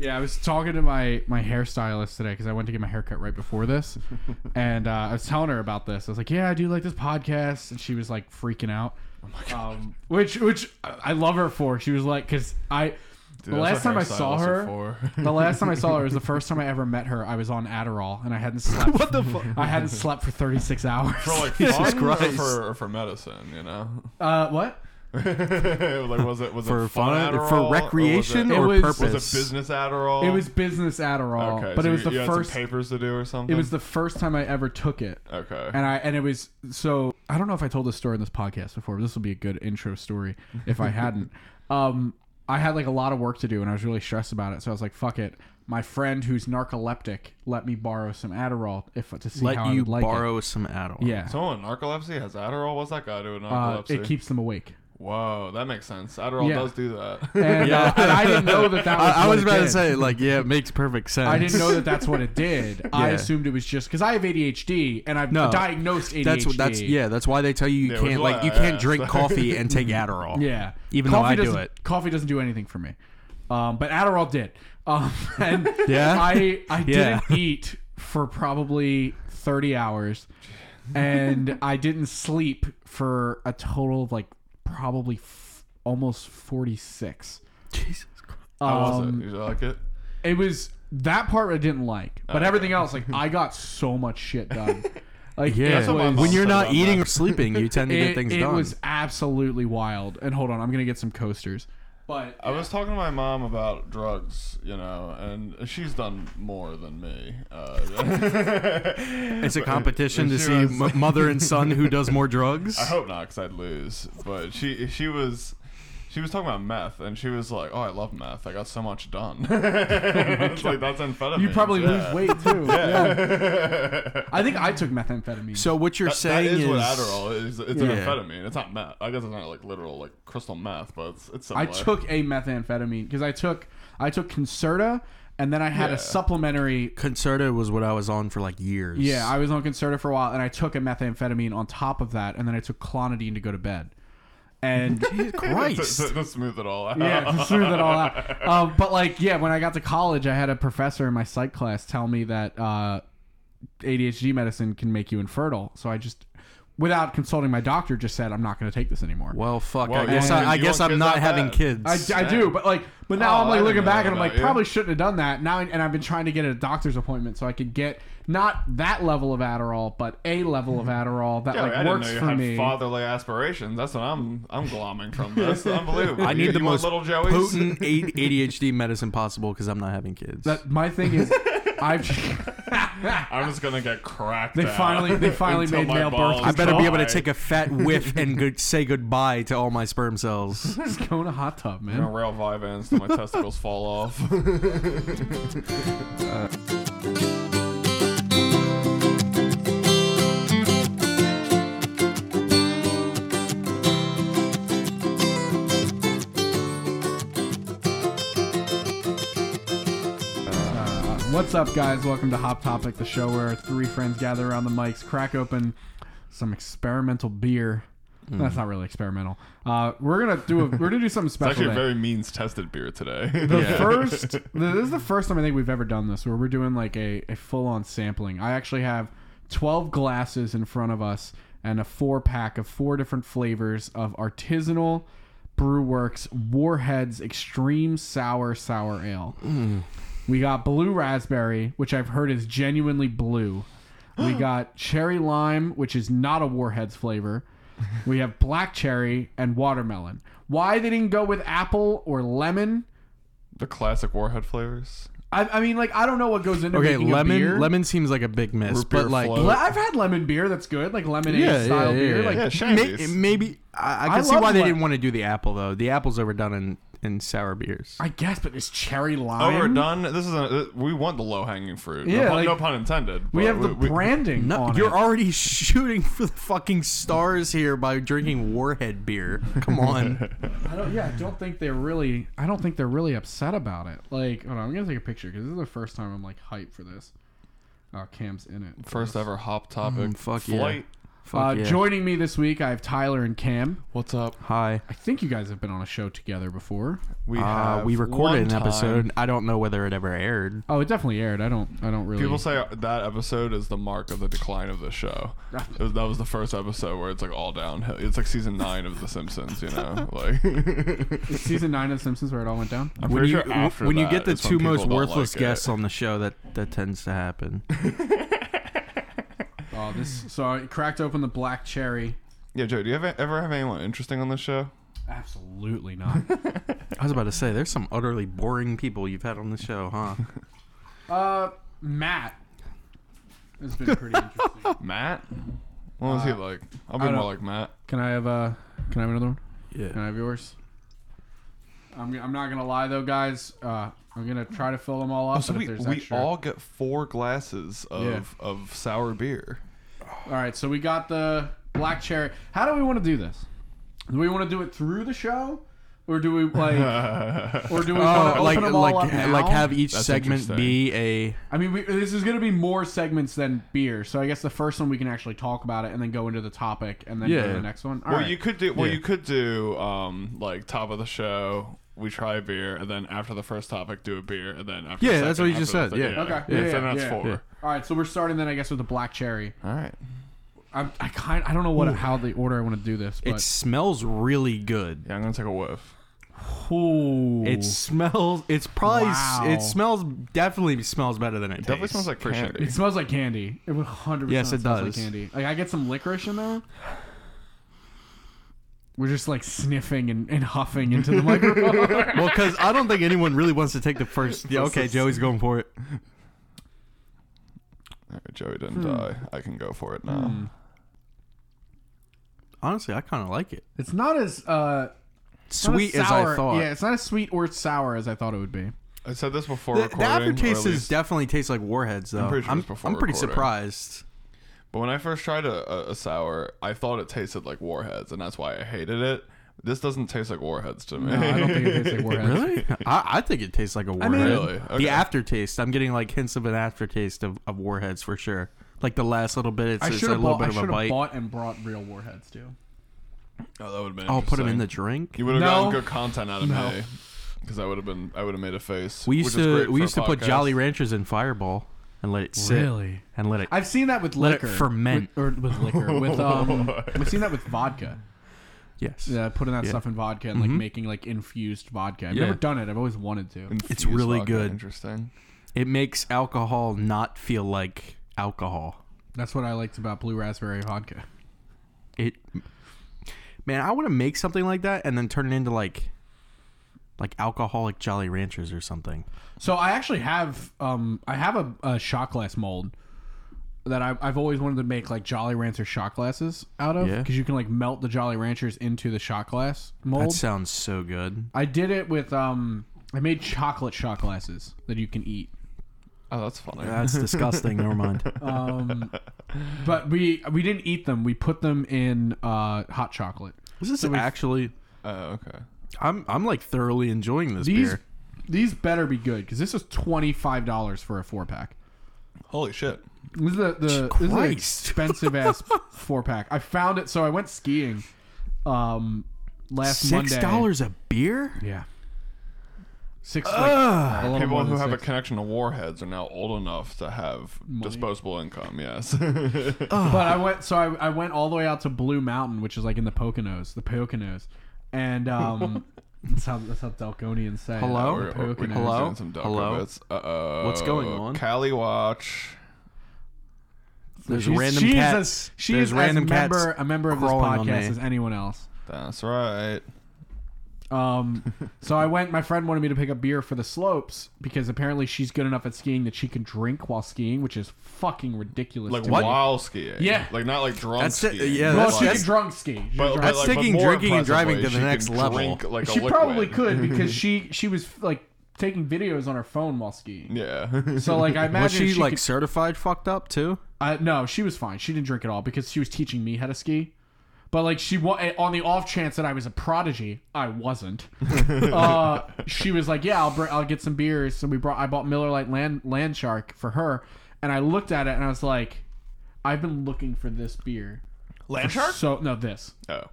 Yeah, I was talking to my my hairstylist today because I went to get my haircut right before this, and uh, I was telling her about this. I was like, "Yeah, I do like this podcast," and she was like freaking out. Oh Um, which which I love her for. She was like, "Cause I Dude, the last that's what time I saw hairstylists are her, for. the last time I saw her was the first time I ever met her. I was on Adderall and I hadn't slept. What the fuck? I hadn't slept for 36 hours. for like Jesus fun Christ. or for, or for medicine, you know. Uh, what? like was it was For it fun fun- for Adderall, or was it- recreation or was, purpose? Was it business Adderall? It was business Adderall, Oh. okay, but so it was you, the you had first. some papers to do or something. It was the first time I ever took it. okay. and I and it was so I don't know if I told this story in this podcast before, but this will be a good intro story if I hadn't. um, I had like a lot of work to do, and I was really stressed about it. So I was like, "Fuck it." My friend who's narcoleptic let me borrow some Adderall if to see Let how I you would like borrow some Adderall. it. Yeah, Someone with narcolepsy has Adderall. What's that guy doing? with uh, Narcolepsy. it keeps them awake. Whoa, that makes sense. Adderall Yeah. does do that. And, uh, and I didn't know that that was. I, I what was it about to did. say, like, yeah, it makes perfect sense. I didn't know that that's what it did. I Yeah. assumed it was just because I have ADHD and I've No. diagnosed ADHD. That's what. That's yeah. That's why they tell you you Yeah, which is can't why like you I can't asked. drink coffee and take Adderall. Yeah. Even though I do doesn't- it. Coffee doesn't do anything for me. Um, but Adderall did. Um, and Yeah? I, I Yeah. didn't eat for probably 30 hours. And I didn't sleep for a total of like probably f- almost 46. Jesus. Christ. How was Um, it? Did you like it? it was that part I didn't like, but everything else, like I got so much shit done. Like Yeah. it what was- my mom when you're said not about eating that. or sleeping, you tend to it, get things it done. was absolutely wild. And hold on, I'm gonna get some coasters. But I was talking to my mom about drugs, you know, and she's done more than me. Uh, it's a competition to She see was- m- mother and son who does more drugs. I hope not, because I'd lose. But she she was she was talking about meth, and she was like, "Oh, I love meth. I got so much done." It's like that's amphetamine. You probably lose weight too. yeah. that, I think I took methamphetamine. so what you're that saying is, what Adderall is. It's an Yeah. amphetamine. It's not meth. I guess it's not like literal like crystal meth, but it's it's I similar. took a methamphetamine because I took I took Concerta and then I had Yeah. a supplementary. Concerta was what I was on for like years. Yeah, I was on Concerta for a while and I took a methamphetamine on top of that and then I took Clonidine to go to bed. And to, to, Christ. to smooth it all out. yeah, to smooth it all out. Um, but like, yeah, when I got to college, I had a professor in my psych class tell me that uh, ADHD medicine can make you infertile. So I just, without consulting my doctor, just said I'm not going to take this anymore. Well, fuck. Well, I you guess want- I, I you guess want kids I'm not that having bad? kids. I, I do, but like, but now Oh, I'm I like didn't looking know back that and I'm like, about you. probably shouldn't have done that. Now, and I've been trying to get a doctor's appointment so I could get not that level of Adderall, but a level of Adderall that Yeah, like I didn't works know you for had me. fatherly aspirations. That's what I'm I'm glomming from this. Unbelievable. I You- need the you want most little Joey's? potent A- ADHD medicine possible because I'm not having kids. That my thing is, I've I'm just gonna get cracked. They out finally- they finally until made my male birth balls I better be able to dry. take a fat whiff and good, say goodbye to all my sperm cells. just going to hot tub, man. I'm gonna rail Vyvanse till my testicles fall off. What's up, guys? Welcome to Hop Topic, the show where three friends gather around the mics, crack open some experimental beer. That's not really experimental. Uh, we're gonna do a, we're gonna do something Hmm. It's special. actually a today. very means tested beer today. the Yeah. first this is the first time I think we've ever done this where we're doing like a, a full on sampling. I actually have twelve glasses in front of us and a four pack of four different flavors of artisanal Brewworks Warheads Extreme Sour Sour Ale. We got blue raspberry, which I've heard is genuinely blue. We got cherry lime, which is not a Warheads flavor. We have black cherry and watermelon. Why they didn't go with apple or lemon? the classic warhead flavors. I, I mean, like I don't know what goes into Okay, making a beer. lemon. Lemon seems like a big miss, Root beer but like, float. Le- I've had lemon beer that's good, like lemonade yeah, yeah, style yeah, beer. yeah. Like Yeah, May- Shandy's. maybe I, I I can see love why they le- didn't want to do the apple though. The apple's overdone in in sour beers. I guess, but this cherry lime. Overdone. This is a, uh, we want the low hanging fruit. Yeah, no, pun, like- no pun intended. We but have the branding No, on you're it. already shooting for the fucking stars here by drinking Warhead beer. Come on. I don't, yeah, I don't think they're really. I don't think they're really upset about it. Like, hold on, I'm gonna take a picture because this is the first time I'm like hyped for this. Oh, Cam's in it. first ever hop topic Mm, fuck yeah. flight. Uh, Fuck yeah. Joining me this week, I have Tyler and Cam. What's up? Hi. I think you guys have been on a show together before. We Uh, have we recorded one an time- episode. I don't know whether it ever aired. Oh, it definitely aired. I don't. I don't really. People say that episode is the mark of the decline of the show. It was- that was the first episode where it's like all downhill. It's like season nine of The Simpsons, you know? Like, It's season nine of The Simpsons where it all went down. I'm When pretty you sure after when you that get the is when two people most don't worthless like it. guests on the show, that that tends to happen. Oh, this. So I cracked open the black cherry. Yeah, Joe, do you have, ever have anyone interesting on this show? Absolutely not. I was about to say, there's some utterly boring people you've had on the show, huh? Uh, Matt. It's been pretty interesting. Matt? Uh, What was he like? I'll be I more don't- like Matt. Can I have uh Can I have another one? Can I Yeah. have yours? I'm, I'm not gonna lie though, guys. Uh, I'm gonna try to fill them all up. Oh, So but we, if there's we extra- all get four glasses of, Yeah. of sour beer. All right, so we got the black cherry. How do we want to do this? Do we want to do it through the show, or do we like, or do we want to Oh, like open them all like up now? like have each That's segment interesting. be a I mean, we, this is going to be more segments than beer. So I guess the first one we can actually talk about it and then go into the topic and then go to Yeah. the next one. All Well, right. you could do. Well, Yeah. you could do um like top of the show. We try a beer, and then after the first topic, do a beer, and then after. the Yeah, that's second, what you just after the said, third- yeah. Okay. Yeah, so yeah, that's yeah. four. Yeah. All right, so we're starting then I guess with the black cherry. All right. I'm, I kind I don't know what how the order I want to do this, but it smells really good. Yeah, I'm gonna take a whiff. Ooh. It smells it's probably s- Wow. it smells definitely smells better than it, Definitely tastes, smells like for sure. candy. It smells like candy. It would 100% Yes, it smells does. like candy. Like I get some licorice in there. We're just like sniffing and, and huffing into the microphone. Well, because I don't think anyone really wants to take the first. Yeah, okay, is- Joey's going for it. All right, Joey didn't Hmm. die. I can go for it now. Honestly, I kind of like it. it's not as uh it's not Sweet as sour. I thought. Yeah, it's not as sweet or sour as I thought it would be. I said this before the, the recording. aftertaste or at is least- definitely tastes like warheads, though. I'm pretty sure I'm, it's before pretty recording. surprised. but when I first tried a, a, a sour, I thought it tasted like warheads, and that's why I hated it. This doesn't taste like warheads to me. No, Uh, I don't think it tastes like warheads. Really? I, I think it tastes like a warhead. mean- Really? Okay. The aftertaste. I'm getting like hints of an aftertaste of, of warheads for sure. Like the last little bit, it's, I it's should a have little bought, bit I of should a have bite. bought and brought real warheads too. oh, that would have been. oh, put them in interesting. the drink. You would have No. gotten good content out of me because I would have been. I would have made a face. We which used is to great for we a used to put podcast. Jolly Ranchers in Fireball and let it sit Really? and let it. I've seen that with Let it liquor ferment. with, or with liquor with um. I've seen that with vodka. yes, Yeah, putting that Yeah. Mm-hmm. stuff in vodka and like making like infused vodka. I've Yeah. never done it. I've always wanted to. Infused really vodka, good. Interesting. it makes alcohol not feel like alcohol. That's what I liked about blue raspberry vodka. It, man, I want to make something like that and then turn it into like, like alcoholic Jolly Ranchers or something. So I actually have um I have a, a shot glass mold that I, I've always wanted to make like Jolly Rancher shot glasses out of Yeah. because you can like melt the Jolly Ranchers into the shot glass mold. That sounds so good. I did it with um I made chocolate shot glasses that you can eat. Oh, that's funny. That's disgusting. Never mind. Um, but we we didn't eat them. We put them in uh, hot chocolate. This is actually. Oh, okay. I'm I'm like thoroughly enjoying this These beer. these better be good because this is twenty five dollars for a four pack. Holy shit. This is the, the this is an Christ. expensive ass four pack. I found it. So I went skiing um last Six Monday. dollars a beer? Yeah. Six. Like, Ugh. a little People more who than have a six. connection to warheads are now old enough to have disposable income. Yes. Oh, But I went, so I, I went all the way out to Blue Mountain, which is like in the Poconos, the Poconos, and um, that's how that's how Delgonians say. it. Hello? The We're- we're- we're Poconos. Hello? doing some Hello? Duckovitz. Uh-oh. What's going on? Cali Watch. There's She's- random she's cats. As, she There's is random as cats member, a member of this crawling on podcast me. as anyone else. That's right. Um, so I went. My friend wanted me to pick up beer for the slopes because apparently she's good enough at skiing that she can drink while skiing, which is fucking ridiculous. Like to me. while skiing. Yeah. Like not like drunk That's it, skiing. yeah, but Well, that's- she like- can drunk ski. She, but- can but, drink- That's like, taking but more drinking and driving to the impressively, she next can level. drink, like, a she liquid. probably could because she she was like taking videos on her phone while skiing. Yeah. So like I imagine Was she, if like could- certified fucked up too? Uh, no, she was fine. She didn't drink at all because she was teaching me how to ski. But like she wa- eh, on the off chance that I was a prodigy, I wasn't. uh, she was like, "Yeah, I'll br- I'll get some beers." So we brought I bought Miller Lite Land Land Shark for her, and I looked at it and I was like, "I've been looking for this beer Land shark? So no, this. Oh.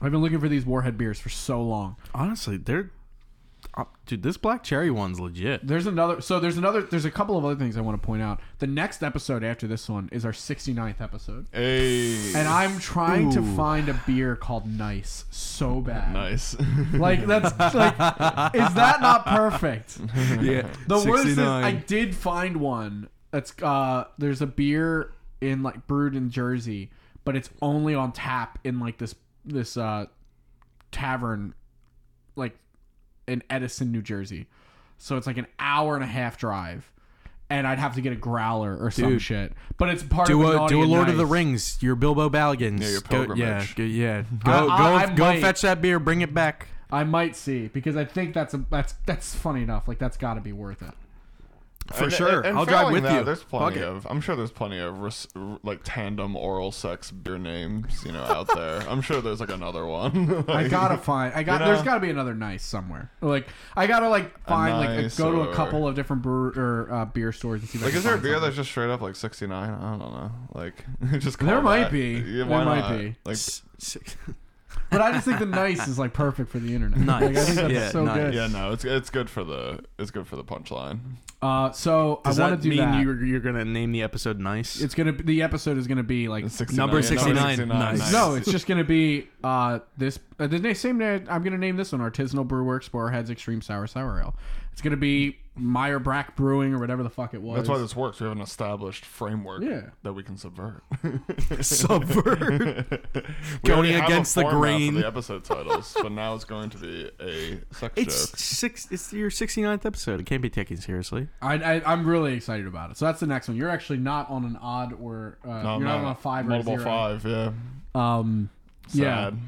I've been looking for these Warhead beers for so long. Honestly, they're uh, dude. This black cherry one's legit. There's another. So there's another. There's a couple of other things I want to point out. The next episode after this one is our 69th episode, Hey. and I'm trying to Ooh. find a beer called Nice so bad. nice. Like that's like, is that not perfect? yeah, The worst is I did find one. That's uh, there's a beer in like brewed in Jersey, but it's only on tap in like this this uh tavern, like in Edison, New Jersey. So it's like an hour and a half drive, and I'd have to get a growler or some Dude. shit. But it's part do of the a naughty do a and Lord of the nice. Rings. Your Bilbo Baggins. Yeah, your Go, yeah, pilgrimage. go, yeah. Go I- go I- I go might. fetch that beer. Bring it back. I might see because I think that's a that's that's funny enough. Like that's got to be worth it. For And- sure. and- and I'll drive failing with that, you. There's Fuck plenty it. of. I'm sure there's plenty of res, r- like tandem oral sex beer names, you know, out there. I'm sure there's like another one. I Like, gotta find. I got. You know? There's gotta be another nice somewhere. Like I gotta like find like nice go to a or- couple of different brewer or uh, beer stores and see. If I Like, can is there a find beer something. that's just straight up like 69? I don't know. Like, just call There it might that. be. Yeah, There why might not? be. Like, But I just think the nice is like perfect for the internet. Nice. Like, I think that's Yeah, so nice. good. yeah, no, it's it's good for the it's good for the punchline. Uh, so Does I that want to do mean that. You're, you're gonna name the episode nice? It's gonna. Be, the episode is gonna be like. It's 69, Number yeah, 69, nice. No, it's just gonna be uh, this uh, the na- same day. I'm gonna name this one artisanal brew works Boarheads Extreme Sour Sour Ale. It's gonna be Meyer Brack Brewing or whatever the fuck it was. That's why this works. We have an established framework Yeah. that we can subvert. subvert. We Going already have a against the format for grain. the episode titles, but now it's going to be a sex joke. It's six. It's your 69th episode. It can't be taken seriously. I, I I'm really excited about it. So that's the next one. You're actually not on an odd or uh, No, you're not no, on a five or a Um, multiple zero. five. Yeah, Um, yeah. Sad.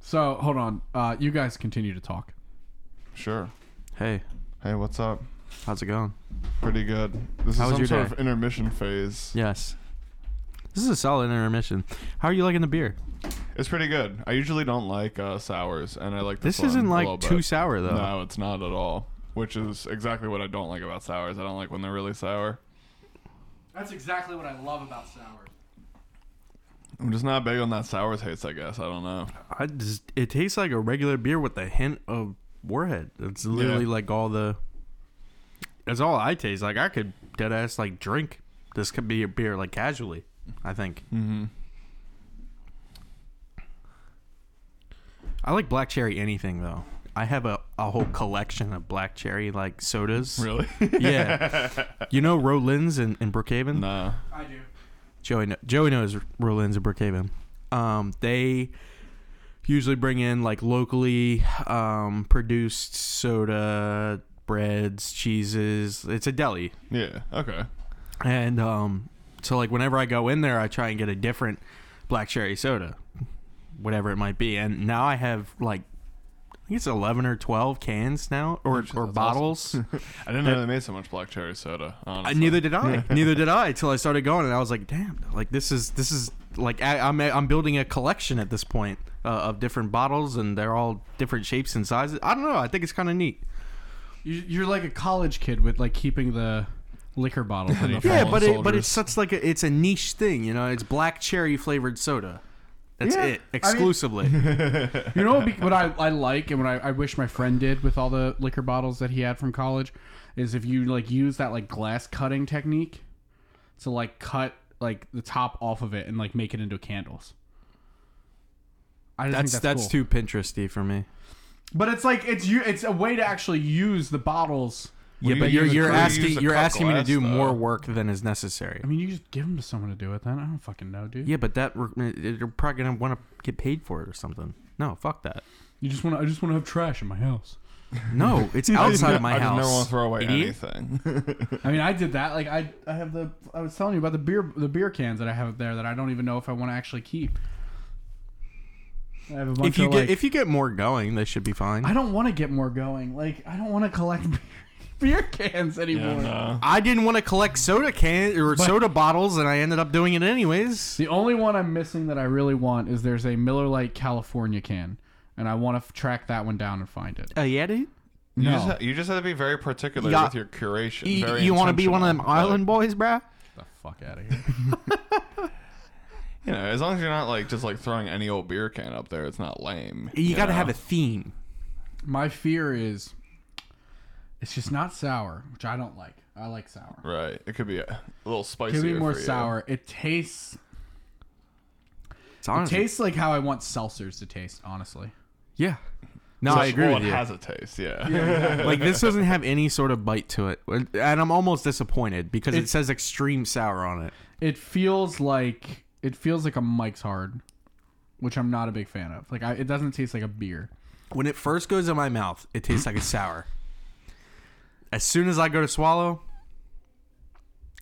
So hold on. Uh, you guys continue to talk. Sure. Hey, Hey, what's up? how's it going? Pretty good. This How was is some your sort day? of intermission phase. Yes. This is a solid intermission. How are you liking the beer? It's pretty good. I usually don't like uh, sours, and I like this. This isn't one a little like too bit. sour though. No, it's not at all. Which is exactly what I don't like about sours. I don't like when they're really sour. That's exactly what I love about sour. I'm just not big on that sour taste. I guess I don't know. I just, it tastes like a regular beer with a hint of warhead. It's literally like all the. That's all I taste. Like I could dead ass like drink. This could be a beer like casually. I think Mm-hmm. I like black cherry anything though. I have a, a whole collection of black cherry like sodas. Really? Yeah. you know Rollins and, and Brookhaven? no. I do. Joey kn- Joey knows Rollins and Brookhaven. Um, they usually bring in like locally um, produced soda, breads, cheeses. It's a deli, Yeah. Okay. and um, so like whenever I go in there, I try and get a different black cherry soda, whatever it might be. And now I have like I think it's eleven or twelve cans now, or shit, or that's awesome. bottles. I didn't know they made so much black cherry soda. I, Honestly. Uh, neither did I. neither did I till I started going, and I was like, "Damn! Like this is this is like I, I'm I'm building a collection at this point uh, of different bottles, and they're all different shapes and sizes. I don't know. I think it's kind of neat. You, you're like a college kid with like keeping the liquor bottle. in the Yeah, phone. Yeah, Fallen but it, but it's soldiers. such like a, it's a niche thing, you know. It's black cherry flavored soda. That's Yeah. it I mean- exclusively. You know what, be- what I, I like and what I, I wish my friend did with all the liquor bottles that he had from college is if you like use that like glass cutting technique to like cut like the top off of it and like make it into candles. I just that's think that's cool. too Pinteresty for me. But it's like it's you it's a way to actually use the bottles. Yeah, you but use you're the you're cut- you use asking the you're cut asking me to glass, do though. more work than is necessary. I mean, you just give them to someone to do it. Then I don't fucking know, dude. Yeah, but that re- you're probably gonna want to get paid for it or something. No, fuck that. You just want to. I just want to have trash in my house. No, it's outside of my I just house. never want to throw away idiot. anything. I mean, I did that. Like I, I have the. I was telling you about the beer, the beer cans that I have up there that I don't even know if I want to actually keep. I have a bunch If you of get like. if you get more going, they should be fine. I don't want to get more going. Like I don't want to collect beer, beer cans anymore. yeah, no. I didn't want to collect soda cans or soda bottles, and I ended up doing it anyways. The only one I'm missing that I really want is there's a Miller Lite California can, and I want to f- track that one down and find it. A Yeti? You, No, just ha- you just have to be very particular Yeah. with your curation. You, very want to be one of them intentional. island boys, bruh? Get the fuck out of here. You know, as long as you're not like just like throwing any old beer can up there, it's not lame. You got to know? have a theme. My fear is it's just not sour, which I don't like. I like sour. right. It could be a, a little It spicier. could be more for you. sour. It tastes It's honestly, tastes like how I want seltzers to taste, honestly. yeah. No, So- I agree well, with it you. has a taste. yeah. like this doesn't have any sort of bite to it, and I'm almost disappointed because it It's- says extreme sour on it. It feels like it feels like a Mike's Hard, which I'm not a big fan of. Like I, it doesn't taste like a beer. When it first goes in my mouth, it tastes Hmm? like a sour. As soon as I go to swallow,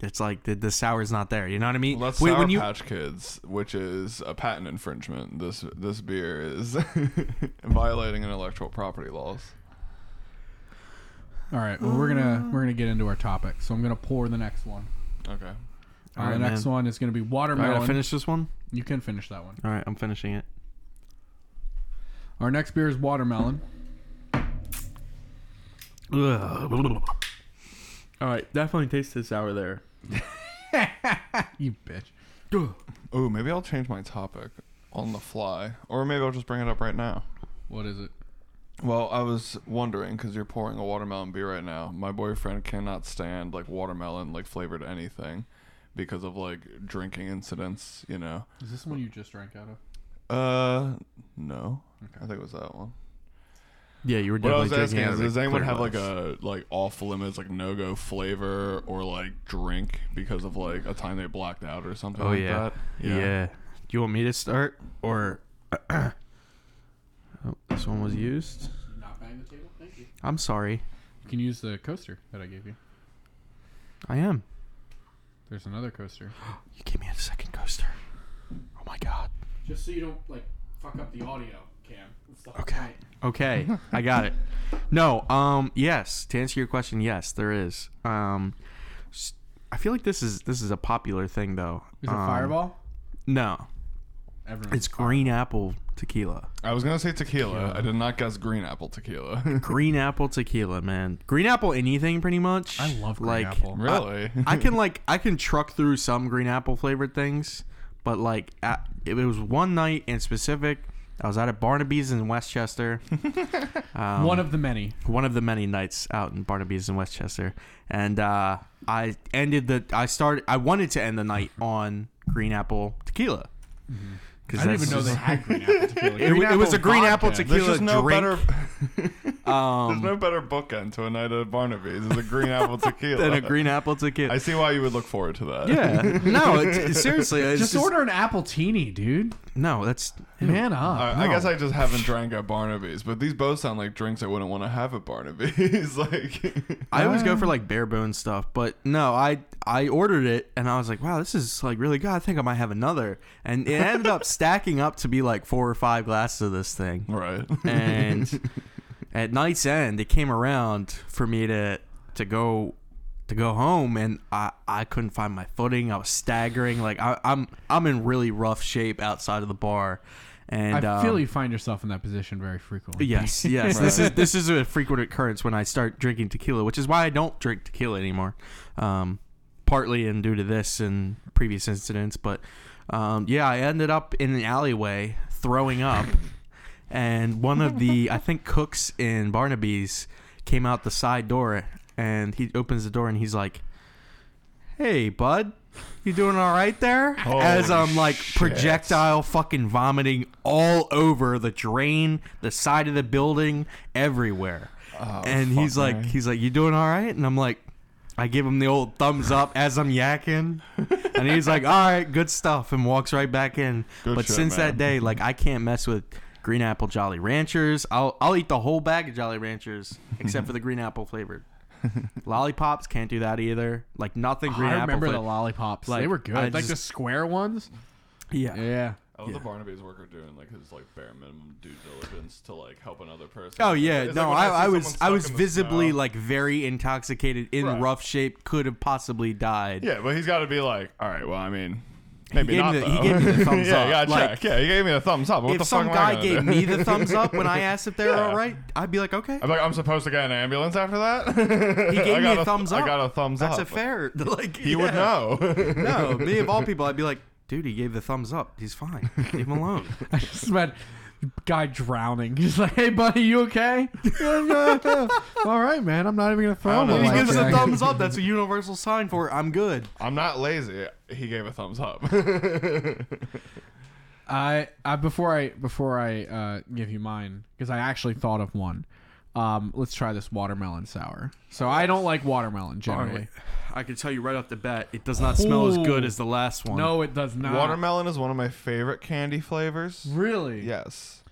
it's like the, the sour's not there. You know what I mean? Well, that's Wait, Sour when you Patch Kids, which is a patent infringement. This this beer is violating intellectual property laws. All right, well we're gonna we're gonna get into our topic. So I'm gonna pour the next one. Okay. Uh, All right, the next man. one is gonna be I watermelon. gotta finish this one. you can finish that one. All right, I'm finishing it. Our next beer is watermelon. All right, definitely taste the sour there. you bitch. Oh, maybe I'll change my topic on the fly, or maybe I'll just bring it up right now. What is it? Well, I was wondering because you're pouring a watermelon beer right now. My boyfriend cannot stand like watermelon, like flavored anything, because of like drinking incidents. You know. Is this one you just drank out of? Uh, no. I think it was that one. Yeah, you were What I definitely was asking drinking out is, of a does anyone clear have like glass. a like off limits, like no go flavor or like drink because of like a time they blacked out or something? Oh like yeah. that? yeah, Do you want me to start or? oh, this one was used. Not bang the table. Thank you. I'm sorry. You can use the coaster that I gave you. I am. There's another coaster. You gave me a second coaster. Oh my god. Just so you don't like fuck up the audio, Cam. Okay. Okay. I got it. No. Um. Yes. To answer your question, yes, there is. Um. s- I feel like this is this is a popular thing though. Is it Um, Fireball? No, Everyone. it's green apple tequila. I was gonna say tequila. I did not guess green apple tequila. Green apple tequila, man. Green apple anything pretty much. I love green like, apple. really? I can like I can truck through some green apple flavored things, but like at, it was one night in specific. I was out at Barnaby's in Westchester. Um, one of the many. one of the many nights out in Barnaby's in Westchester, and uh, I ended the. I started. I wanted to end the night on green apple tequila. Because Mm-hmm. I didn't even know they had green apple tequila. It, it was a green apple There's tequila just no drink. better. um, There's no better bookend to a night at Barnaby's is a green apple tequila. than a green apple tequila. I see why you would look forward to that. yeah. No, it, seriously. It's Just just, order an apple teeny, dude. No, that's Man up. Uh, I, I No. guess I just haven't drank at Barnaby's, but these both sound like drinks I wouldn't want to have at Barnaby's. like, I always go for like bare bone stuff, but no, I I ordered it and I was like, wow, this is like really good. I think I might have another, and it ended up stacking up to be like four or five glasses of this thing. right? And at night's end, it came around for me to to go to go home, and I I couldn't find my footing. I was staggering. Like I, I'm I'm in really rough shape outside of the bar, and I feel um, you find yourself in that position very frequently. Yes, yes. This is this is a frequent occurrence when I start drinking tequila, which is why I don't drink tequila anymore. Um, partly in due to this and previous incidents, but um, yeah, I ended up in an alleyway throwing up, and one of the I think cooks in Barnaby's came out the side door, and he opens the door and he's like, "Hey, bud." You doing all right there? As I'm like shit. projectile fucking vomiting all over the drain, the side of the building, everywhere. and he's Oh, fuck, like, man. he's like, you doing all right? And I'm like, I give him the old thumbs up as I'm yakking, and he's like, all right, good stuff, and walks right back in. Good but shit, since man. that day, like, I can't mess with green apple Jolly Ranchers. I'll I'll eat the whole bag of Jolly Ranchers except for the green apple flavored. Lollipops can't do that either. Like nothing green I apple. remember the flavor- lollipops. Like, they were good. I like the just- square ones. yeah. Yeah. I love the Barnaby's worker doing like his like bare minimum due diligence to like help another person. Oh yeah, It's like no, when I, see I someone was I stuck was in the visibly snow. like very intoxicated, in Right. rough shape, could have possibly died. yeah, but he's got to be like, all right, well, I mean, maybe gave not. me the- he though." gave me the thumbs yeah, up, you gotta like- check. Yeah, he gave me the thumbs up. What the If some fuck am I guy gonna gave do? me the thumbs up when I asked if they were Yeah. all right, I'd be like, okay, I'm like, I'm supposed to get an ambulance after that. he gave I me got a thumbs I up. got a thumbs that's up. a fair. Like He would yeah. know. No, me of all people, I'd be like, dude, he gave the thumbs up. He's fine. Leave him alone. I just met guy drowning. He's like, "Hey, buddy, you okay?" All right, man. I'm not even gonna throw I don't him. a know. he Like, uh, gives the lifeline." thumbs up. That's a universal sign for I'm good. I'm not lazy. He gave a thumbs up. Uh, I, I before I before I uh, give you mine because I actually thought of one. Um, let's try this watermelon sour. So I don't like watermelon generally. I can tell you right off the bat, it does not smell as good Ooh. as the last one. No, it does not. Watermelon is one of my favorite candy flavors. Really? Yes.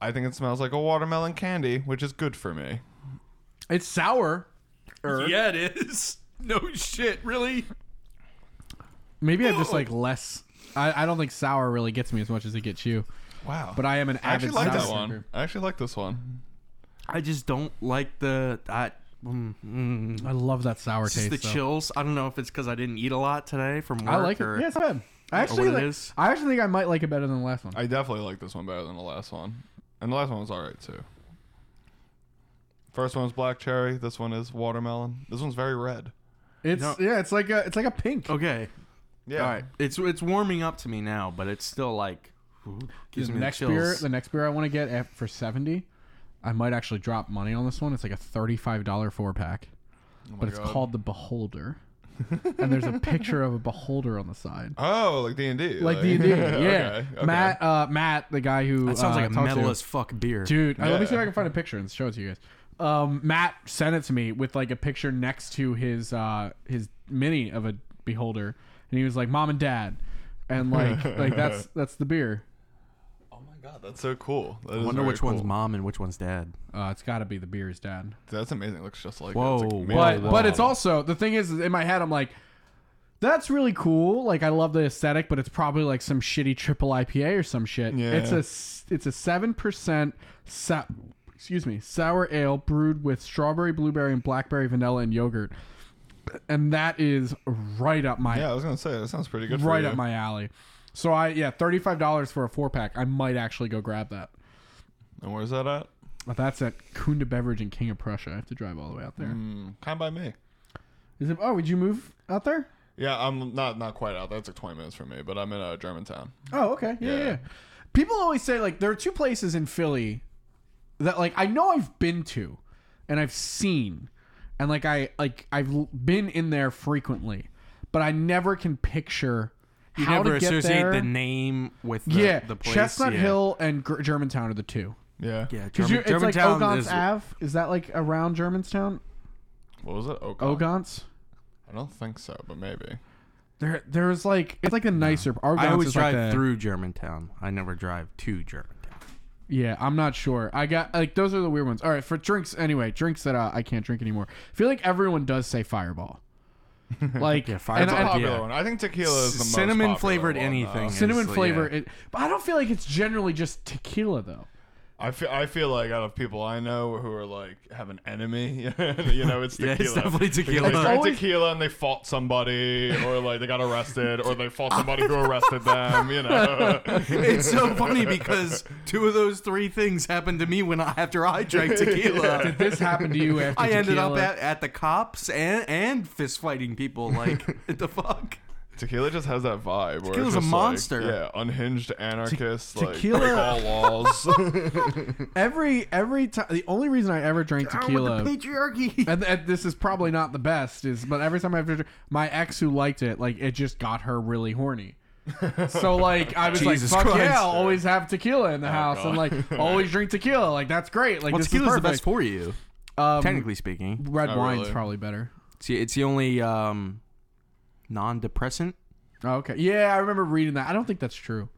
I think it smells like a watermelon candy, which is good for me. It's sour. Yeah, it is. No shit, really. Maybe I'm just like less. I, I don't think sour really gets me as much as it gets you. Wow. But I am an I actually avid like sour that one. drinker. I actually like this one. I just don't like the I. Mm, mm. I love that sour It's just taste. the though. chills. I don't know if it's because I didn't eat a lot today from work. I like or, it. Yeah, it's not bad. I what actually, it like, is. I actually think I might like it better than the last one. I definitely like this one better than the last one. And the last one was alright too. First one was black cherry. This one is watermelon. This one's very red. It's yeah, it's like a it's like a pink. Okay. Yeah. All right. It's it's warming up to me now, but it's still like ooh, gives the me next the beer, chills. the next beer I want to get at, for seventy, I might actually drop money on this one. It's like a thirty-five dollar four pack, Oh my but it's God. called the Beholder, and there's a picture of a beholder on the side. Oh, like D and D. Like D and D, yeah. Matt, uh, Matt, the guy who that sounds uh, like a talked to- metal as fuck beer. dude. uh, let me see if Yeah. I can find a picture and show it to you guys. Um, Matt sent it to me with like a picture next to his uh, his mini of a beholder, and he was like, "Mom and Dad," and like like that's that's the beer. Oh my god, that's so cool. That I is wonder very which one's cool. mom and which one's dad. Uh, it's got to be the beer's dad. That's amazing. It looks just like Whoa, It. It's like whoa, made But of but it's watermelon. also the thing is is in my head I'm like, that's really cool. Like I love the aesthetic, but it's probably like some shitty triple IPA or some shit. Yeah. It's a s- it's a seven percent sa- excuse me sour ale brewed with strawberry, blueberry, and blackberry vanilla and yogurt, and that is right up my Yeah, I was gonna say that sounds pretty good. right for up you. my alley. So I yeah thirty five dollars for a four pack. I might actually go grab that. And where's that at? But that's at Kunda Beverage in King of Prussia. I have to drive all the way out there. Is Mm, kind of by me. it? Oh, would you move out there? Yeah, I'm not not quite out. That's like 20 minutes for me, but I'm in uh, Germantown. Oh, okay. Yeah, yeah. Yeah. yeah. People always say like there are two places in Philly that like I know I've been to and I've seen and like I like I've l- been in there frequently, but I never can picture You how never to get associate there. the name with the, yeah, the place. Chestnut yeah. Hill and Gr- Germantown are the two. Yeah. Yeah, Because German, it's like Germantown Ogons is Ave. Is that like around Germantown? What was it? Oak. Oh. Ogons. I don't think so, but maybe. There, there's like it's like a nicer. Ogons I always is like drive the- through Germantown. I never drive to Germantown. Yeah, I'm not sure. I got like those are the weird ones. All right, for drinks anyway, drinks that uh, I can't drink anymore. I feel like everyone does say Fireball. Like Yeah, and Fireball, I- yeah. Popular one. I think tequila is the most Cinnamon popular flavored one, anything. though. cinnamon is, uh, flavor. yeah. It, but I don't feel like it's generally just tequila though. I feel I feel like out of people I know who are like have an enemy, you know, it's tequila. Yeah, it's definitely tequila. They drank Always- tequila and they fought somebody, or like they got arrested, or they fought somebody who arrested them. You know, it's so funny because two of those three things happened to me when I, after I drank tequila. This happened to you after I ended up tequila. at, at the cops and and fist fighting people. Like what the fuck. tequila just has that vibe. Where it's Tequila's just, a like, monster. yeah, unhinged anarchists. like, tequila- break all laws. every every time. The only reason I ever drank tequila. patriarchy. and, and this is probably not the best is but every time i have to my ex who liked it like it just got her really horny so like i was Jesus like fuck Christ. yeah i'll always have tequila in the house Oh, God. and like always drink tequila like that's great like Well, this tequila's is the perfect. best for you, um, technically speaking. red Oh, wine's really? probably better It's, the- it's the only um, non-depressant. oh, okay yeah i remember reading that i don't think that's true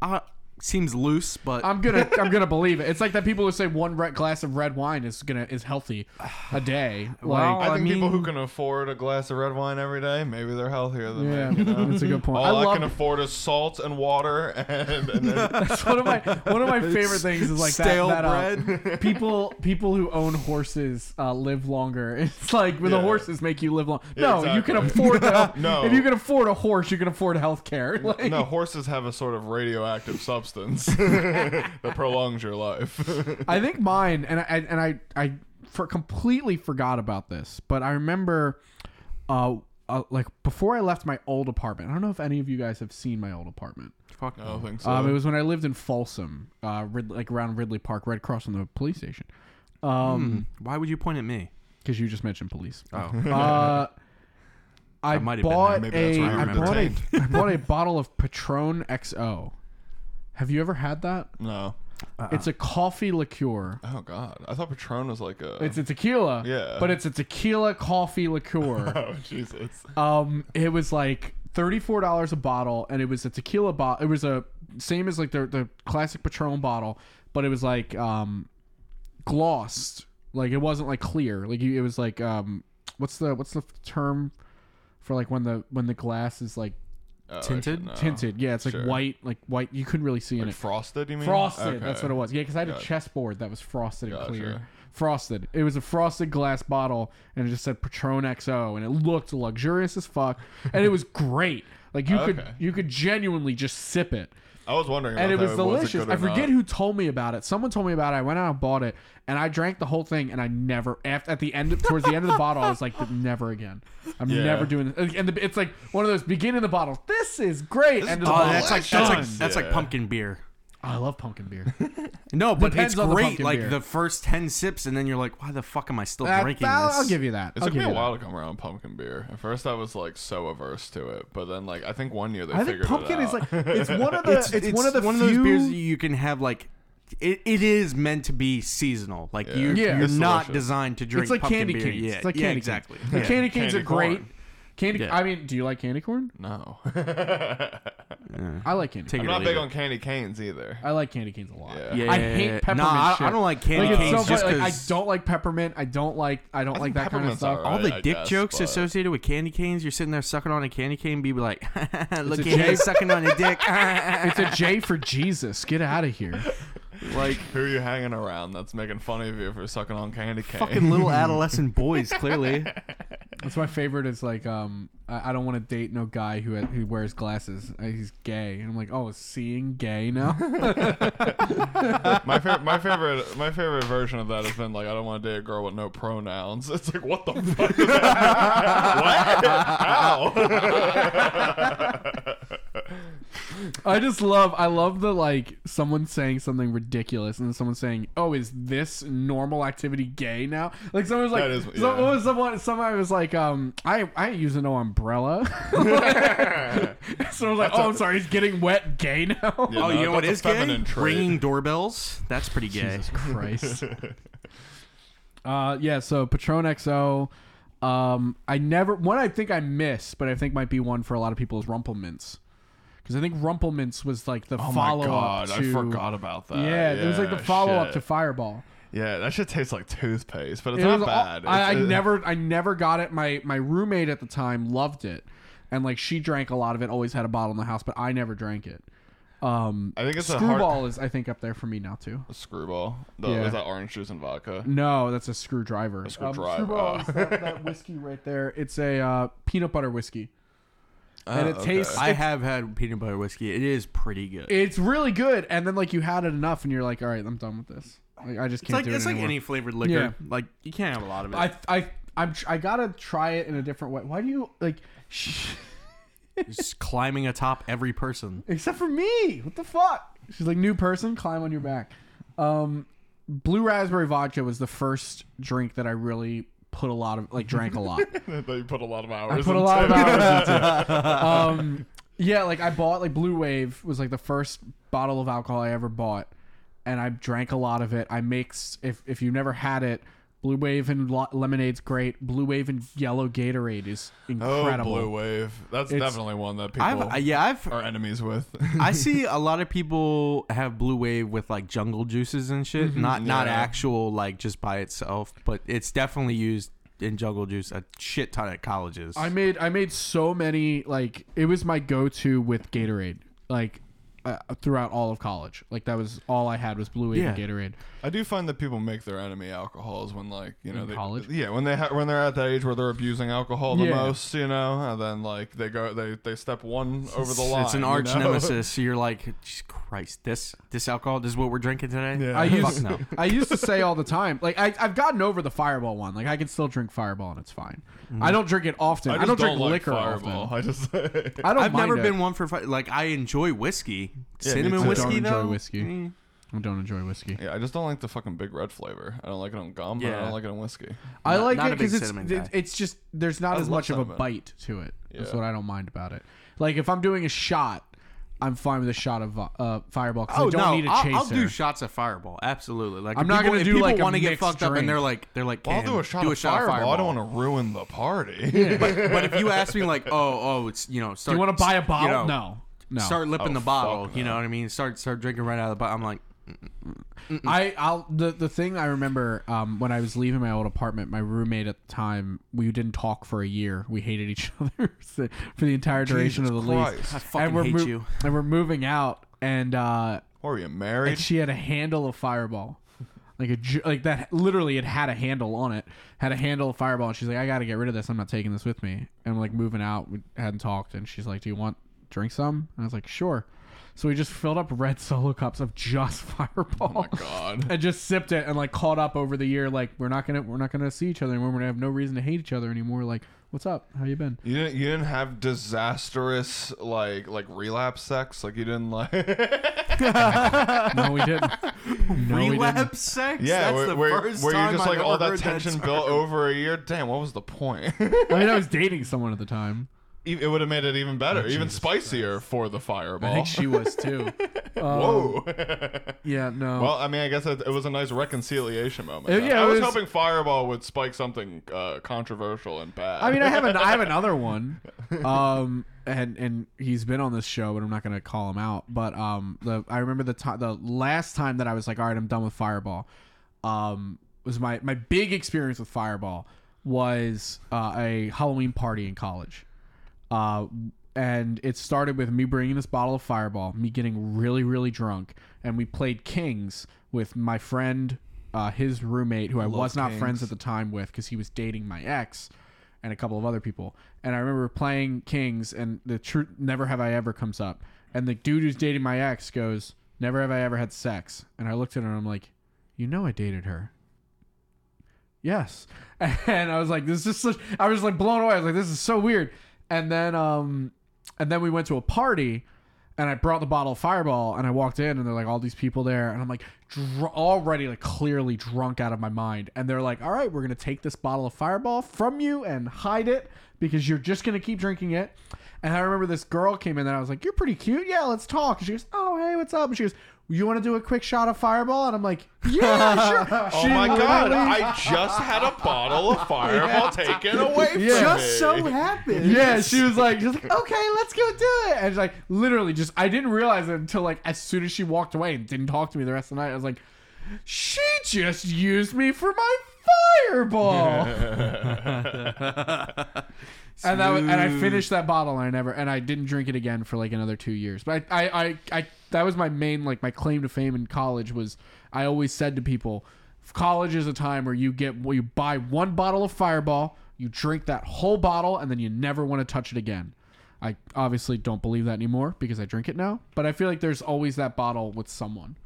Uh, seems loose, but i'm gonna i'm gonna believe it it's like that people who say one red glass of red wine is gonna is healthy a day Well, like I I think people who mean- can afford a glass of red wine every day, maybe they're healthier than yeah me. You know? that's a good point All I, i love can afford is salt and water, and, and then That's one of my one of my favorite things is like that- Stale that, uh, people people who own horses uh, live longer. It's like when the Yeah. horses make you live long. Yeah, No, you can exactly. afford to, No. If you can afford a horse, you can afford health care. Like, no, horses have a sort of radioactive substance that prolongs your life. I think mine and I and I I for completely forgot about this, but I remember uh, uh, like before I left my old apartment. I don't know if any of you guys have seen my old apartment. Fuck I don't no. think so. Um, it was when I lived in Folsom, uh, Rid- like around Ridley Park, right across from the police station. Um, Why would you point at me? because you just mentioned police. Oh, Uh, I, I might have been bought there. Maybe that's a, why I I, remember bought a, it. I bought a bottle of Patron XO. Have you ever had that? no. It's a coffee liqueur. Oh God, I thought Patron was like a. It's a tequila. Yeah. But it's a tequila coffee liqueur. oh Jesus. um, it was like thirty-four dollars a bottle, and it was a tequila bottle. It was a same as like the the classic Patron bottle, but it was like um, glossed. Like it wasn't like clear. Like you, it was like um, what's the what's the term for like when the when the glass is like Oh, actually, Tinted? no. tinted? Yeah, it's like sure. white, like white. You couldn't really see in Like it. frosted, you mean? Frosted. Okay. That's what it was. Yeah, because I had a Gotcha. chessboard that was frosted and Gotcha. clear. Frosted. It was a frosted glass bottle, and it just said Patron XO, and it looked luxurious as fuck, and it was great. Like you could Okay. you you could genuinely just sip it, I was wondering. and it about was that, delicious. good or I forget not. who told me about it. Someone told me about it. I went out and bought it, and I drank the whole thing, and I never after at the end towards the end of the bottle, I was like, never again. I'm Yeah. never doing this. And the, it's like one of those beginning of the bottle. This is great. End of the oh, bottle. that's like that's like Delicious. that's like Yeah. pumpkin beer. I love pumpkin beer. No, but Depends it's on the great. pumpkin like beer. the first ten sips, and then you're like, "Why the fuck am I still Uh, drinking I'll, this?" I'll give you that. It I'll took me give a you that. while to come around pumpkin beer. At first, I was like so averse to it, but then like I think one year they I think figured pumpkin it is like out. it's one of the it's, one of the one few, of those beers that you can have like. It, it is meant to be seasonal. Like you, Yeah. you're It's not delicious. designed to drink. it's like pumpkin candy beer. canes. Yeah, it's like yeah, candy exactly. Canes. Yeah. The candy canes Candy are great. corn. Candy. Yeah. I mean, do you like candy corn? no, I like candy. Take corn. I'm it or not leave big it. on candy canes either. I like candy canes a lot. Yeah. Yeah, I yeah, hate yeah. peppermint. Nah, I- I shit. don't like candy Like, it's canes so just funny, like, I 'cause- don't like peppermint. I don't like. I don't like think that kind of peppermint's stuff. alright. all the I dick guess, jokes but- associated with candy canes. You're sitting there sucking on a candy cane, be like, "Look a at him joke. sucking on a dick." It's a J for Jesus. Get out of here. Like who are you hanging around? That's making fun of you for sucking on candy cane. Fucking little adolescent boys, clearly. That's my favorite. Is like, um, I, I don't want to date no guy who ha- who wears glasses. Uh, He's gay, and I'm like, oh, is seeing gay now. my favorite, my favorite, my favorite version of that has been like, I don't want to date a girl with no pronouns. It's like, what the fuck? Is that? what? How? I just love I love the like someone saying something ridiculous and then someone saying, "Oh, is this normal activity gay now?" Like someone was like, That is- so- yeah. what was someone? Somebody was like, "Um, I I ain't using no umbrella." someone was like, "Oh, i I'm sorry, he's getting wet, gay now." Yeah. Oh, No, you know what that's is a gay? feminine trait. Ringing doorbells. That's pretty gay. Jesus Christ. uh, yeah. So Patron XO. Um, I never one I think I missed, but I think might be one for a lot of people is Rumplemints. Because I think Rumplemints was like the oh follow my god, up. I forgot about that. Yeah, it was like the follow up Uh, shit. to Fireball. Yeah, that shit tastes like toothpaste, but it's It not was all- bad. I, I It's- it- never, I never got it. My my roommate at the time loved it, and like she drank a lot of it. Always had a bottle in the house, but I never drank it. Um, I think it's a screwball hard, is I think up there for me now too. screwball. The, Yeah. Is that orange juice and vodka? No, that's a screwdriver. Um, screwdriver. screwball Oh. is that, that whiskey right there. It's a uh, peanut butter whiskey, and it Oh, okay. tastes. I have had peanut butter whiskey. It is pretty good. It's really good, and then like you had it enough, and you're like, all right, I'm done with this. Like, I just it's can't like do it it's like anymore. any flavored liquor. Yeah. Like you can't have a lot of it. I I I'm tr- I gotta try it in a different way. Why do you like? Sh- Just climbing atop every person. except for me. What the fuck? She's like, new person, climb on your back. Um, blue raspberry vodka was the first drink that I really put a lot of like drank a lot. that you put a lot of hours. put a into. lot of hours into. it. Um, yeah, like I bought like Blue Wave was like the first bottle of alcohol I ever bought, and I drank a lot of it. I mixed if if you've never had it. Blue Wave and lo- lemonade's great. Blue Wave and yellow Gatorade is Oh, incredible. blue wave. That's It's- definitely one that people I've I- yeah I've are enemies with. I see a lot of people have blue wave with like jungle juices and shit. Not not Yeah. actual like just by itself, but it's definitely used in jungle juice a shit ton at colleges. I made I made so many like it was my go to with Gatorade. Like uh, throughout all of college. Like that was all I had was Blue Wave and Yeah. Gatorade. I do find that people make their enemy alcohols when, like, you know, In they, college? Yeah, when they ha- when they're at that age where they're abusing alcohol the Yeah. most, you know, and then like they go they they step one over the It's- line. It's an you arch know? nemesis. You're like, Jesus Christ, this this alcohol, this is what we're drinking today. Yeah. I Fuck used no. I used to say all the time, like I I've gotten over the Fireball one. Like I can still drink Fireball and it's fine. Mm-hmm. I don't drink it often. I, I, just don't drink like liquor Fireball. often. I just I don't. I've mind never it. been one for fi- like I enjoy whiskey, Yeah, me cinnamon too. whiskey Don't enjoy though. whiskey. Mm. I don't enjoy whiskey. yeah, I just don't like the fucking big red flavor. I don't like it on gum. and I Yeah. don't like it on whiskey. I Not- like not it a big because it's cinnamon guy. it- it's just there's not I as love much of a cinnamon. bite to it. That's Yeah. what I don't mind about it. Like if I'm doing a shot, I'm fine with a shot of uh, Fireball because Oh I don't no, need a I'll, chaser. I'll do shots of Fireball. Absolutely. Like I'm if not people, gonna if do, people like, a want to get mixed fucked up, and they're drink. like, they're like, Well, I'll "Cam, do a shot do of fireball. I Fireball." don't want to ruin the party. but if you ask me like, oh, oh, it's you know, Do start, you want to buy a bottle? know, no, no. Start lipping Oh, the fuck bottle. You no. know what I mean? Start start drinking right out of the bottle. I'm like, I I'll the the thing I remember um, when I was leaving my old apartment, my roommate at the time, we didn't talk for a year. We hated each other so- for the entire duration Jesus of the lease. Christ. I fucking we're hate mo- you. And we're moving out, and uh, Or are you and married? she had a handle of Fireball. Like a ju- like that, literally, it had a handle on it. Had a handle of Fireball, and she's like, "I got to get rid of this. I'm not taking this with me." And like moving out, we hadn't talked, and she's like, "Do you want drink some?" And I was like, "Sure." So we just filled up red solo cups of just Fireball Oh my god. and just sipped it and like caught up over the year like we're not gonna we're not gonna see each other anymore we're gonna have no reason to hate each other anymore like what's up how you been You didn't you didn't have disastrous like like relapse sex? Like you didn't like no we didn't no we didn't relapse sex. Yeah, That's where, the where, first where time you're just I've like all ever that heard tension term. built over a year. Damn, what was the point? E, i mean i was dating someone at the time it would have made it even Oh, better, even spicier for the fireball. i think she was too Um, Whoa. yeah no well, I mean, I guess it, it was a nice reconciliation moment. Uh, yeah, I it was, was- hoping fireball would spike something uh, controversial and bad. i mean i have an, i have another one um and and he's been on this show but i'm not gonna call him out but um the i remember the time the last time that i was like all right i'm done with fireball um, was my my big experience with Fireball was uh, a Halloween party in college, uh, and it started with me bringing this bottle of Fireball, me getting really really drunk, and we played Kings with my friend, uh, his roommate, who I was not friends at the time with because he was dating my ex. And a couple of other people, and I remember playing Kings, and the truth never have I ever comes up, and the dude who's dating my ex goes, "Never have I ever had sex," and I looked at her and I'm like, you know I dated her. Yes. And I was like, this is such I was like blown away. I was like, this is so weird. And then um and then we went to a party and I brought the bottle of fireball and I walked in and they're like all these people there and I'm like dr- already like clearly drunk out of my mind and they're like all right we're going to take this bottle of fireball from you and hide it because you're just going to keep drinking it and I remember this girl came in and I was like you're pretty cute yeah let's talk and she goes oh hey what's up and she goes you want to do a quick shot of fireball and I'm like yeah sure Oh She my god! literally- I just had a bottle of fireball taken away from Yeah. me. Just happened. yeah, she was like, just like, okay, let's go do it. And like, literally, just I didn't realize it until like as soon as she walked away and didn't talk to me the rest of the night. I was like, she just used me for my fireball. and that was, and I finished that bottle. And I never and I didn't drink it again for like another two years. But I, I, I, I that was my main like my claim to fame in college was I always said to people, college is a time where you get where you buy one bottle of Fireball, you drink that whole bottle, and then you never want to touch it again. I obviously don't believe that anymore because I drink it now. But I feel like there's always that bottle with someone.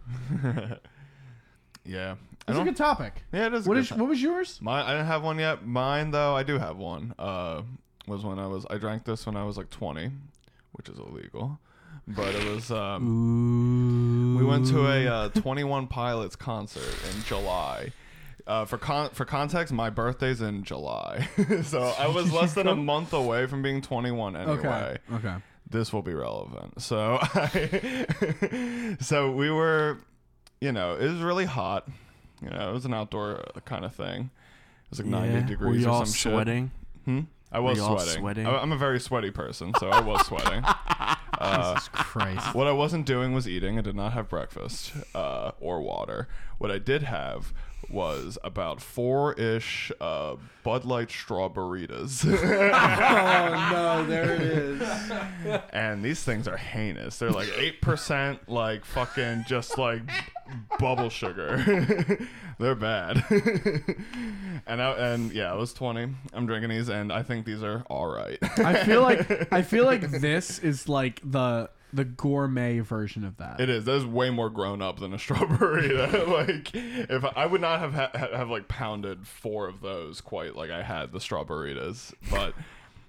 Yeah, I It's a don't. good topic. yeah, it is. a What good is time. what was yours? Mine, I didn't have one yet. Mine though, I do have one. Uh, was when I was I drank this when I was like 20, which is illegal, but it was um, we went to a uh, 21 Pilots concert in July. Uh, for con- for context, my birthday's in July, so I was less than a month away from being 21 anyway Okay. this will be relevant. So, so we were, you know, it was really hot. You know, it was an outdoor kind of thing. It was like 90 Were degrees you or all some shit. sweating? Hmm? I was you all sweating. sweating? I, am a very sweaty person, so I was sweating. Uh, Jesus Christ. what I wasn't doing was eating. I did not have breakfast uh, or water. What I did have was about four ish uh, Bud Light straw burritos. Oh no, there it is. and these things are heinous. They're like 8%, like fucking just like bubble sugar. They're bad. and, I, and yeah, I was 20. I'm drinking these, and I think these are all right. I feel like I feel like this is like the the gourmet version of that. It is. That is way more grown up than a strawberry. like, if I, I would not have ha- ha- have like pounded four of those quite like I had the strawberries, but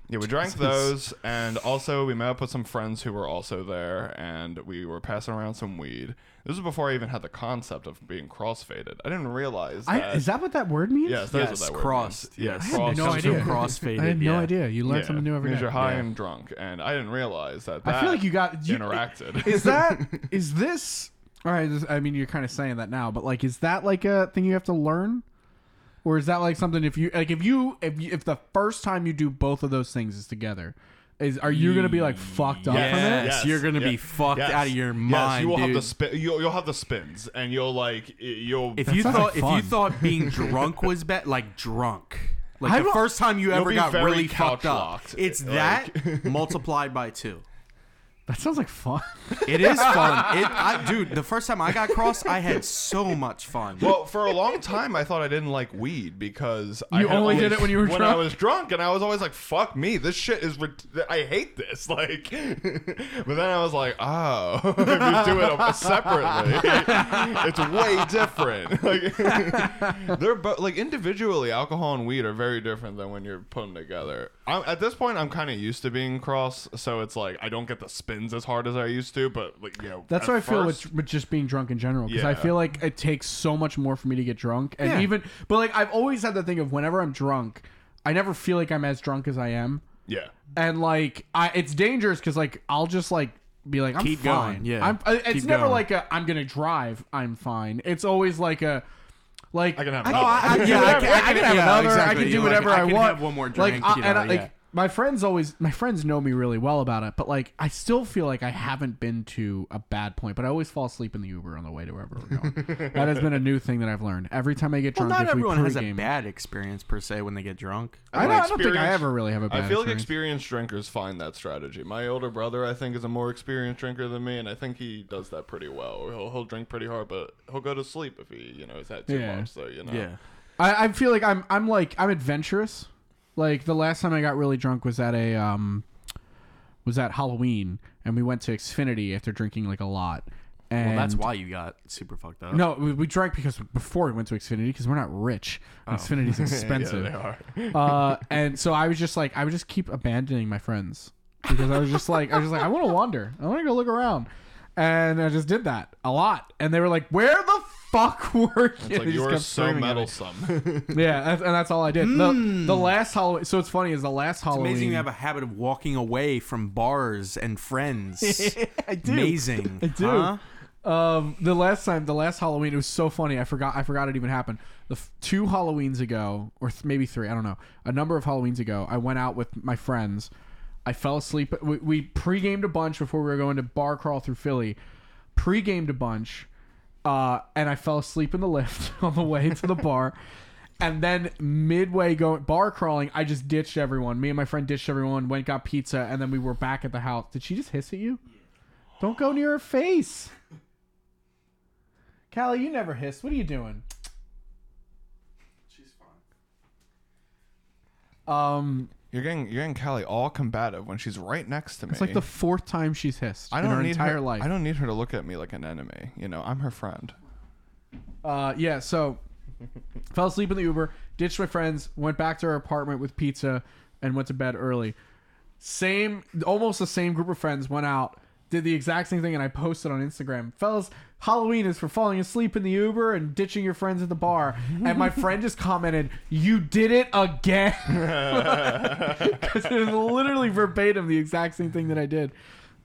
yeah, we drank those, and also we met up with some friends who were also there, and we were passing around some weed. This was before I even had the concept of being crossfaded. I didn't realize that. I, is that what that word means? yes, that's Yes, what that word crossed. means. Yeah, Yes. I had crossed. no Comes from idea. Crossfaded. I had no yeah. idea. You learn yeah, something new every means day. You're high Yeah. and drunk, and I didn't realize that. I feel like you got you, interacted. Is that is this? All right. This, I mean, you're kind of saying that now, but like, is that like a thing you have to learn, or is that like something if you like if you if you, if the first time you do both of those things is together, is are you gonna be like fucked up from it? Yes, you're gonna be fucked out of your mind, you will have the dude. spin. You'll, you'll have the spins, and you'll like y- you'll. If you sounds thought like if fun. you thought being drunk was bad, like drunk, like I the don't- first time you ever be got very really fucked couch up, locked, it's like- that multiplied by two. That sounds like fun. It is fun. It, I, dude, the first time I got crossed, I had so much fun. well, for a long time, I thought I didn't like weed because I You had only did always- it when you were when drunk? I was drunk, and I was always like, "Fuck me, this shit is. Ret- I hate this." Like, but then I was like, "Oh, if you do it separately, it's way different." Like, they're both like individually, alcohol and weed are very different than when you're putting them together. I'm, at this point, I'm kind of used to being cross, so it's like I don't get the spins as hard as I used to. But like, you know, That's at what I feel first- with, with just being drunk in general because I Yeah. feel like it takes so much more for me to get drunk and Yeah. even but like I've always had the thing of whenever I'm drunk, I never feel like I'm as drunk as I am. yeah. and like I, it's dangerous because like I'll just like be like I'm Keep fine. going, yeah. I'm, I- it's Keep never going. like a I'm gonna drive. I'm fine. It's always like a like I can have I, another. I- yeah, I can, I can have yeah, another. I exactly. can You do like, whatever I I, can want. have one more Like drink, I, you and know, I, like yeah. my friends always my friends know me really well about it, but like I still feel like I haven't been to a bad point. But I always fall asleep in the Uber on the way to wherever we're going. that has been a new thing that I've learned. Every time I get Well, drunk, not if we everyone has a pregame- bad experience per se when they get drunk. I don't, I don't think I experience. ever really have a bad. I feel like experience. experienced drinkers find that strategy. My older brother, I think, is a more experienced drinker than me, and I think he does that pretty well. He'll, he'll drink pretty hard, but he'll go to sleep if he, you know, has had too Yeah. much. So you know, Yeah. I, I feel like I'm I'm like I'm adventurous. Like the last time I got really drunk was at a um was at Halloween and we went to Xfinity after drinking like a lot. And Well, that's why you got super fucked up. No, we, we drank because before we went to Xfinity because we're not rich. Xfinity's expensive. Oh. they are. Uh, and so I was just like I would just keep abandoning my friends because I was just like I was just like I want to wander. I want to go look around. And I just did that a lot. And they were like, "Where the fuck were you?" It's like They just you're kept so screaming at me. meddlesome. Yeah, that's, and that's all I did. The, the last Halloween. So it's funny is the last Halloween. Hmm. Amazing you have a habit of walking away from bars and friends. I do. Amazing. I do. Huh? Um, the last time, the last Halloween, it was so funny. I forgot. I forgot it even happened. The f- two Halloweens ago, or th- maybe three. I don't know. A number of Halloweens ago, I went out with my friends. I fell asleep. We, we pre-gamed a bunch before we were going to bar crawl through Philly. Pre-gamed a bunch, uh, and I fell asleep in the lift on the way to the bar. And then midway going bar crawling, I just ditched everyone. Me and my friend ditched everyone, went got pizza, and then we were back at the house. Did she just hiss at you? Don't go near her face. Callie, you never hiss. What are you doing? She's fine. Um, you're getting you're getting Callie all combative when she's right next to me. it's like the fourth time she's hissed I in don't her need entire her, life. I don't need her to look at me like an enemy. You know, I'm her friend. Uh, yeah. So, fell asleep in the Uber, ditched my friends, went back to her apartment with pizza, and went to bed early. Same, almost the same group of friends went out, did the exact same thing, and I posted on Instagram, fellas. Halloween is for falling asleep in the Uber and ditching your friends at the bar. And my friend just commented, "You did it again." Because it was literally verbatim the exact same thing that I did.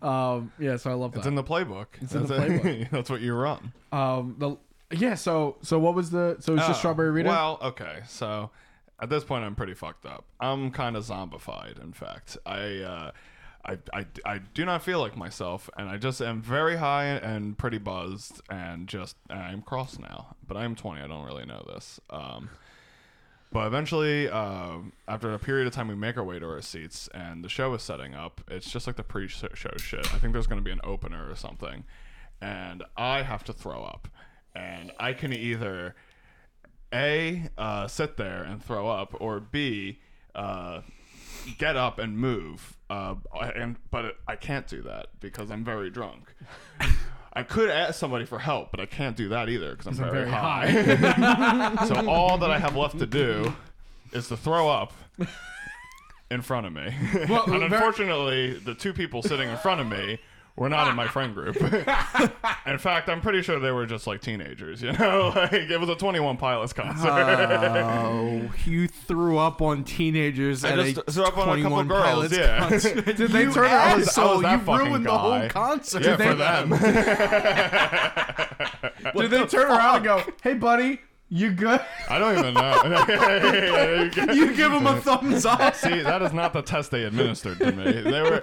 Um, yeah, so I love that. It's in the playbook. It's in the playbook. That's what you run. um, the yeah. So so what was the so it's Oh, just strawberry Rita? Well, okay, so at this point, I'm pretty fucked up. I'm kind of zombified. In fact, I uh, I, I, I do not feel like myself, and I just am very high and pretty buzzed, and just and I'm cross now. But I'm 20. I don't really know this. Um, but eventually, uh, after a period of time, we make our way to our seats, and the show is setting up. It's just like the pre-show shit. I think there's going to be an opener or something, and I have to throw up, and I can either a uh, sit there and throw up, or b uh, get up and move. Uh, and but I can't do that because I'm very drunk. I could ask somebody for help, but I can't do that either because I'm, very, very high. so all that I have left to do is to throw up in front of me. Well, and very- unfortunately, the two people sitting in front of me were not in my friend group. in fact, I'm pretty sure they were just like teenagers. You know, like it was a 21 Pilots concert. Uh, Oh, you threw up on teenagers I at just a threw up on a couple 21 girls, Pilots yeah. concert. Did they you turn it- I was- I was asshole, that you fucking ruined the guy. whole concert. yeah, for they- them. Did they turn around and go, "Hey, buddy, you good?" I don't even know. you give them a thumbs up. See, that is not the test they administered to me. They were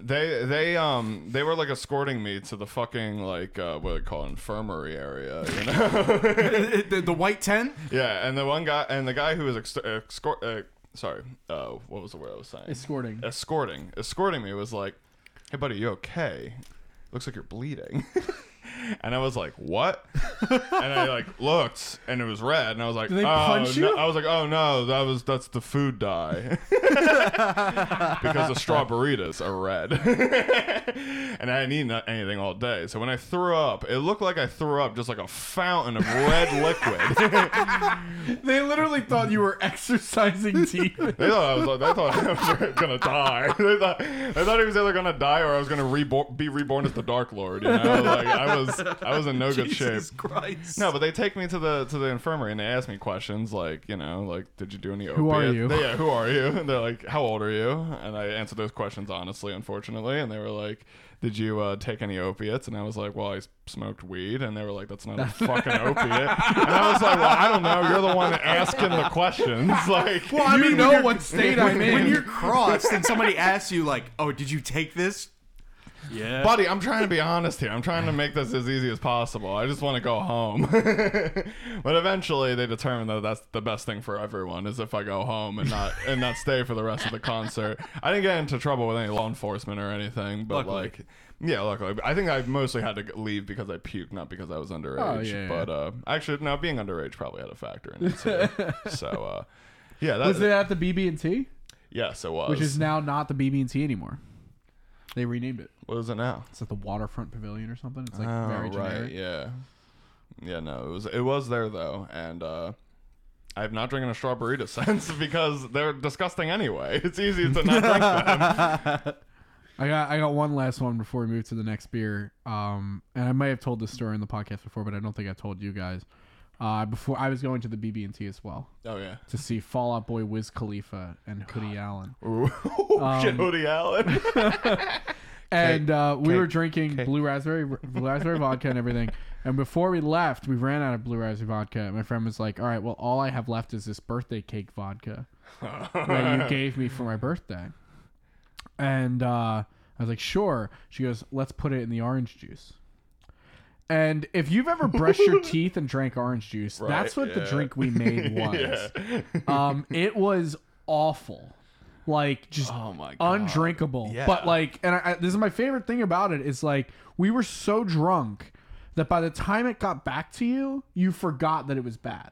they they um they were like escorting me to the fucking like uh, what do they call it, infirmary area, you know? the, the white tent. yeah, and the one guy and the guy who was ex- escort uh, sorry, uh, what was the word I was saying? Escorting. escorting escorting me was like hey buddy you okay looks like you're bleeding and i was like what and i like looked and it was red and i was like Did they oh punch no. you? i was like oh no that was that's the food dye because the straw burritos are red and i hadn't eaten anything all day so when i threw up it looked like i threw up just like a fountain of red liquid They literally thought you were exercising demons. They thought I was. They thought I was gonna die. They thought. They thought he was either gonna die or I was gonna reborn, be reborn as the Dark Lord. You know, like I was. I was in no good shape. Jesus Christ. No, but they take me to the to the infirmary and they ask me questions like, you know, like, did you do any opiates? Who are you? They- yeah, who are you? And they're like, how old are you? And I answered those questions honestly, unfortunately. And they were like, did you uh, take any opiates? And I was like, well, I s- smoked weed. And they were like, that's not a fucking opiate. And I was like, well, I don't know. You're the one asking the questions. Like, Well, I You mean, know know what what state I'm in. when you're crossed and somebody asks you like, "Oh, did you take this?" Yeah. Buddy, I'm trying to be honest here. I'm trying to make this as easy as possible. I just want to go home. but eventually, they determined that that's the best thing for everyone is if I go home and not and not stay for the rest of the concert. I didn't get into trouble with any law enforcement or anything, but Luckily. like, yeah, luckily. I think I mostly had to g- leave because I puked, not because I was underage. Oh, yeah, yeah. But uh, actually, no, being underage probably had a factor in it too. so, uh, yeah, that, Was it at the BB&T, yes, it was. which is now not the BB&T anymore? They renamed it. what is it now? It's at the Waterfront Pavilion or something. It's like Oh, very generic. Right, yeah. Yeah, no, it was it was there though, and uh I have not drinking a straw burrito since because they're disgusting anyway. It's easy to not drink them. I got I got one last one before we move to the next beer. Um, and I may have told this story in the podcast before, but I don't think I told you guys. Uh, before I was going to the BB&T as well Oh yeah. to see Fall Out Boy, Wiz Khalifa, and Hoodie Allen. Ooh. Oh, Shit, Um, Woody Allen. And uh, we Kate, were drinking Kate. blue raspberry blue raspberry vodka and everything. And before we left, we ran out of blue raspberry vodka. And my friend was like, "All right, well, all I have left is this birthday cake vodka that you gave me for my birthday." And uh, I was like, "Sure." She goes, "Let's put it in the orange juice." And if you've ever brushed your teeth and drank orange juice, Right, that's what the yeah. drink we made was. Yeah. Um, it was awful, like just Oh my god. undrinkable. Yeah. But like, and I, I- this is my favorite thing about it is like we were so drunk that by the time it got back to you, you forgot that it was bad.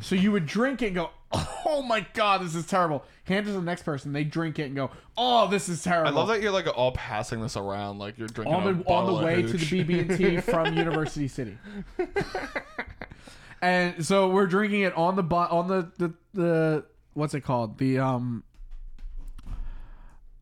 So you would drink it and go, "Oh my god, this is terrible." Hand it to the next person, they drink it and go, "Oh, this is terrible." I love that you're like all passing this around like you're drinking on a the on bottle the of way to hooch. the BB&T from University City. and so we're drinking it on the bu- on the, the the what's it called? The um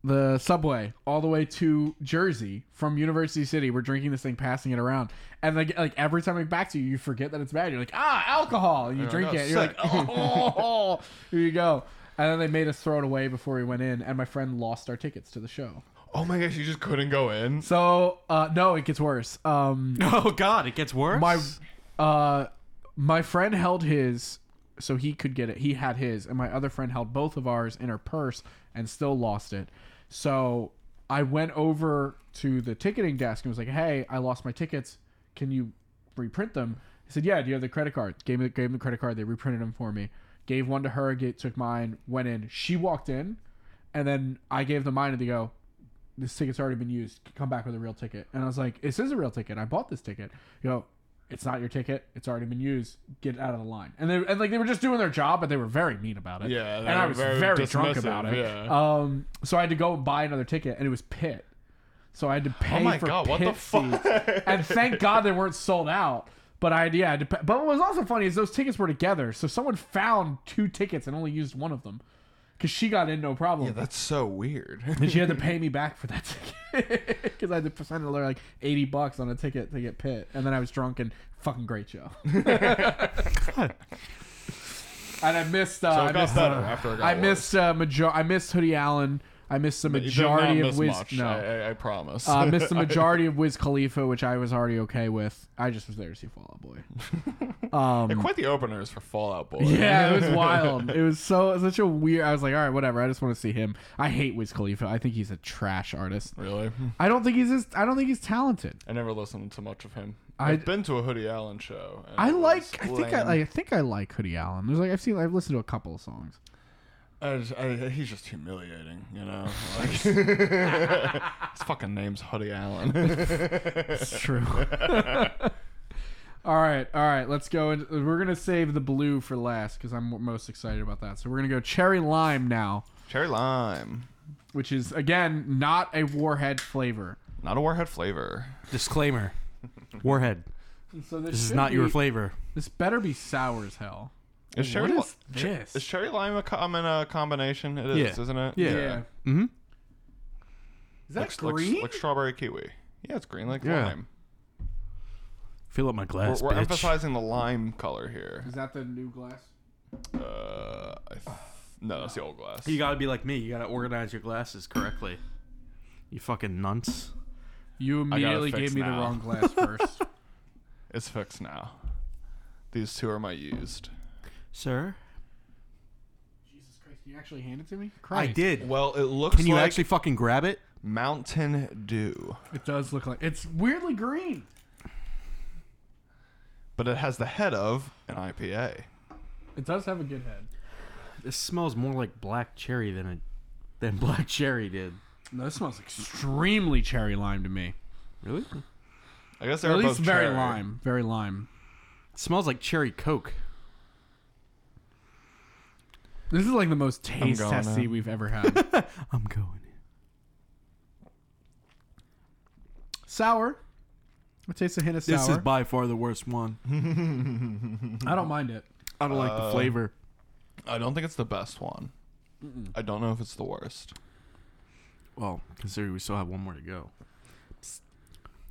the subway all the way to Jersey from University City. We're drinking this thing, passing it around, and like like every time it back to you, you forget that it's bad. You're like, ah, alcohol. And you drink no, it. You're like, sick. oh, here you go. And then they made us throw it away before we went in, and my friend lost our tickets to the show. Oh my gosh, you just couldn't go in. So uh, no, it gets worse. Um, Oh God, it gets worse. my uh, my friend held his so he could get it. He had his, and my other friend held both of ours in her purse and still lost it. So I went over to the ticketing desk and was like, "Hey, I lost my tickets. Can you reprint them?" He said, "Yeah. Do you have the credit card?" Gave me gave him the credit card. They reprinted them for me. Gave one to her. Get, took mine. Went in. She walked in, and then I gave them mine, and they go, this ticket's already been used. Come back with a real ticket. And I was like, this is a real ticket. I bought this ticket. You know, it's not your ticket. It's already been used. Get out of the line. And they and like they were just doing their job, but they were very mean about it. Yeah, and they I were was very, very drunk dismissive, about it. yeah. Um, so I had to go and buy another ticket, and it was Pitt. So I had to pay Oh my for God, pit what the fuck? seats. and thank God they weren't sold out. But I yeah, I had to pay. but what was also funny is those tickets were together, so someone found two tickets and only used one of them because she got in no problem. That's so weird. And she had to pay me back for that ticket because I had to send her like eighty bucks on a ticket to get pit, and then I was drunk and fucking great show. and I missed. Uh, So I it got missed. better uh, after it got I missed. Uh, major- I missed Hoodie Allen. I missed the You did not majority of miss Wiz. much, No, I, I, I promise. uh, I missed the majority of Wiz Khalifa, which I was already okay with. I just was there to see Fallout Boy. I quit the openers for Fallout Boy. um, Yeah, it was wild. It was so such a weird. I was like, all right, whatever. I just want to see him. I hate Wiz Khalifa. I think he's a trash artist. Really? I don't think he's as, I don't think he's talented. I never listened to much of him. I- I've been to a Hoodie Allen show. and I it like was I think lame. I, I think I like Hoodie Allen. There's like I've seen I've listened to a couple of songs. I just- I- he's just humiliating, you know. Like, his fucking name's Hoodie Allen. It's true. all right, all right. Let's go. And we're gonna save the blue for last because I'm most excited about that. So we're gonna go cherry lime now, Cherry lime, which is again not a warhead flavor. not a warhead flavor. Disclaimer. Warhead. So this, This is should not your be- flavor. This better be sour as hell. Is cherry what li- is this? is cherry lime a common uh, combination? It is, Yeah. isn't it? Yeah. Mm-hmm. Is that Looks, looks, green? like strawberry kiwi. Yeah, it's green like Yeah. lime. Fill up my We're, glass, we're bitch. emphasizing the lime color here. is that the new glass? Uh, I th- no, that's the old glass. You gotta be like me. You gotta organize your glasses correctly. You fucking nunts. You immediately fix gave me the now. wrong glass first. It's fixed now. These two are my used. Sir? Jesus Christ! You actually handed it to me? Christ. I did. Well, it looks Can you like actually fucking grab it? Mountain Dew, It does look like it's weirdly green. but it has the head of an IPA. It does have a good head. This smells more like black cherry than it than black cherry did. No, this smells extremely cherry lime to me. Really? I guess they're At least both very cherry. lime, very lime. It smells like cherry coke. This is like the most taste going testy now. we've ever had. I'm going. sour. It tastes a hint of sour. This is by far the worst one. I don't mind it. I don't like the flavor. I don't think it's the best one. I don't know if it's the worst. Well, considering we still have one more to go.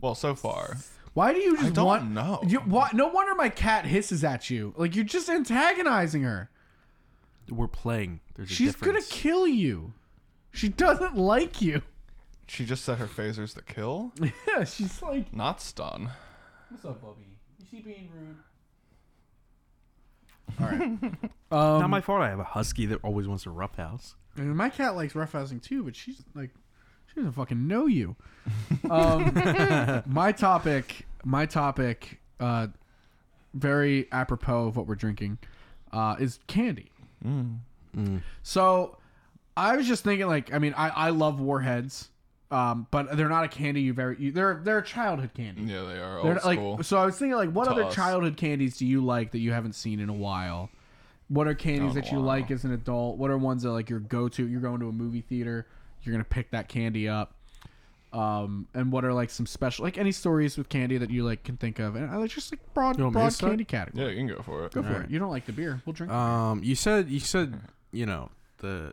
Well, so far, Why do you just don't want? know. You, why, no wonder my cat hisses at you. Like you're just antagonizing her. We're playing. There's a She's difference. gonna kill you. She doesn't like you. she just set her phasers to kill, Yeah, she's like, not stun. what's up, Bubby? Is she being rude? Not my fault. I have a husky that always wants a rough house. I mean, my cat likes roughhousing too, but she's like, she doesn't fucking know you. Um, my topic, my topic, uh, very apropos of what we're drinking, uh, is candy. So I was just thinking, like, I mean, I, I love warheads, um, but they're not a candy you very, you, they're, they're a childhood candy. Yeah, they are They're old not- like, school. so I was thinking, like, what To other us. childhood candies do you like that you haven't seen in a while? What are candies Oh, that you wow. like as an adult? What are ones that like your go to? You're going to a movie theater, you're gonna pick that candy up. Um, and what are like some special, like any stories with candy that you like can think of? And I like just like broad, You want me to broad start? candy category. Yeah, you can go for it. Go for it. You don't like the beer? We'll drink. it. Um, you said you said you know the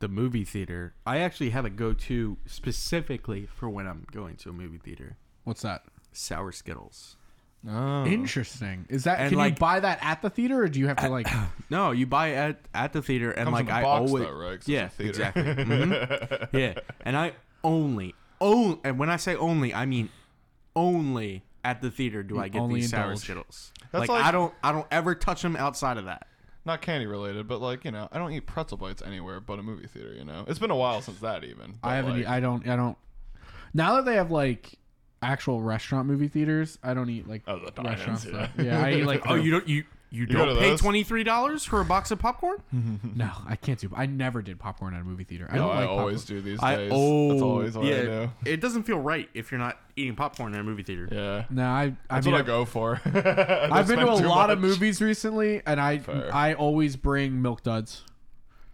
the movie theater. I actually have a go to specifically for when I'm going to a movie theater. What's that? Sour Skittles. Oh. Interesting. Is that uh-huh. And, can you like- buy that at the theater, or do you have to like? No, you buy it at at the theater, and Comes like in a I box, always though, right? 'Cause it's yeah a theater. exactly Mm-hmm. Mhm. yeah, and I only only and when I say only, I mean only at the theater do I get only these sour indulge. Skittles. That's Like, like- I don't I don't ever touch them outside of that. not candy related, but like you know, I don't eat pretzel bites anywhere but a movie theater. You know, it's been a while since that even. but, I haven't. like, e- I don't. I don't. Now that they have like actual restaurant movie theaters, I don't eat like Oh, the diners, restaurant yeah. stuff. Yeah, I eat like. Oh, you don't you you go don't to pay those? Mm-hmm. twenty three dollars for a box of popcorn? no, I can't do. I never did popcorn at a movie theater. I no, don't I like popcorn. always do these I days. oh That's always what yeah. I do. It doesn't feel right if you're not eating popcorn in a movie theater. Yeah, No, I. I that's mean, what I I've- go for. I've been to a lot of movies recently, and I Fair. I always bring milk duds.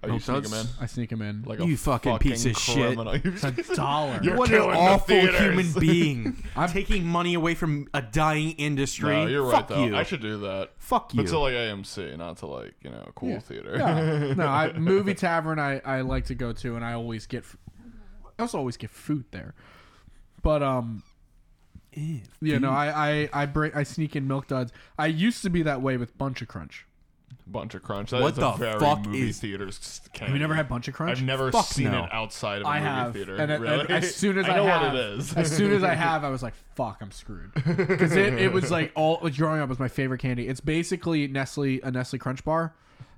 Oh, you sneak 'em That's- in. I sneak them in. Like You a fucking piece of shit. criminal. You it's a dollar. You're What an killing the awful theaters. human being! I'm- taking money away from a dying industry. No, you're right Fuck though. You. I should do that. Fuck you. But to like AMC, not to like you know a cool Yeah. theater. no, no, I, movie tavern I, I like to go to, and I always get, f- I also always get food there. But um, Eh. you know, I I I, bring, I sneak in milk duds. I used to be that way with Bunch of Crunch. Bunch of crunch. That What is the a very fuck movie is- theaters. Have you never had Bunch of Crunch? I've never Fuck seen no. it outside of a I movie have, theater. and, and- really? and as soon as I, I know have, what it is. as soon as I have, I was like, "Fuck, I'm screwed." Because it, it was like all growing up was my favorite candy. It's basically Nestle a Nestle Crunch bar,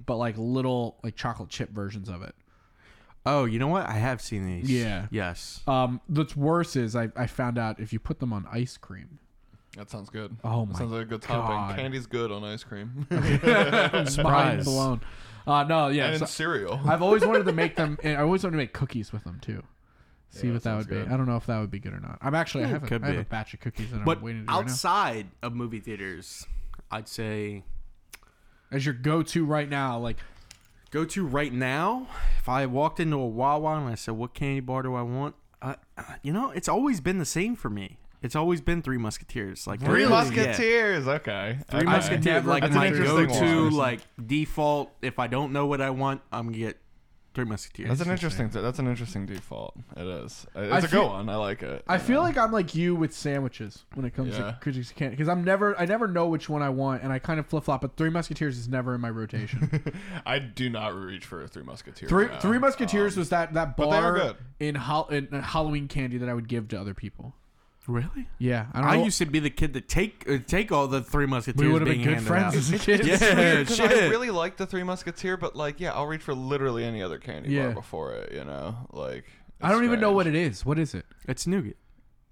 but like little like chocolate chip versions of it. Oh, you know what? I have seen these. Yeah. Yes. Um, what's worse is I, I found out if you put them on ice cream. that sounds good. Oh That my sounds like a good topping. God. Candy's good on ice cream I'm surprised. blown. Uh, no, yeah. and so in cereal. I've always wanted to make them. and I always wanted to make cookies with them too. See Yeah, what that that sounds would be. good. I don't know if that would be good or not. I'm actually. I have, could a, I have be. a batch of cookies that But I'm waiting to do right now. outside of movie theaters, I'd say As your go-to right now, like go to right now. If I walked into a Wawa and I said, "What candy bar do I want?" Uh, uh, you know, it's always been the same for me. It's always been Three Musketeers. Like Three yeah. Musketeers. Okay. Three Musketeers. Okay. Musketeers, never like been my to Three go-to, Musketeers. like default. If I don't know what I want, I'm gonna get Three Musketeers. That's an interesting. That's an interesting default. It is. It's I a feel- good one. I like it. I feel like I'm like you with sandwiches when it comes Yeah. to cookies candy because I'm never I never know which one I want and I kind of flip flop. But Three Musketeers is never in my rotation. I do not reach for a Three Musketeers. Three now. Three Musketeers was that that Um, but they are bar good. in, Hall in Halloween candy that I would give to other people. Really? Yeah, I don't. I know. used to be the kid to take uh, take all the Three Musketeers. we would have being been good handed friends out. as a kid. Yeah, weird 'cause I shit. really like the Three Musketeer, but like, yeah, I'll reach for literally any other candy Yeah. bar before it. You know, like I don't even know what it is. What is it? It's nougat.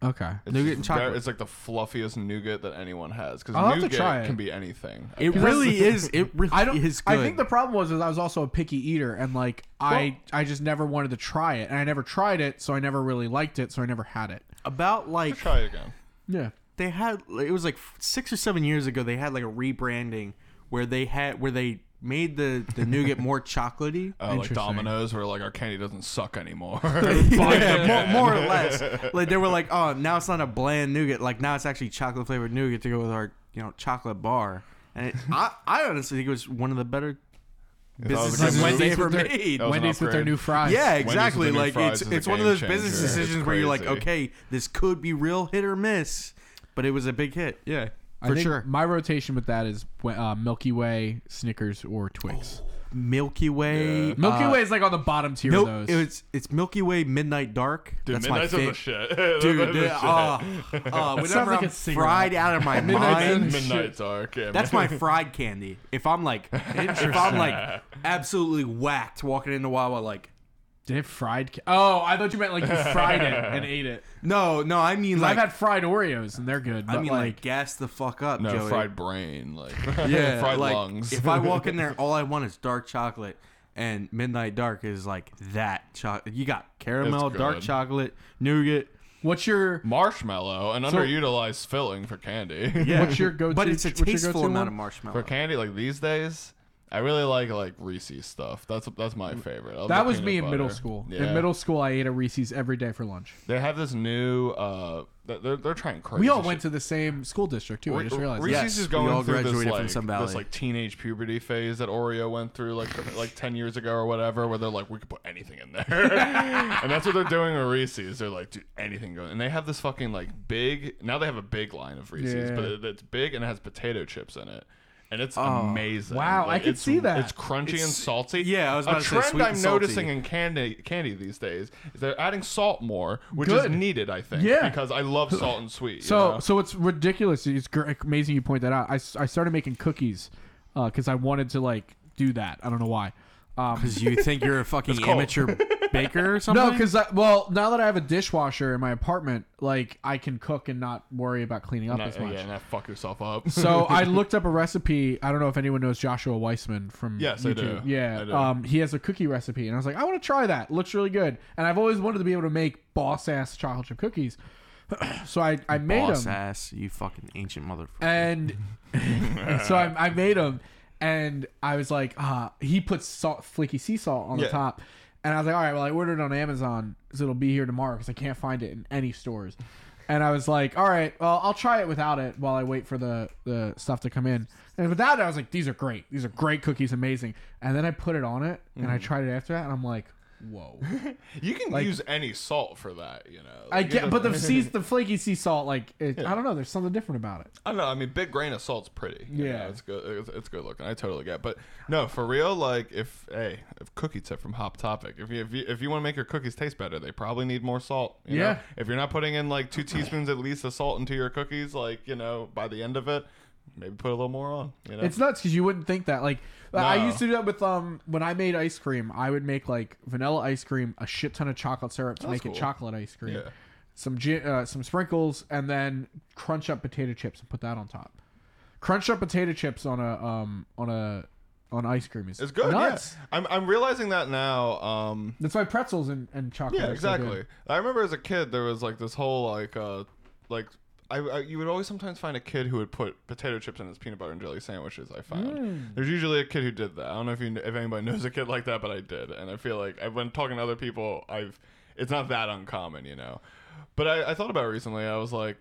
Okay. It's nougat just and chocolate. very- It's like the fluffiest nougat that anyone has because I'll have to nougat try it. can be anything. It really is. It really I don't. is good. I think the problem was is I was also a picky eater, and like I, I just never wanted to try it, and I never tried it, so I never really liked it, so I never had it. about like try it again. Yeah. they had it was like six or seven years ago they had like a rebranding where they had where they made the the nougat more chocolatey. Uh, like Interesting. Domino's, where like our candy doesn't suck anymore. yeah, more, more or less. Like they were like, oh, now it's not a bland nougat. Like now it's actually chocolate flavored nougat to go with our you know chocolate bar. And it, I I honestly think it was one of the better businesses good like move. Wendy's ever with their, made. was an Wendy's with their upgrade. new fries. Yeah, Wendy's with exactly. the new Like fries it's is a it's one of game those business changer. It's decisions where you're like, crazy. okay, this could be real hit or miss, but it was a big hit. Yeah, I for think sure. My rotation with that is uh, Milky Way, Snickers, or Twix. Milky Way. Yeah. Milky Oh. uh, Way is like on the bottom tier No, of those. it's it's Milky Way Midnight Dark. That's Midnight's my is fa- the shit. That's Dude, the dude, uh, uh, whenever like I'm a cigarette. fried out of my Midnight's, mind, Midnight's dark. Yeah, That's my fried candy. If I'm like, if I'm like absolutely whacked walking into Wawa, like, Did it fried? Ca- oh, I thought you meant like you fried it and ate it. no, no, I mean like, I've had fried Oreos and they're good. I but, mean like, gas the fuck up, no Joey. fried brain, like yeah, fried like, lungs. If I walk in there, all I want is dark chocolate, and Midnight Dark is like that chocolate. You got caramel, It's dark good. chocolate, nougat. what's your marshmallow, an underutilized filling for candy. Yeah. What's your go-to- But it's a what's your tasteful go-to one? amount of for marshmallow. candy, like these days, I really like like Reese's stuff. That's that's my favorite. I love Mm. That the was peanut me in middle butter. school. Yeah. In middle school, I ate a Reese's every day for lunch. They have this new. uh th- They're they're trying crazy. We all shit. went to the same school district too. I just Re- realized. Reese's that. Yes, is we going all through this graduated from like, Sun Valley. this like teenage puberty phase that Oreo went through like like ten years ago or whatever, where they're like, we could put anything in there, and that's what they're doing with Reese's. They're like, dude, anything goes. And they have this fucking like big. Now they have a big line of Reese's, Yeah. but it, it's big and it has potato chips in it. And Oh, it's amazing. Wow, I can it's- see that. It's crunchy and It's- salty. yeah, I was a about to say trend sweet and I'm salty. noticing in candy candy these days is they're adding salt more, which Good. is needed, I think. Yeah. because I love salt and sweet. you So know? so it's ridiculous. It's gr- amazing you point that out. I, s- I started making cookies because I uh, wanted to like do that. I don't know why. Um, Because you think you're a fucking cold. amateur baker or something? no, because well, now that I have a dishwasher in my apartment, like I can cook and not worry about cleaning up Not, as much. yeah, not fuck yourself up. So I looked up a recipe. I don't know if anyone knows Joshua Weissman from Yes, I YouTube. do. Yeah, I do. Um, he has a cookie recipe, and I was like, I want to try that. Looks really good, and I've always wanted to be able to make boss ass chocolate chip cookies. so I I made Boss them, ass, you fucking ancient motherfucker. and so I, I made them, and I was like, uh, he puts salt, flaky sea salt on Yeah. the top. And I was like, all right, well, I ordered it on Amazon, so it'll be here tomorrow because I can't find it in any stores. And I was like, all right, well, I'll try it without it while I wait for the, the stuff to come in. And without it, I was like, these are great. These are great cookies, amazing. And then I put it on it, and I tried it after that, and I'm like, whoa. you can use any salt for that, you know. I Like, it get, but the doesn't- sea, the flaky sea salt, like, it, I don't know, there's something different about it. I don't know. I mean, big grain of salt's pretty. you Yeah. know, it's good. It's, it's good looking. I totally get. But no, for real, like if hey, if cookie tip from Hop Topic, if you if you, if you want to make your cookies taste better, they probably need more salt. you know? Yeah. If you're not putting in like two teaspoons at least of salt into your cookies, like you know, by the end of it, maybe put a little more on. You know. It's nuts because you wouldn't think that. Like I No. used to do that with um when I made ice cream, I would make like vanilla ice cream, a shit ton of chocolate syrup to That's make cool. it chocolate ice cream, Yeah. some gi- uh, some sprinkles, and then crunch up potato chips and put that on top. Crunch up potato chips on a um on a on ice cream is it's good. Nuts. Yeah. I'm I'm realizing that now. Um. That's why pretzels and, and chocolate. Yeah, are so good. exactly. I remember as a kid, there was like this whole like uh like I, I you would always sometimes find a kid who would put potato chips in his peanut butter and jelly sandwiches. I found Mm. there's usually a kid who did that. I don't know if you kn- if anybody knows a kid like that, but I did, and I feel like I, when talking to other people, I've it's not that uncommon, you know. But I, I thought about it recently. I was like.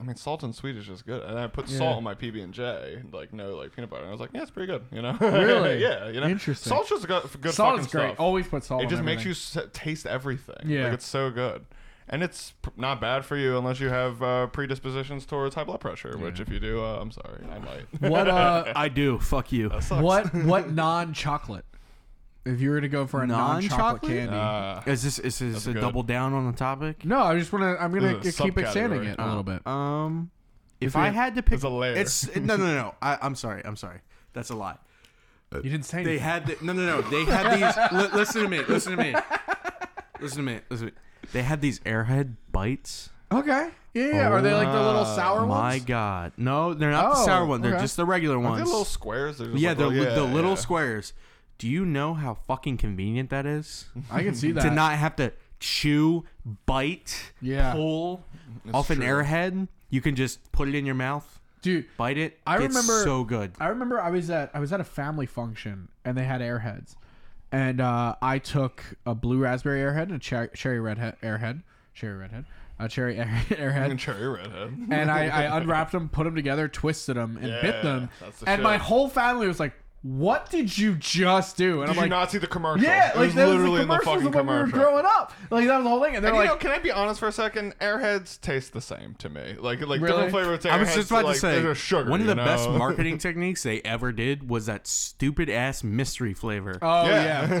I mean, salt and sweet is just good, and I put salt on my PB and J, like no, like peanut butter. And I was like, yeah, it's pretty good, you know. Really? yeah, you know. Interesting. Salt's just good, good Salt fucking is great. stuff Always put salt. it on just makes everything. you s- taste everything. Yeah. like it's so good, and it's pr- not bad for you unless you have uh, predispositions towards high blood pressure. Which, if you do, uh, I'm sorry, I might. what uh I do. Fuck you. what what non chocolate? If you were to go for a non chocolate Non-chocolate? candy, Uh, Is this is this a good. double down on the topic? No, I just want to. I'm gonna This is a keep expanding subcategory. Oh. it a little bit. Um, if, we- I had to pick, It's a layer. It's no, no, no. no. I, I'm sorry. I'm sorry. That's a lie. You didn't say They had the, no, no, no. They had these. li- listen to me. Listen to me. Listen to me. Listen to me. They had these Airhead bites. Okay. Yeah, yeah. Are they like the little Oh, sour Ah, My ones? God, no, they're not the Oh, sour ones. They're okay. just the regular are ones. they little squares? They're just yeah, like oh, they're li- the little yeah. squares. Do you know how fucking convenient that is? I can see that. to not have to chew, bite, Yeah. pull off an true. airhead. You can just put it in your mouth, Dude, bite it. I it's remember- so good. I remember I was at I was at a family function and they had airheads, and uh, I took a blue raspberry airhead and a cher- cherry redhead airhead, cherry redhead, a cherry air- airhead, And cherry redhead. and I, I unwrapped them, put them together, twisted them, and bit Yeah, them, that's the and my shit. whole family was like, "What did you just do?" And Did I'm like. you not see the commercial? yeah, it like was that literally was the in the commercials fucking of when we were commercial. growing up. Like that was the whole thing, and they're And, like, you know, can I be honest for a second? Airheads taste the same to me. Like, like Really? different flavor of Airheads. I was just about like, to say, they're sugar, one of you the best know? marketing techniques they ever did was that stupid ass mystery flavor. "Oh yeah,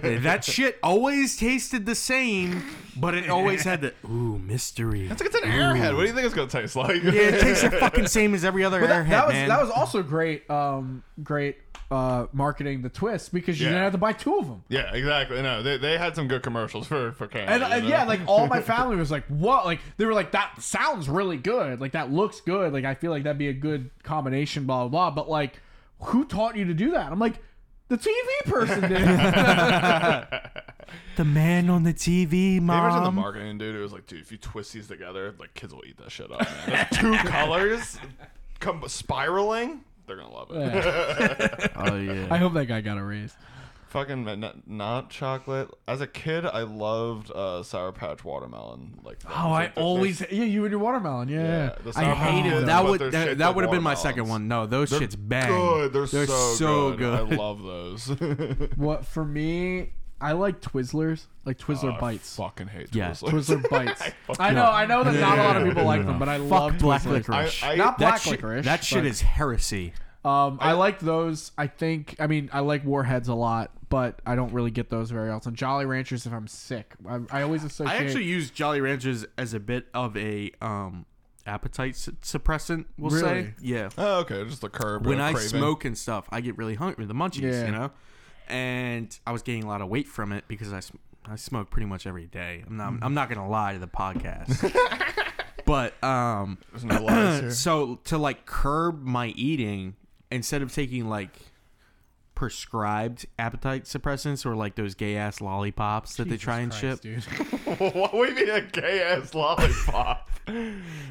Yeah. that shit always tasted the same, but it always had the ooh mystery. It's like it's an airhead. What do you think it's gonna taste like? yeah, it tastes the fucking same as every other But that, airhead, that was man. that was also great, um, great uh, marketing. The twist because you Yeah. didn't have to buy two of them. Yeah, exactly. No, they, they had some good commercials for for Canada. And, and you know? yeah, like all my family was like, "What?" Like they were like, "That sounds really good. Like that looks good. Like I feel like that'd be a good combination." Blah blah. blah. But like, who taught you to do that? I'm like, the TV person did. the man on the TV, Can you imagine the mom. marketing dude who was like, dude, if you twist these together, like kids will eat that shit up. Man. There's two colors come spiraling, they're gonna love it. oh yeah. I hope that guy got a raise. Fucking n- not, chocolate. As a kid, I loved uh, Sour Patch watermelon. Like things. Oh, I Like, the- always yeah, you and your watermelon. Yeah, Yeah, the I sour hated patch. them. Oh, that but would they're that, shaped that like would have been my watermelons. second one. No, those they're shits bang. good. They're, They're so, so good. good. I love those. What for me? I like Twizzlers, like Twizzler Ah, bites. Fucking hate Yeah. Twizzlers. Twizzler bites. I know, I know that not a lot of people like them, but I love Fuck black Twizzlers. I, licorice. I, Not that black shit, licorice. That shit but, is heresy. Um, I, like those. I think. I mean, I like warheads a lot, but I don't really get those very often. Jolly Ranchers, if I'm sick, I, I always associate. I actually used Jolly Ranchers as a bit of a um appetite su- suppressant. We'll say, Really? yeah. Oh, okay, just the curb. When uh, I craving. smoke and stuff, I get really hungry, the munchies, Yeah. you know. And I was gaining a lot of weight from it because I, sm- I smoke pretty much every day. I'm not I'm not gonna lie to the podcast, but um, there's no lies here. so to like curb my eating instead of taking like prescribed appetite suppressants or like those gay ass lollipops that they try and ship Dude. what would be a gay ass lollipop?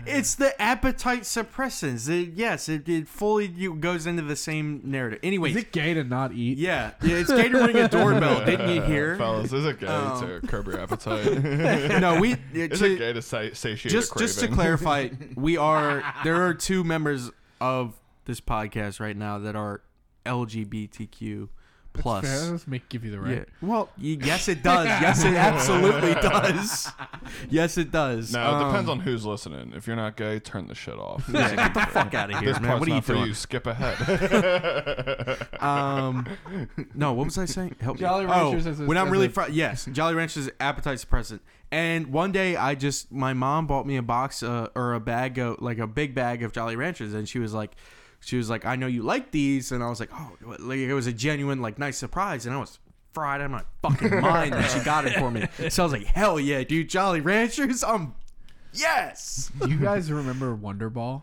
it's the appetite suppressants It- yes it, it fully you, goes into the same narrative anyway Is it gay to not eat? yeah, yeah it's gay to ring a doorbell didn't you hear Uh, fellas? Is it gay to curb your appetite? no we is to- it gay to sa- satiate a just craving? just to clarify, we are there are two members of this podcast right now that are LGBTQ plus. Fair, let's make give you the right. Yeah. Well, y- yes, it does. yes, it absolutely does. Yes, it does. No, it Um, depends on who's listening. If you're not gay, turn the shit off. yeah, get the fuck out of here, This man. part's What are you not for doing? you. Skip ahead. Um, no, what was I saying? Help Jolly me. Ranchers oh, as a- when I'm as really a- fr- yes, Jolly Ranchers appetite suppressant. And one day, I just my mom bought me a box uh, or a bag of like a big bag of Jolly Ranchers, and she was like, she was like, I know you like these, and I was like, oh, like it was a genuine like nice surprise, and I was fried out of my fucking mind that she got it for me. So I was like, hell yeah, dude, Jolly Ranchers, um, yes. You guys remember Wonder Ball?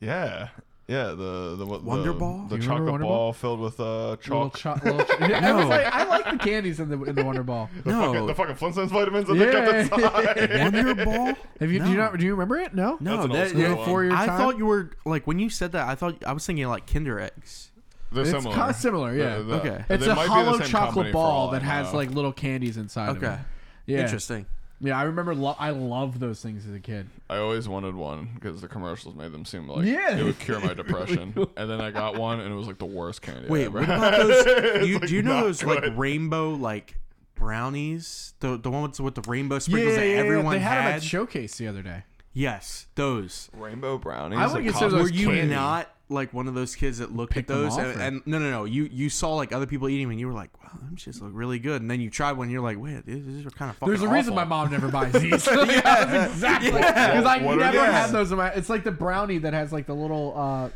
yeah. Yeah, the the what Wonder the, Ball? the You remember chocolate Wonder ball, Ball? filled with uh Little chalk. cho- little cho- I was like, I like the candies in the in the Wonder Ball. Fucking- No, the fucking Flintstones vitamins that they Yeah. kept inside. Wonder Ball. Have you do you No. not do you remember it? No. That's an No, old that, school yeah, one. For your I time? thought you were like when you said that. I thought I was thinking like Kinder Eggs. They're It's similar. kind of similar, yeah. The- the- Okay. they It's a might be the hollow same company chocolate for all ball I that has know. like little candies inside. Of Okay, it. Yeah. interesting. Yeah, I remember. Lo- I loved those things as a kid. I always wanted one because the commercials made them seem like Yeah. it would cure my depression. and then I got one and it was like the worst candy. I Wait, ever what had. about those? you, like do you know not those like good. rainbow like brownies? The the ones with the rainbow sprinkles that everyone They had, had. them at showcase the other day. yes, those. rainbow brownies? I would and consider cosmic those Were you candy. not like one of those kids that looked Picked at them those off, and, or- and- no no no you you saw like other people eating them and you were like wow them shits look really good and then you tried one and you're like wait these, these are kind of fucking There's a reason my awful." mom never buys these. Like, that's exactly because I What are never these? had those. In my, it's like the brownie that has like the little uh,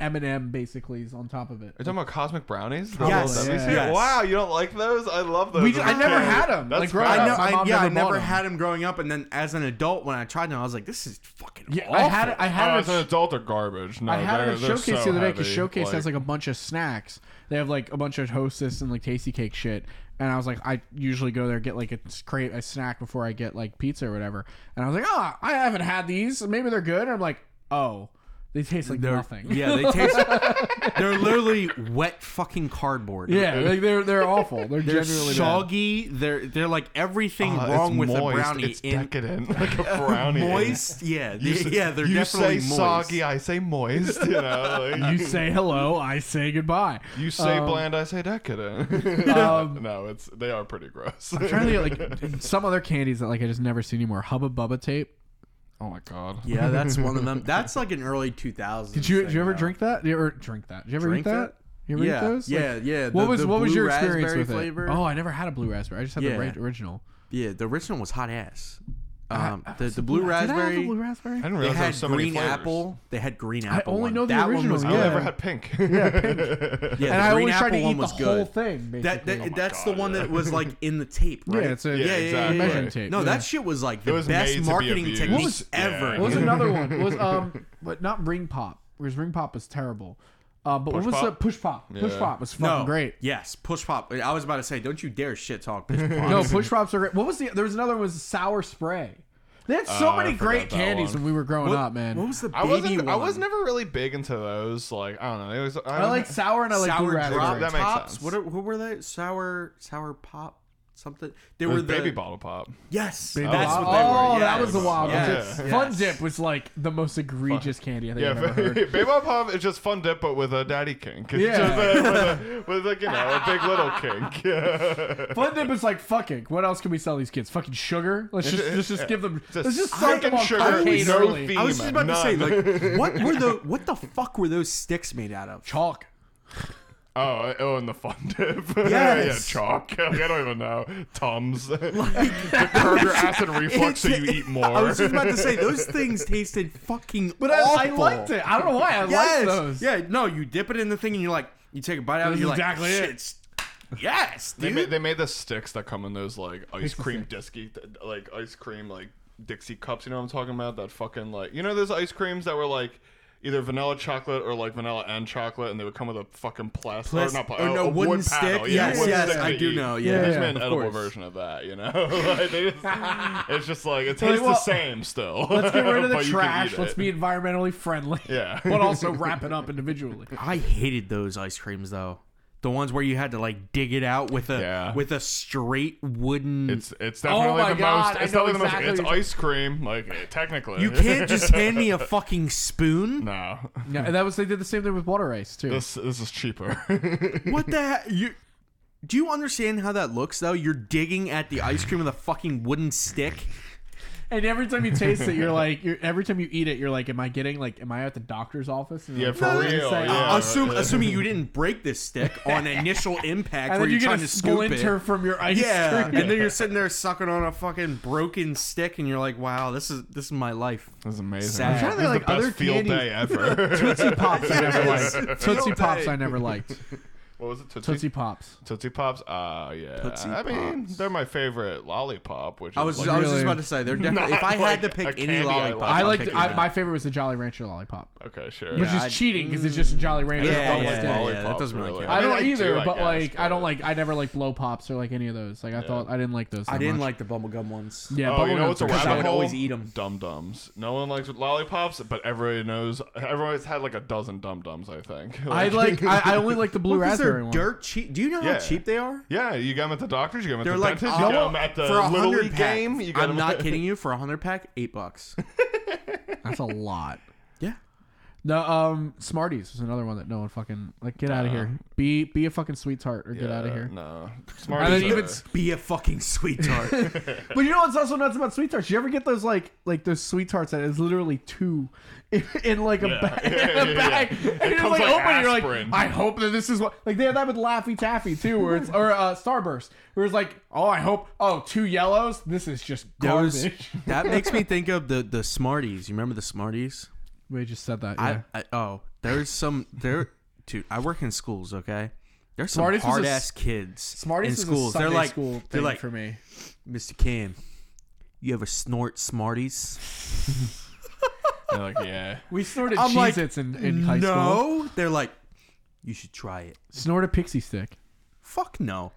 M and M basically is on top of it. You're talking about cosmic brownies? The Yes, little seventies? yes. Wow, you don't like those? I love those. We as ju- a I never kid. had 'em. That's Like, growing bad. I know. up, my I, mom yeah, I never bought never 'em. had them growing up, and then as an adult, when I tried them, I was like, "This is fucking Yeah, awful." I had it. I Oh, had as it. an adult, are garbage. No, I had Oh, they're, it at they're Showcase so the other day because heavy, Showcase has like a bunch of snacks. They have like a bunch of Hostess and like Tasty Cake shit. And I was like, I usually go there get like a crate a snack before I get like pizza or whatever. And I was like, ah, I haven't had these. Maybe they're good. And I'm like, oh, they taste like They're- nothing. Yeah, they taste. they're literally wet fucking cardboard. yeah, like they're they're awful. They're, they're generally bad. soggy. They're they're like everything Uh, it's wrong with moist. a brownie. It's in decadent, like a brownie. moist. Yeah, You they- say- yeah. They're you definitely say moist. soggy. I say moist. You know, like, You say hello, I say goodbye. You say Um, bland, I say decadent. Um, no, it's they are pretty gross. I'm trying to get like some other candies that like I just never see anymore. Hubba Bubba tape. oh my god. Yeah, that's one of them. That's like an early 2000s. Did you thing, did you ever though. drink that? Did you ever drink that? Did you ever Drink eat that? that? You ever yeah, eat those? Like, Yeah, yeah. What the- was the what was blue your experience raspberry with flavor? it? Oh, I never had a blue raspberry. I just had Yeah. the right original. yeah. The original was hot ass. I- Um, I the was the like, blue "Did I have the raspberry. blue raspberry. I didn't They realize there had was so many green flavors. apple. They had green apple. only one. know the that original, One I was yeah. good. never had pink. Yeah, Yeah, and the I green always tried apple to one eat the was whole good. thing. Basically. That, Oh that my that's God. the one that was like in the tape, right? yeah, it's a, yeah, yeah, exactly. yeah, yeah. measuring tape. No, yeah. that shit was like It the was made best to be marketing abused. technique What was- ever. What yeah. was another one? It was um, but not ring pop because ring pop was terrible. Uh, but Push what was pop? the push pop? Push Yeah. pop was fucking no, great. Yes, push pop. I was about to say, don't you dare shit talk push pop. No, push pops are great. What was the? There was another one was sour spray. They had so Oh, I many forgot great that candies one. when we were growing What- up, man. What was the baby I wasn't. one? I was never really big into those. Like I don't know. It was, I, I like sour and I like sour blue drop raspberry. That makes tops. sense. What are, who were they? Sour sour pop something. They it was were the baby bottle pop. Yes, Baby that's Bob- what they were. Oh, that was the yes. wild Yes, one. yes. Fun Dip was like the most egregious candy I think I've Yeah, ever heard. baby bottle pop is just fun dip, but with a daddy kink. It's Yeah. just a- with, a, with like you know a big little kink. Yeah. Fun Dip is like fucking. What else can we sell these kids? Fucking sugar. Let's just let's just give them. Let's just start them fucking on sugar, cocaine no early. fee. I was just about to say, None. like, what were the what the fuck were those sticks made out of? Chalk. Oh, oh, and the fun dip. Yes. yeah, chalk. I don't even know. Tums. to curb your acid reflux so you eat more. I was just about to say those things tasted fucking. But awful. I, I liked it. I don't know why. I Yes. liked those. Yeah. No, you dip it in the thing and you're like, you take a bite out This and you're is exactly like, it. shit. Yes, They dude. made, they made the sticks that come in those like ice cream disky, like ice cream like Dixie cups. You know what I'm talking about? That fucking like you know those ice creams that were like either vanilla chocolate or like vanilla and chocolate, and they would come with a fucking plastic Plus- or not pla- or no, a wood wooden paddle. stick. Yeah, Yes, wooden yes, stick I to do eat. know, yeah. They just Yeah, made an of edible course. version of that. You know, like, they just, it's just like it tastes the well, same still. Let's get rid of the But you can trash. eat Let's it. be environmentally friendly. Yeah. but also wrap it up individually. I hated those ice creams though. The ones where you had to like dig it out with a Yeah. with a straight wooden. It's it's definitely Oh my the God, most. I It's know definitely exactly the most. It's what you're- ice cream, like eh, technically. you can't just hand me a fucking spoon. no. Yeah, and that was they did the same thing with water ice too. This this is cheaper. What the heck? You do you understand how that looks though? You're digging at the ice cream with a fucking wooden stick. and every time you taste it, you're like, you're, every time you eat it, you're like, am I getting like, am I at the doctor's office? And Yeah, like, for what did you real, say? yeah. Uh, assume, right. assuming you didn't break this stick on initial impact And then where you're you get trying a to scoop it. splinter from your ice Yeah, cream. and then you're sitting there sucking on a fucking broken stick, and you're like, "Wow, this is this is my life." This is amazing. Sad. I'm trying to This is think, the like, best other candies- field day ever. Tootsie Pops I never Yes. liked. Field Tootsie Pops day. I never liked. what was it? Tootsie, Tootsie Pops. Tootsie Pops. Ah, yeah. Tootsie I mean, Pops. they're my favorite lollipop. Which I is was like, I was really- just about to say they're definitely. if I like had to a pick candy I any lollipop, like. I I'm liked. picking I, that. my favorite was the Jolly Rancher lollipop, okay, sure. which Yeah, is I- cheating because it's just a Jolly Rancher. Yeah, lollipop. yeah, yeah, that lollipops, doesn't really count. I don't mean, either, do, I but guess, like I don't but- like I never liked blow pops or like any of those. Like I thought I didn't like those. that I didn't much. like the bubblegum ones. Yeah, Oh, bubble you know what's a gums are I rabbit would hole? always eat 'em. Dum dums. No one likes lollipops, but everybody knows. Everyone's had like a dozen dum dums. I think. I like. I, I only like the blue Because raspberry they're one. dirt cheap. Do you know Yeah. how cheap they are? Yeah, you got them at the doctor's. You got them at They're the like dentist. uh, You got them at the for a Little hundred League pack. game. You got I'm them not at- kidding you. For a hundred pack, eight bucks. That's a lot. Yeah. No, um, Smarties is another one that no one fucking like. Get out of here. Be be a fucking sweetheart or get out of Yeah, here. No, And then Smarties even are- Be a fucking sweetheart. But you know what's also nuts about sweet tarts? You ever get those like like those sweet tarts that is literally two in, in like a Yeah. bag? Yeah, in a yeah, yeah. bag. And It you're comes like, like open it, you're aspirin. like, I hope that this is what like they had that with Laffy Taffy too, where it's or uh, Starburst, where it's like, oh, I hope, oh, two yellows. This is just Those- garbage. that makes me think of the the Smarties. You remember the Smarties? We just said that. I, I oh, there's some there, dude. I work in schools, okay. There's some Smarties was a hard s- ass kids Smarties in schools. is a Sunday they're like, school thing they're like, for me. Mr. Can, you ever snort Smarties? They're like, yeah. We snorted I'm like, Cheez-Its in, in high school. no. They're like, you should try it. Snort a pixie stick. Fuck no.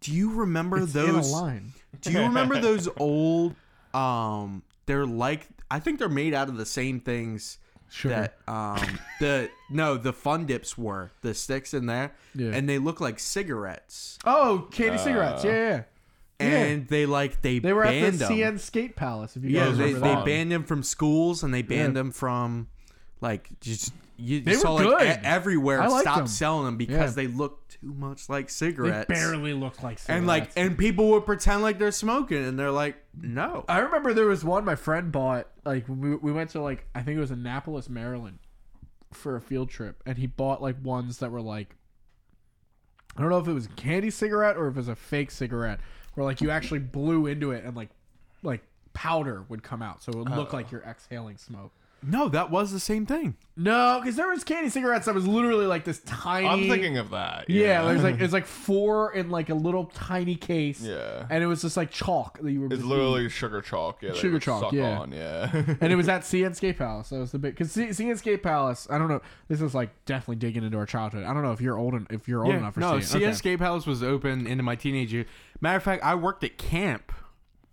Do you remember It's in a those? line. Do you remember those old? Um, they're like I think they're made out of the same things Sugar. that um the no the fun dips were the sticks in there, Yeah. and they look like cigarettes, Oh, Uh, candy cigarettes. Yeah, yeah. yeah. and they like they they were banned at the them. CN Skate Palace. If you yeah, guys they, remember they that. banned them from schools and they banned Yeah. them from like just. You, They you saw were like e- good. everywhere I liked stopped them. selling them because Yeah. they look too much like cigarettes. looked like cigarettes. and like and people would pretend like they're smoking and they're like no. I remember there was one my friend bought. Like we, we went to like I think it was Annapolis, Maryland, for a field trip, and he bought like ones that were like I don't know if it was a candy cigarette or if it was a fake cigarette, where like you actually blew into it and like like powder would come out, so it would look Oh. like you're exhaling smoke. No, that was the same thing. No, because there was candy cigarettes that was literally like this tiny. I'm thinking of that. Yeah, there's like it's like four in like a little tiny case. Yeah. and it was just like chalk that you were. It's literally sugar chalk. Yeah, they Sugar would chalk, Suck yeah. On, yeah. and it was at CNSK Palace. That was the big because CNSK Palace. I don't know. This is like definitely digging into our childhood. I don't know if you're old en- if you're old enough for no, seeing. CS Escape House was open into my teenage year. Matter of fact, I worked at camp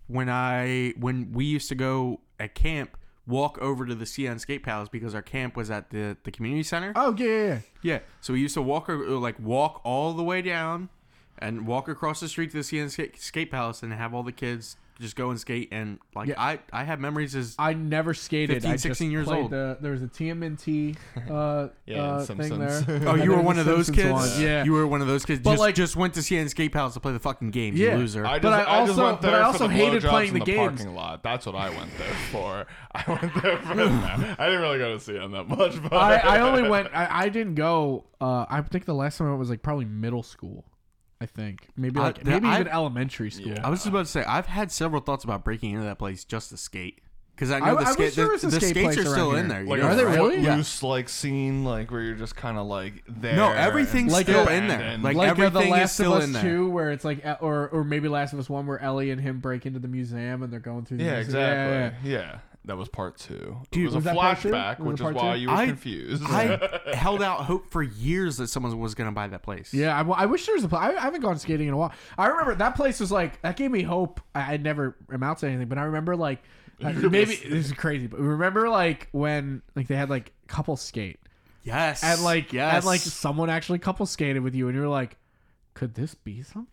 when I when we used to go at camp walk over to the CN Skate Palace because our camp was at the the community center. Oh yeah, yeah, yeah. Yeah, so we used to walk or, like walk all the way down, and walk across the street to the ski- skate, skate palace and have all the kids just go and skate and like Yeah. I I have memories as I never skated. 15, I just 16 years played old. The, there was a TMNT uh, Yeah, uh, and thing Simpsons. there. Oh, And you were then one the of those Simpsons kids. ones. Yeah. you were one of those kids. But, just, like- just went to CN Skate Palace to play the fucking games. Yeah. You loser. I just, But I I just also- went but there I for also the hated blowjobs playing in the the games. parking lot. That's what I went there for. I went there for that. I didn't really go to see him that much, but I, I only went. I, I didn't go. Uh, I think the last time I went was like probably middle school. I think maybe I- like the- maybe I- even elementary school. Yeah. I was just about to say I've had several thoughts about breaking into that place just to skate because I I- know I the, wish skate, there the, was a the skate skates place are still around in here. there. you like know? Are a they really? Yeah. loose like scene like where you're just kind of like there. No, everything's and still in there. abandoned. Like- Like uh, the everything is Last still of Us in there. Two, where it's like, uh, or or maybe Last of Us One, where Ellie and him break into the museum and they're going through. The yeah, museum. Yeah, exactly. Yeah, that was part two. Dude, it was, was a that part two? flashback, Was it which is part why two? you were I- confused. I held out hope for years that someone was going to buy that place. yeah. yeah I, well, I wish there was a place. I, I haven't gone skating in a while. I remember that place was like that gave me hope. I, I never amount to anything, but I remember like uh, maybe this is crazy, but remember like when like they had like couple skate. Yes. and like yes. and like someone actually couple skated with you and you're like could this be something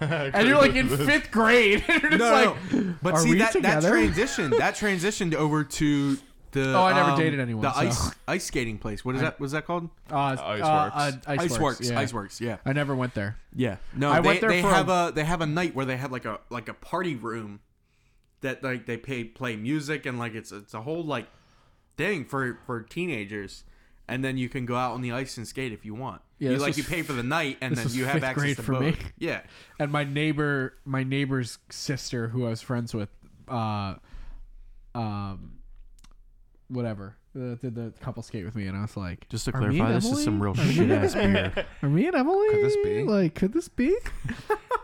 and and you're like in fifth grade and you're just no, like no. But are see we that that together? transition that transitioned over to the Oh, I never um, dated anyone, The so. ice ice skating place. What is that? What is that called? uh, uh, uh, Iceworks. iceworks Iceworks. yeah. Iceworks. Yeah. i never went there Yeah. No, I they, went there they for have a they have a night where they have like a like a party room that like they pay play music and like it's it's a whole like thing for for teenagers. And then you can go out on the ice and skate if you want. Yeah, you, this like was you pay for the night, and this then was you have fifth access grade to for both. me. Yeah, and my neighbor my neighbor's sister who i was friends with uh um whatever uh, did the couple skate with me and i was like Just to "Are me clarify, and this is some Emily- real shit ass beer. are me and emily Could this be? like could this be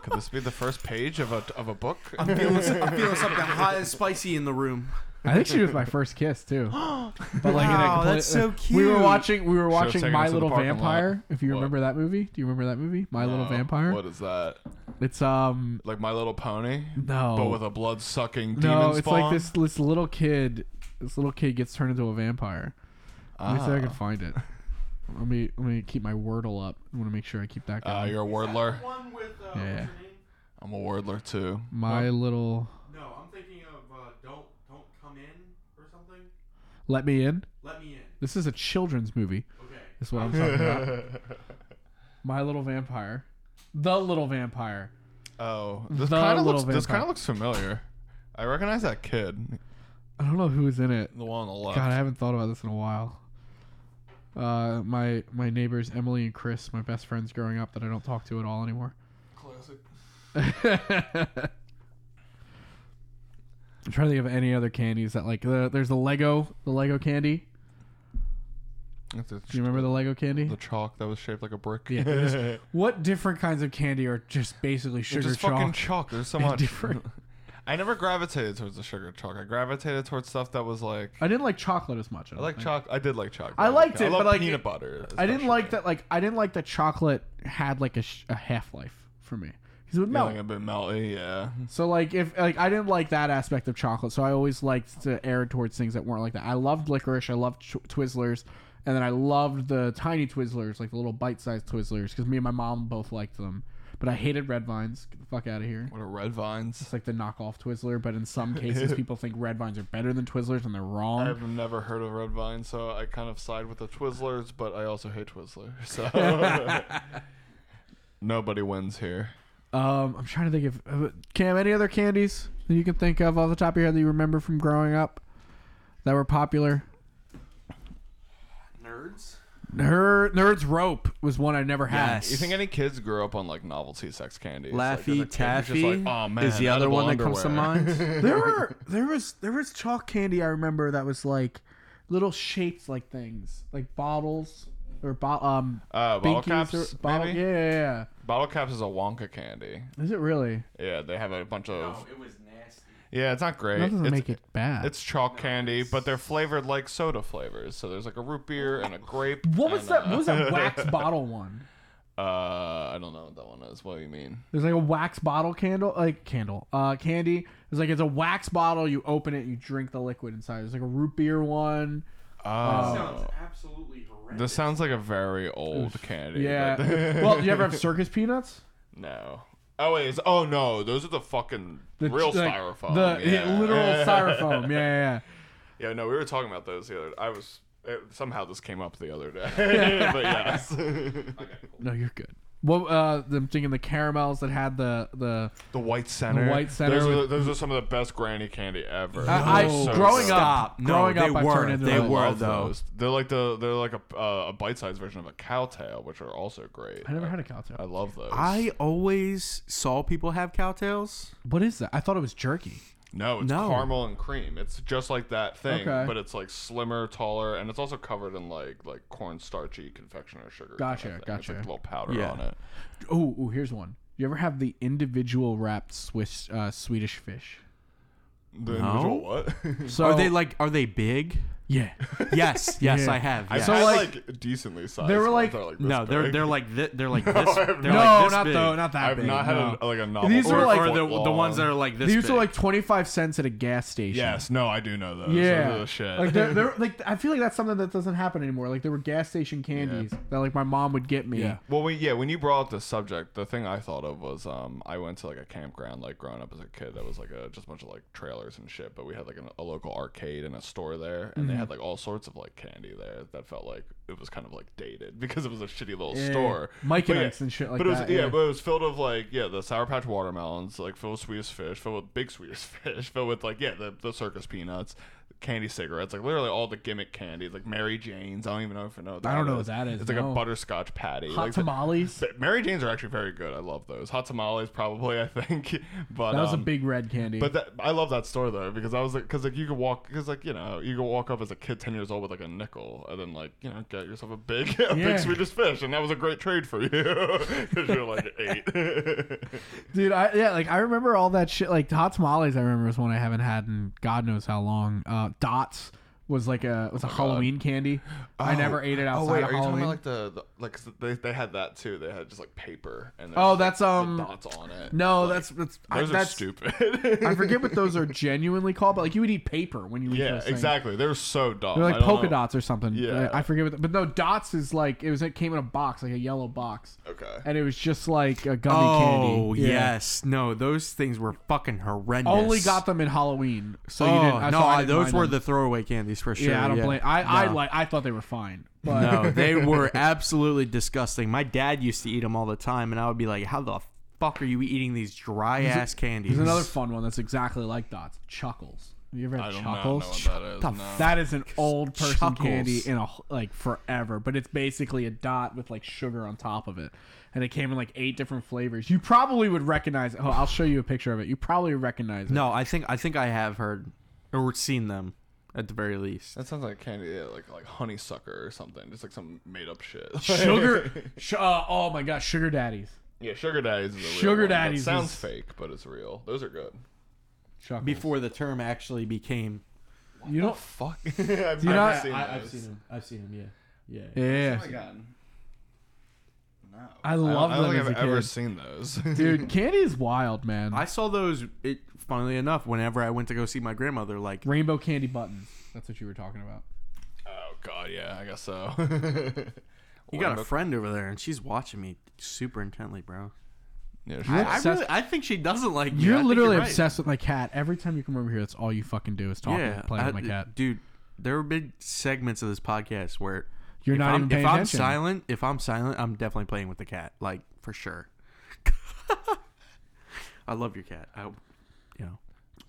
Could this be the first page of a of a book? I'm feeling, I'm feeling something hot and spicy in the room. I think she was my first kiss too. But like, in a Wow, complete- that's so We were cute. watching. We were have watching taken My us to the Little parking lot. Vampire. If you What? remember that movie, do you remember that movie? My Little Oh, Vampire. What is that? It's um Like My Little Pony, no, but with a blood sucking no. demon It's spawn. like this this little kid. This little kid gets turned into a vampire. Let me see Ah. if I can find it. Let me let me keep my Wordle up. I want to make sure I keep that Ah, uh, going. you're a wordler. One with uh, Yeah. her name? I'm a wordler too. my little No, I'm thinking of uh, don't don't come in or something. let me in. Let me in. This is a children's movie. Okay. Is what I'm talking about. My Little Vampire, the Little Vampire. oh, this The kind of little looks. This vampire. kind of looks familiar. I recognize that kid, I don't know who's in it. the one on the left. God, I haven't thought about this in a while. Uh, my my neighbors Emily and Chris, my best friends growing up that I don't talk to at all anymore. Classic. I'm trying to think of any other candies that like the, there's the Lego the Lego candy. It's a- Do you remember the Lego candy? the chalk that was shaped like a brick? Yeah, it was- What different kinds of candy are just basically It's sugar just fucking chalk? chalk. There's so and much. different- I never gravitated towards the sugar chalk. I gravitated towards stuff that was like. I didn't like chocolate as much. I like chocolate. chalk. I did like chalk. I liked it, I love but, like, peanut it- butter. I didn't especially. like that. Like I didn't like that chocolate had like a, sh- a half life for me because it would Yeah, melt. like a bit melty. Yeah. So like if like I didn't like that aspect of chocolate, so I always liked to err towards things that weren't like that. I loved licorice, I loved tw- Twizzlers, and then I loved the tiny Twizzlers, like the little bite-sized Twizzlers, because me and my mom both liked them. But I hated red vines. Get the fuck out of here. What are red vines? It's like the knockoff Twizzler, but in some cases people think red vines are better than Twizzlers, and they're wrong. I've never heard of red vine, so I kind of side with the Twizzlers, but I also hate Twizzlers. So nobody wins here. Um, I'm trying to think of uh, Cam. Any other candies that you can think of off the top of your head that you remember from growing up that were popular? Nerds. Her nerds rope was one I never had. Yes. You think any kids grew up on like novelty sex candies? Like, Laffy there's a kid who's just Taffy like, "Aw, man, is the other edible one that comes to underwear." mind. there were there was there was chalk candy I remember that was like little shaped like things like bottles or bo- um Uh, bottle binkies caps, or bottle maybe? yeah, yeah Bottle caps is a Wonka candy. yeah is it really Yeah, they have a bunch of. it was nasty. Yeah, it's not great. that doesn't it's, make it bad It's chalk candy, but they're flavored like soda flavors. So there's like a root beer and a grape. what was and, that uh, what was that wax bottle one Uh, I don't know what that one is. What do you mean? there's like a wax bottle candle like candle uh candy it's like it's a wax bottle you open it you drink the liquid inside there's like a root beer one Uh, Oh, absolutely horrendous. this sounds like a very old candy. yeah but- well do you ever have circus peanuts No. Oh wait, is, oh no, those are the fucking The real ch- like, styrofoam. The yeah. literal styrofoam. Yeah, yeah, Yeah, no, we were talking about those the other. I was it, somehow this came up the other day, but yes, yeah. No, you're good. What uh, I'm thinking the caramels that had the the the white center, The white center Those, are, with- the- those are some of the best granny candy ever. I- I- So growing good. up- Stop. No, growing they up, I've were. turned into they a I were love though. those. They're like the they're like a uh, a bite-sized version of a cow tail, which are also great. I never had a cow tail. I love those. I always saw people have cowtails. What is that? I thought it was jerky. no, it's No. caramel and cream. It's just like that thing, Okay. but it's like slimmer, taller, and it's also covered in like like corn starchy confectioner sugar. kinda Gotcha, thing. It's, gotcha. like, little powder Yeah. on it. Oh, ooh, here's one. You ever have the individual wrapped Swiss uh, Swedish fish? The individual what? So are they like? Are they big? yeah, Oh. Yes, yes, Yeah. I have. I've yes. So, had like- like, decently sized. were, ones like- that are, like this no, they're big. they're like thi- they're like No, this. I have They're no, like this not big. though, not that I've big. not had oh, no. a, like a novel. These Or, are, like- or the, the ones that are like this. These big. are like 25 cents at a gas station. Yes, no, I do know those. Yeah, those are the shit. like they're, they're like I feel like that's something that doesn't happen anymore. Like there were gas station candies that like my mom would get me. Yeah. Well, we, yeah, when you brought up the subject, the thing I thought of was um, I went to like a campground, like growing up as a kid, that was like a, just a bunch of like trailers and shit. But we had like an, a local arcade and a store there, and they Mm-hmm. had like all sorts of like candy there that felt like it was kind of like dated because it was a shitty little Yeah. store. Mike and But yeah, Ike's and shit like but it was that. yeah, but it was filled with like yeah, the sour patch watermelons, like filled with Swedish fish, filled with big Swedish fish, filled with like yeah, the, the circus peanuts, candy cigarettes, like literally all the gimmick candies, like Mary Jane's. I don't even know if I know. What I don't know what is. that is, It's like no. a butterscotch patty. hot like the- tamales. but Mary Jane's are actually very good. I love those. Hot tamales, probably. I think, but that was a um, big red candy. But that, I love that store though because I was like, because like you could walk, because like you know you could walk up as a kid ten years old with like a nickel and then like you know get yourself a big a Yeah. big Swedish fish and that was a great trade for you because you're like eight. Dude, I yeah, like I remember all that shit. Like hot tamales, I remember is one I haven't had in God knows how long. Uh, Dots was like a Oh, was a Halloween candy. I never ate it outside of Halloween. the, the like 'cause they, they had that too? They had just like paper and Oh, there's, that's, the um, dots on it. no, Like, that's that's I, those are that's stupid. I forget what those are genuinely called, but like you would eat paper when you eat yeah, those things. exactly. They're so dumb. They're I like don't polka know. dots or something. Yeah. I, I forget what. The, but no, dots is like it was. It came in a box, like a yellow box, Okay. and it was just like a gummy candy. Oh Yeah. yes, no, those things were fucking horrendous. Only got them in Halloween, so oh you didn't. I- so no, I I- didn't those mind were them. the throwaway candies for sure. Yeah, I don't blame. I I No. like. I thought they were fine, but No, they were absolutely disgusting. My dad used to eat them all the time, and I would be like, "How the fuck are you eating these dry ass candies?" There's another fun one that's exactly like dots. Chuckles. Have you ever had I don't chuckles? know what that is. no. That is an old person Chuckles. candy in a h- like forever, but it's basically a dot with like sugar on top of it, and it came in like eight different flavors. You probably would recognize. It. Oh, I'll show you a picture of it. You probably recognize it. no, I think I think I have heard or seen them at the very least. That sounds like candy, yeah, like like honeysucker or something, just like some made up shit. sugar. sh- uh, oh my gosh, sugar daddies. yeah, sugar daddies. Is a real Sugar one. That daddies sounds is- fake, but it's real. Those are good. Chuckles. Before the term actually became, you don't. Fuck. I've never not- seen I, I've those. seen them. I've seen them. Yeah, yeah. Yeah, god. No. I love I them don't think as I've a ever kid. seen those. dude, candy is wild, man. I saw those. It funnily enough, whenever I went to go see my grandmother, like Rainbow candy buttons. That's what you were talking about. oh god, yeah, I guess so. you got a friend over there, and she's watching me super intently, bro. yeah, I, sure. I really, I think she doesn't like you. I You're think literally right. obsessed with my cat. Every time you come over here, that's all you fucking do is talk and play I- with my cat. dude. There were big segments of this podcast where You're if not I'm, even paying if I'm attention. silent, if I'm silent, I'm definitely playing with the cat, like for sure. I love your cat. I, hope- you know,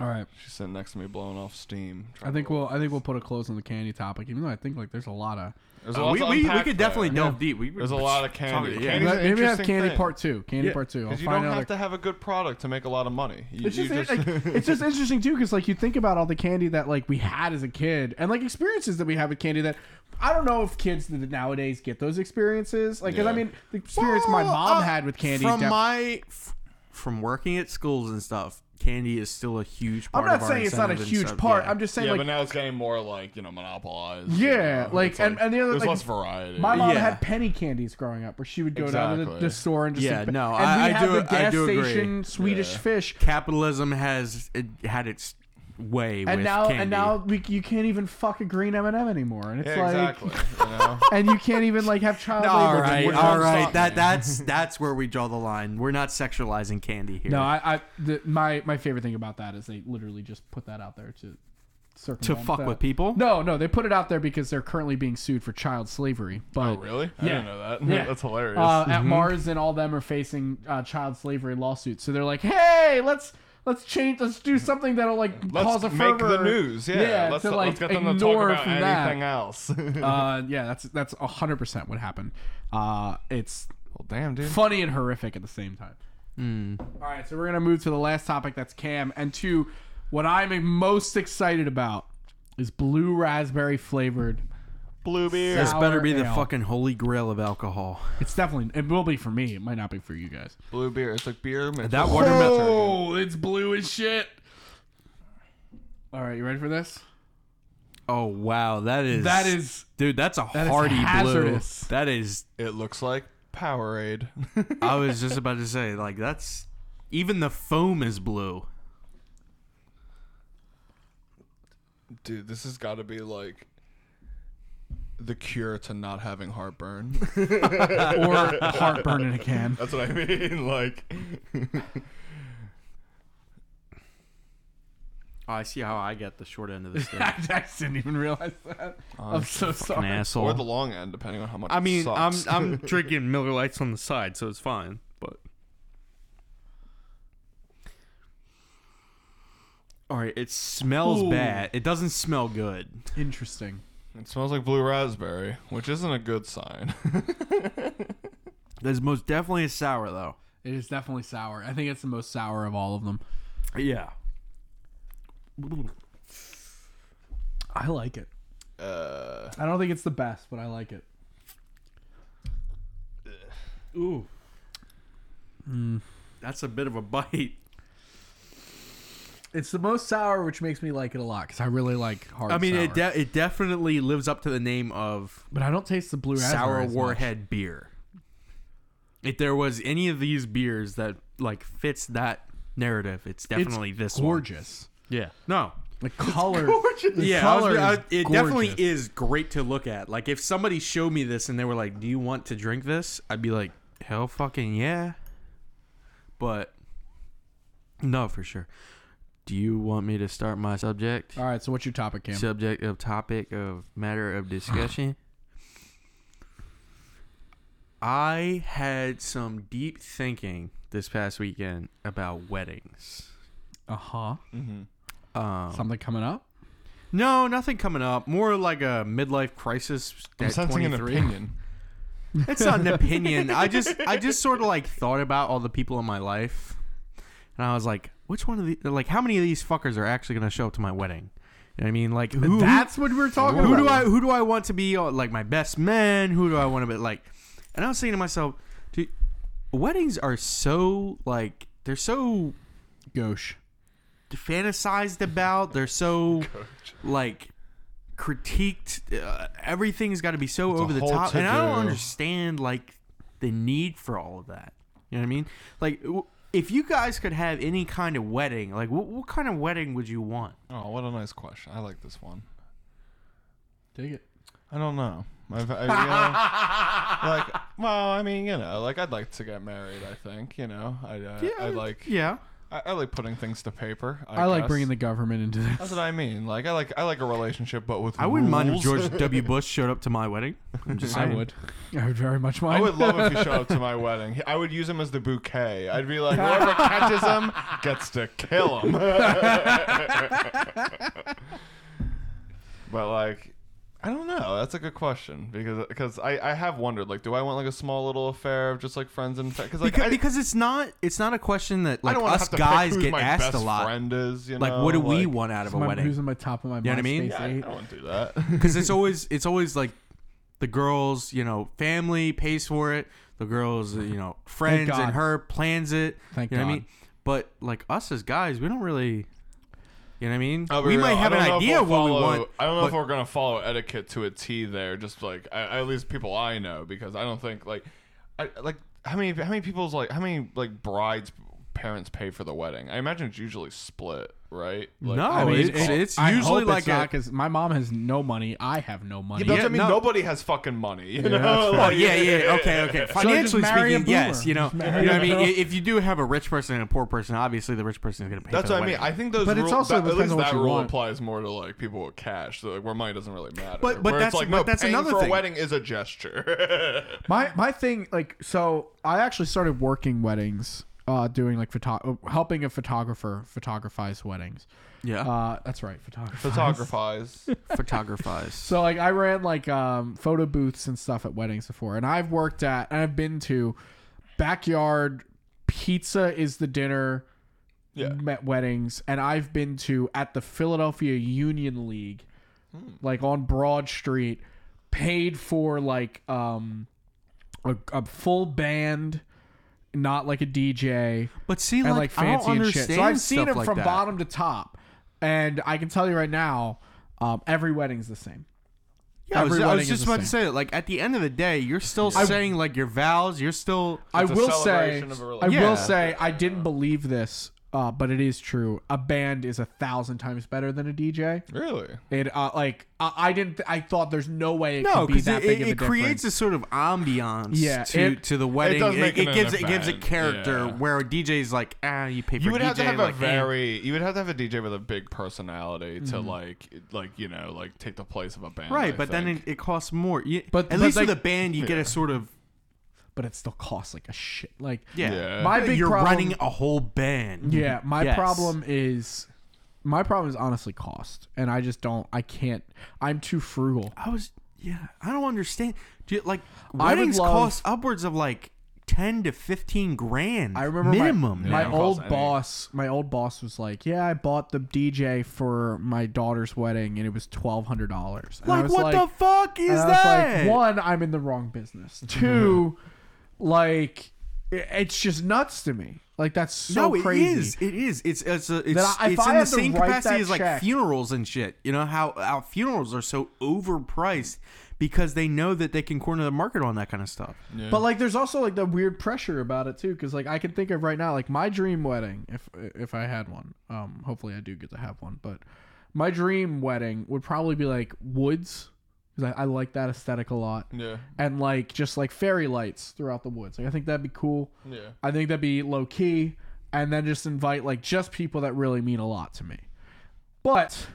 All right, She's sitting next to me, blowing off steam. I think we'll I think we'll put a close on the candy topic, even though I think like there's a lot of There's a Uh, lot we, to we, we unpack could there. definitely delve Yeah. deep. We were There's a just lot of candy. talking- yeah. Candy's an maybe have interesting candy thing. part two. Candy Yeah, part two. I'll Because you find don't another- have to have a good product to make a lot of money. You, It's just, you just, like, it's just interesting too, because like you think about all the candy that like we had as a kid, and like experiences that we have with candy that I don't know if kids th- nowadays get those experiences. Like, 'cause I Yeah. mean, the experience my Well, mom uh, had with candy. From def- my, f- from working at schools and stuff, candy is still a huge. part I'm not of our saying it's not a incentive and huge stuff, part. yeah. I'm just saying yeah, like but now it's getting more like you know monopolized. Yeah, you know? like, It's and- and the other- there's like, less variety. My mom Yeah. had penny candies growing up, where she would go down to the, Exactly. the store and just Yeah, eat- no, and I- we I had do- the I gas do agree. station Swedish Yeah. fish. capitalism has it had its way and with now candy. and now we, you can't even fuck a green M and M anymore, and it's Yeah, like exactly. you know? and you can't even like have child all labor. right, which all don't right. stop That me. that's that's where we draw the line. We're not sexualizing candy here. No, I, I the, my my favorite thing about that is they literally just put that out there to to circumvent fuck that. with people. No, no, they put it out there because they're currently being sued for child slavery. But oh, really? I Yeah. didn't know that. Yeah. That's hilarious. Mm-hmm. uh, at Mars and all them are facing uh, child slavery lawsuits. So they're like, hey, let's let's change, let's do something that'll like let's cause a make fervor. the news. Yeah, let's, to, like, let's get them to talk ignore about from anything that. else. well, Uh, yeah, that's that's hundred percent what happened. Uh, it's damn, dude. funny and horrific at the same time. Mm. All right, so we're gonna move to the last topic. That's Cam, and to what I'm most excited about is blue raspberry flavored. Blue beer. This better be the ale. fucking holy grail of alcohol. It's definitely it will be for me. It might not be for you guys. Blue beer. It's like beer. mixed That with watermelon- turkey. Oh, it's blue as shit. All right, you ready for this? Oh wow, that is That is dude. That's a that is hearty blue. hazardous. That is. It looks like Powerade. I was just about to say like that's even the foam is blue. Dude, this has got to be like the cure to not having heartburn. or heartburn in a can. That's what I mean. Like, Oh, I see how I got the short end of the stick. I just didn't even realize that. I'm so An sorry. asshole. or the long end, depending on how much. I it mean, I'm sucks. I'm drinking Miller Lights on the side, so it's fine. But all right, it smells Ooh. bad. It doesn't smell good. Interesting. It smells like blue raspberry, which isn't a good sign. There's most definitely a sour though. It is definitely sour. I think it's the most sour of all of them. Yeah. I like it. uh, I don't think it's the best, but I like it. Ooh. That's a bit of a bite. It's the most sour, which makes me like it a lot because I really like hard. I mean, sour. it de- it definitely lives up to the name of but I don't taste the blue raspberry sour as much. warhead beer. If there was any of these beers that like fits that narrative, it's definitely this Gorgeous. one. Yeah. No. The color. The yeah, I was color gonna- is I- it gorgeous. definitely is great to look at. Like if somebody showed me this and they were like, "Do you want to drink this?" I'd be like, "Hell fucking yeah." But no, for sure. Do you want me to start my subject? All right, so what's your topic, Cam? subject of topic of matter of discussion. I had some deep thinking this past weekend about weddings. Uh huh. Um, Something coming up? no, nothing coming up. More like a midlife crisis. I'm at sensing an 23. opinion. It's not an opinion. I just, I just sort of like thought about all the people in my life, and I was like, which one of the, like, how many of these fuckers are actually gonna show up to my wedding? You know what I mean, like, who, That's what we're talking who about. do I who do I want to be uh, like my best man? Who do I want to be like? And I was thinking to myself, dude, weddings are so like they're so Gauche. fantasized about. They're so like critiqued. Uh, everything's got to be so a over the whole top, and I don't to-do. understand like the need for all of that. You know what I mean? Like, w- if you guys could have any kind of wedding, like what, what kind of wedding would you want? Oh, what a nice question. I like this one. Dig it. I don't know. I've, I, you know, like, well, I mean, you know, like I'd like to get married. I think, you know, I, I, I like, yeah. I, I like putting things to paper. I, I, like guess. bringing the government into this. That's what I mean. Like, I like, I like a relationship, but with I wouldn't mind if rules. George W. Bush showed up to my wedding. I'm just I saying. would. I would very much mind. I would love if he showed up to my wedding. He- I would use him as the bouquet. I'd be like, whoever catches him gets to kill him. but like, I don't know. That's a good question because because I, I have wondered like, do I want like a small little affair of just like friends and because like Because, I, because it's not it's not a question that I like don't wanna us have to pick guys who get my asked best a lot. Friend is you Like, know, what do we like- want out of a my, wedding? Who's on my top of my know what I mean? Yeah, I, I won't do that. Because it's always it's always like the girls, you know, family pays for it. The girls, you know, friends God. and her plans it. Thank you know what I mean? God. But like us as guys, we don't really. You know what I mean? I'll be we real, might have I an don't know if idea we'll what we follow- want. I don't know if but- we're gonna follow etiquette to a T there. Just like I, I- at least people I know, because I don't think like, I, like how many how many people's like how many like brides parents pay for the wedding? I imagine it's usually split, right? Like, oh, No, I mean, it's, it's I usually hope like it's not a, because my mom has no money. I have no money. Yeah, but Yeah, I mean, no. nobody has fucking money. You know? that's oh Like, yeah, yeah, okay, okay. Financially marry a speaking, yes, boomer. you know, Just you know marry what I a mean. I- girl. If you do have a rich person and a poor person, obviously the rich person is going to pay. That's for the what I mean. wedding. I think those. But it's rule- also- that, at depends least on what that you rule want. applies more to like people with cash. So like, where money doesn't really matter. But- but Where it's like, that's- but no, that's paying another for thing. a wedding is a gesture. My my thing, like, so I actually started working weddings, uh, doing like photo, helping a photographer photographize weddings. yeah, Uh, that's right, photographer. Photographize. photographize. So like I ran like um photo booths and stuff at weddings before, and I've worked at and I've been to backyard pizza is the dinner Yeah. met weddings, and I've been to at the Philadelphia Union League, Hmm. like on Broad Street, paid for like um a, a full band, not like a DJ But see, and like, like, I don't fancy and shit. understand. So I've seen stuff them like from that. bottom to top, and I can tell you right now, um, every wedding's the same. Yeah, I was, Every I was wedding is just the about to say that. Like at the end of the day, you're still saying like your vows. You're still. I It's a will say, celebration of a I relationship. Yeah. will say, I didn't believe this, uh, but it is true. A band is a thousand times better than a DJ. really? It uh, like I, I didn't. I thought there's no way it no, could be because that it, big it, of a it creates difference. a sort of ambiance Yeah, to, it- to the wedding. does make it an gives it gives a event, character yeah. where a DJ's like, ah, you pay for You would DJ, have to have like, a eh. very. You would have to have a DJ with a big personality to like, like you know, like take the place of a band. Mm-hmm. right, I but then it, think. it costs more. You, But- but at but least like- with a band, you get a sort of but it still costs like a shit. Like yeah. Yeah. My big you're problem- running a whole band. Yeah, my Yes. problem is my problem is honestly cost, and I just don't. I can't. I'm too frugal. I was yeah. I don't understand. Do you, like I would weddings love- cost upwards of like ten to fifteen grand. I remember my- minimum. My, it now. costs old any. boss, my old boss was like, "Yeah, I bought the DJ for my daughter's wedding, and it was twelve hundred dollars." I like was like, what the fuck is and I was that? like, one, I'm in the wrong business. Two, like, i- it's just nuts to me. Like that's so no, it crazy. is. It is. It's it's a, That it's, I- if it's I in the had to same write capacity that as like check- funerals and shit. You know how how funerals are so overpriced because they know that they can corner the market on that kind of stuff. But like, there's also like the weird pressure about it too, because like I can think of right now, like my dream wedding, if if I had one, um, hopefully I do get to have one, but my dream wedding would probably be like woods, because I, I like that aesthetic a lot, yeah, and like just like fairy lights throughout the woods. Like I think that'd be cool. yeah. I think that'd be low key, and then just invite like just people that really mean a lot to me. But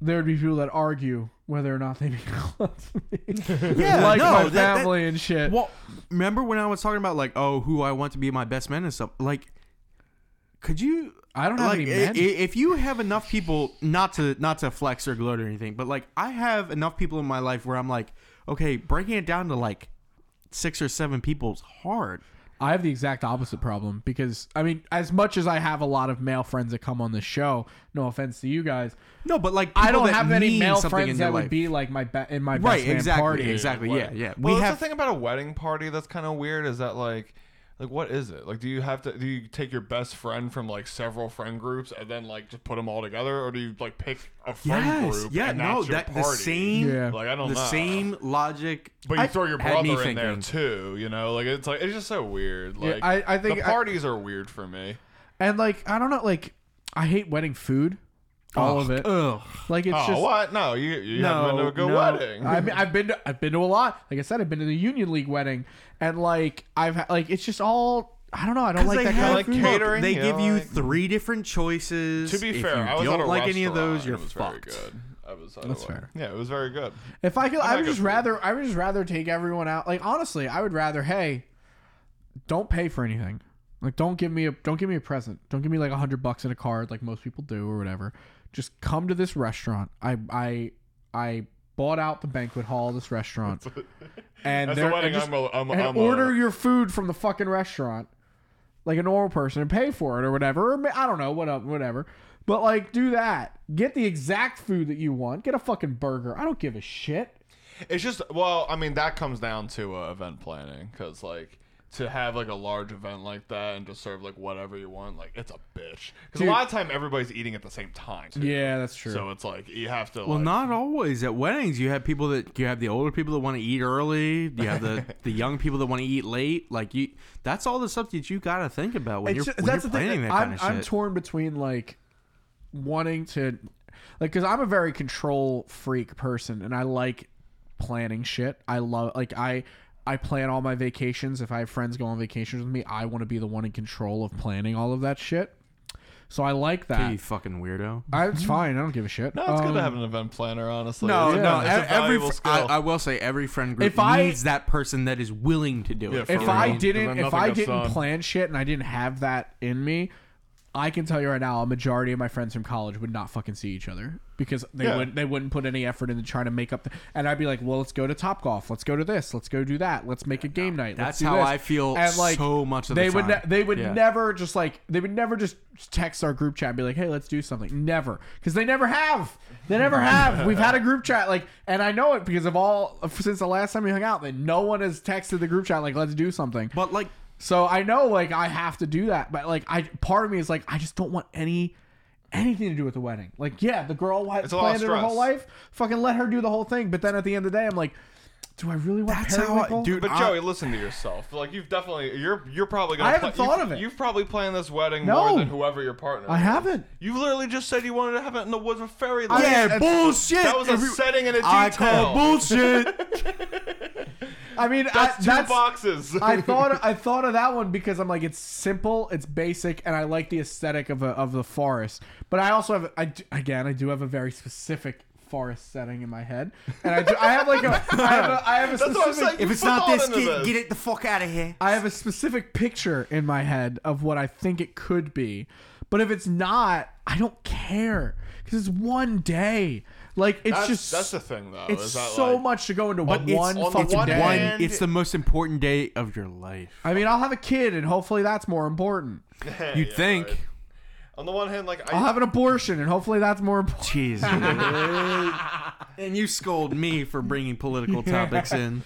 there would be people that argue whether or not they mean a lot to me. Yeah, like no, my that- that- family and shit. Well, remember when I was talking about like, oh, who I want to be my best man and stuff? Like, could you? I don't have Like, any i- i- men. if you have enough people, not to not to flex or gloat or anything, but like, I have enough people in my life where I'm like, okay, breaking it down to like six or seven people's hard. I have the exact opposite problem because I mean, as much as I have a lot of male friends that come on this show, no offense to you guys, No, but like, I people don't that have any mean male something in friends your that would life. be like my be- in my best right. man Exactly. party. Exactly. Yeah. wedding. Yeah. Well, we that's have the thing about a wedding party that's kind of weird. Is that like, like what is it? Like, do you have to do you take your best friend from like several friend groups and then like just put them all together, or do you like pick a friend yes. group? Yeah. and No. that's your That the party? same. Yeah. Like I don't the know. same logic. But you I- throw your had me brother in there thinking. too, you know. Like it's like it's just so weird. Like I- I think the I- parties are weird for me. And like, I don't know, like, I hate wedding food, all of it. Ugh. Like, it's Oh just. what? No, you you haven't been to No, a good no. wedding. I mean, I've been to, I've been to a lot. Like I said, I've been to the Union League wedding, and like I've ha- like it's just all I don't know. I don't like they that kind have- of like food. cater- catering, They you give know, you like- three different choices. to be If fair, you I was don't at a like any restaurant of those, and you're it was fucked. Very good. I was at a That's wedding. fair. Yeah, it was very good. If I could, I would like just a- rather I would just rather take everyone out. Like honestly, I would rather hey, don't pay for anything. Like don't give me a don't give me a present. Don't give me like a hundred bucks in a card like most people do or whatever. Just come to this restaurant. I I I bought out the banquet hall of this restaurant, and That's there- the and wedding. just- I'm a, I'm, a- and I'm a- order your food from the fucking restaurant like a normal person and pay for it or whatever or ma- i don't know what up whatever but like do that get the exact food that you want get a fucking burger i don't give a shit It's just well, I mean that comes down to uh, event planning because like to have like a large event like that and just serve like whatever you want, like it's a bitch. Because a Dude. lot of time everybody's eating at the same time. Too. Yeah, that's true. So it's like you have to. Well, like, not always. At weddings, you have people that you have the older people that want to eat early. You have the, the young people that want to eat late. Like you, that's all the stuff that you got to think about when It's you're, ju- when that's you're the planning thing. that I'm, kind of I'm shit. torn between like wanting to, like, because I'm a very control freak person, and I like planning shit. I love like I. I plan all my vacations. If I have friends go on vacations with me, I want to be the one in control of planning all of that shit. So I like you that. fucking weirdo. I, it's fine. I don't give a shit. No, it's good Um, to have an event planner, honestly. No, It's- Yeah. no. it's ev- a Every, valuable fr- skill. I, I will say every friend group If I- needs that person that is willing to do it. Yeah, if for I real. didn't And then if nothing I gets didn't done. plan shit and I didn't have that in me, I can tell you right now, a majority of my friends from college would not fucking see each other because they Yeah. wouldn't they wouldn't put any effort into trying to make up. The, and I'd be like, well, let's go to Top Golf, let's go to this, let's go do that, let's make a game night. that's let's do how this." I feel so much of the they would time. ne- they would Yeah. never just like they would never just text our group chat and be like, hey, let's do something. Never because they never have. They never have. We've had a group chat like, and I know it because of all since the last time we hung out that no one has texted the group chat like, let's do something. But like, So I know like I have to do that, but like I part of me is like I just don't want any anything to do with the wedding. Like yeah, the girl wa- a lot of planned it her whole stress. life, fucking let her do the whole thing. But then at the end of the day, I'm like, do I really want That's how I- periwinkle? dude, But I- Joey, listen to yourself. Like you've definitely you're you're probably gonna. I haven't pla- thought of you've- it. You've probably planned this wedding No. more than whoever your partner. I is. haven't. You literally just said you wanted to have it in the woods with fairy lights. Yeah, yeah, that's- bullshit. that was a Every- setting and a detail. I call bullshit. I mean, That's I, two that's, boxes. I thought I thought of that one because I'm like it's simple, it's basic, and I like the aesthetic of a, of the forest. But I also have I do, again I do have a very specific forest setting in my head, and I do, I have like a I have a, I have a That's what I'm specific saying. You put thought into it the fuck out of here. I have a specific picture in my head of what I think it could be. But if it's not, I don't care because it's one day. Like it's That's, just that's the thing, though. it's is that so like, much to go into But one it's on the fucking one day. hand- It's the most important day of your life. I mean, I'll have a kid, and hopefully that's more important. You'd Yeah, think. right. On the one hand, like I'll I, have an abortion, and hopefully that's more important. Jesus. and you scold me for bringing political topics in.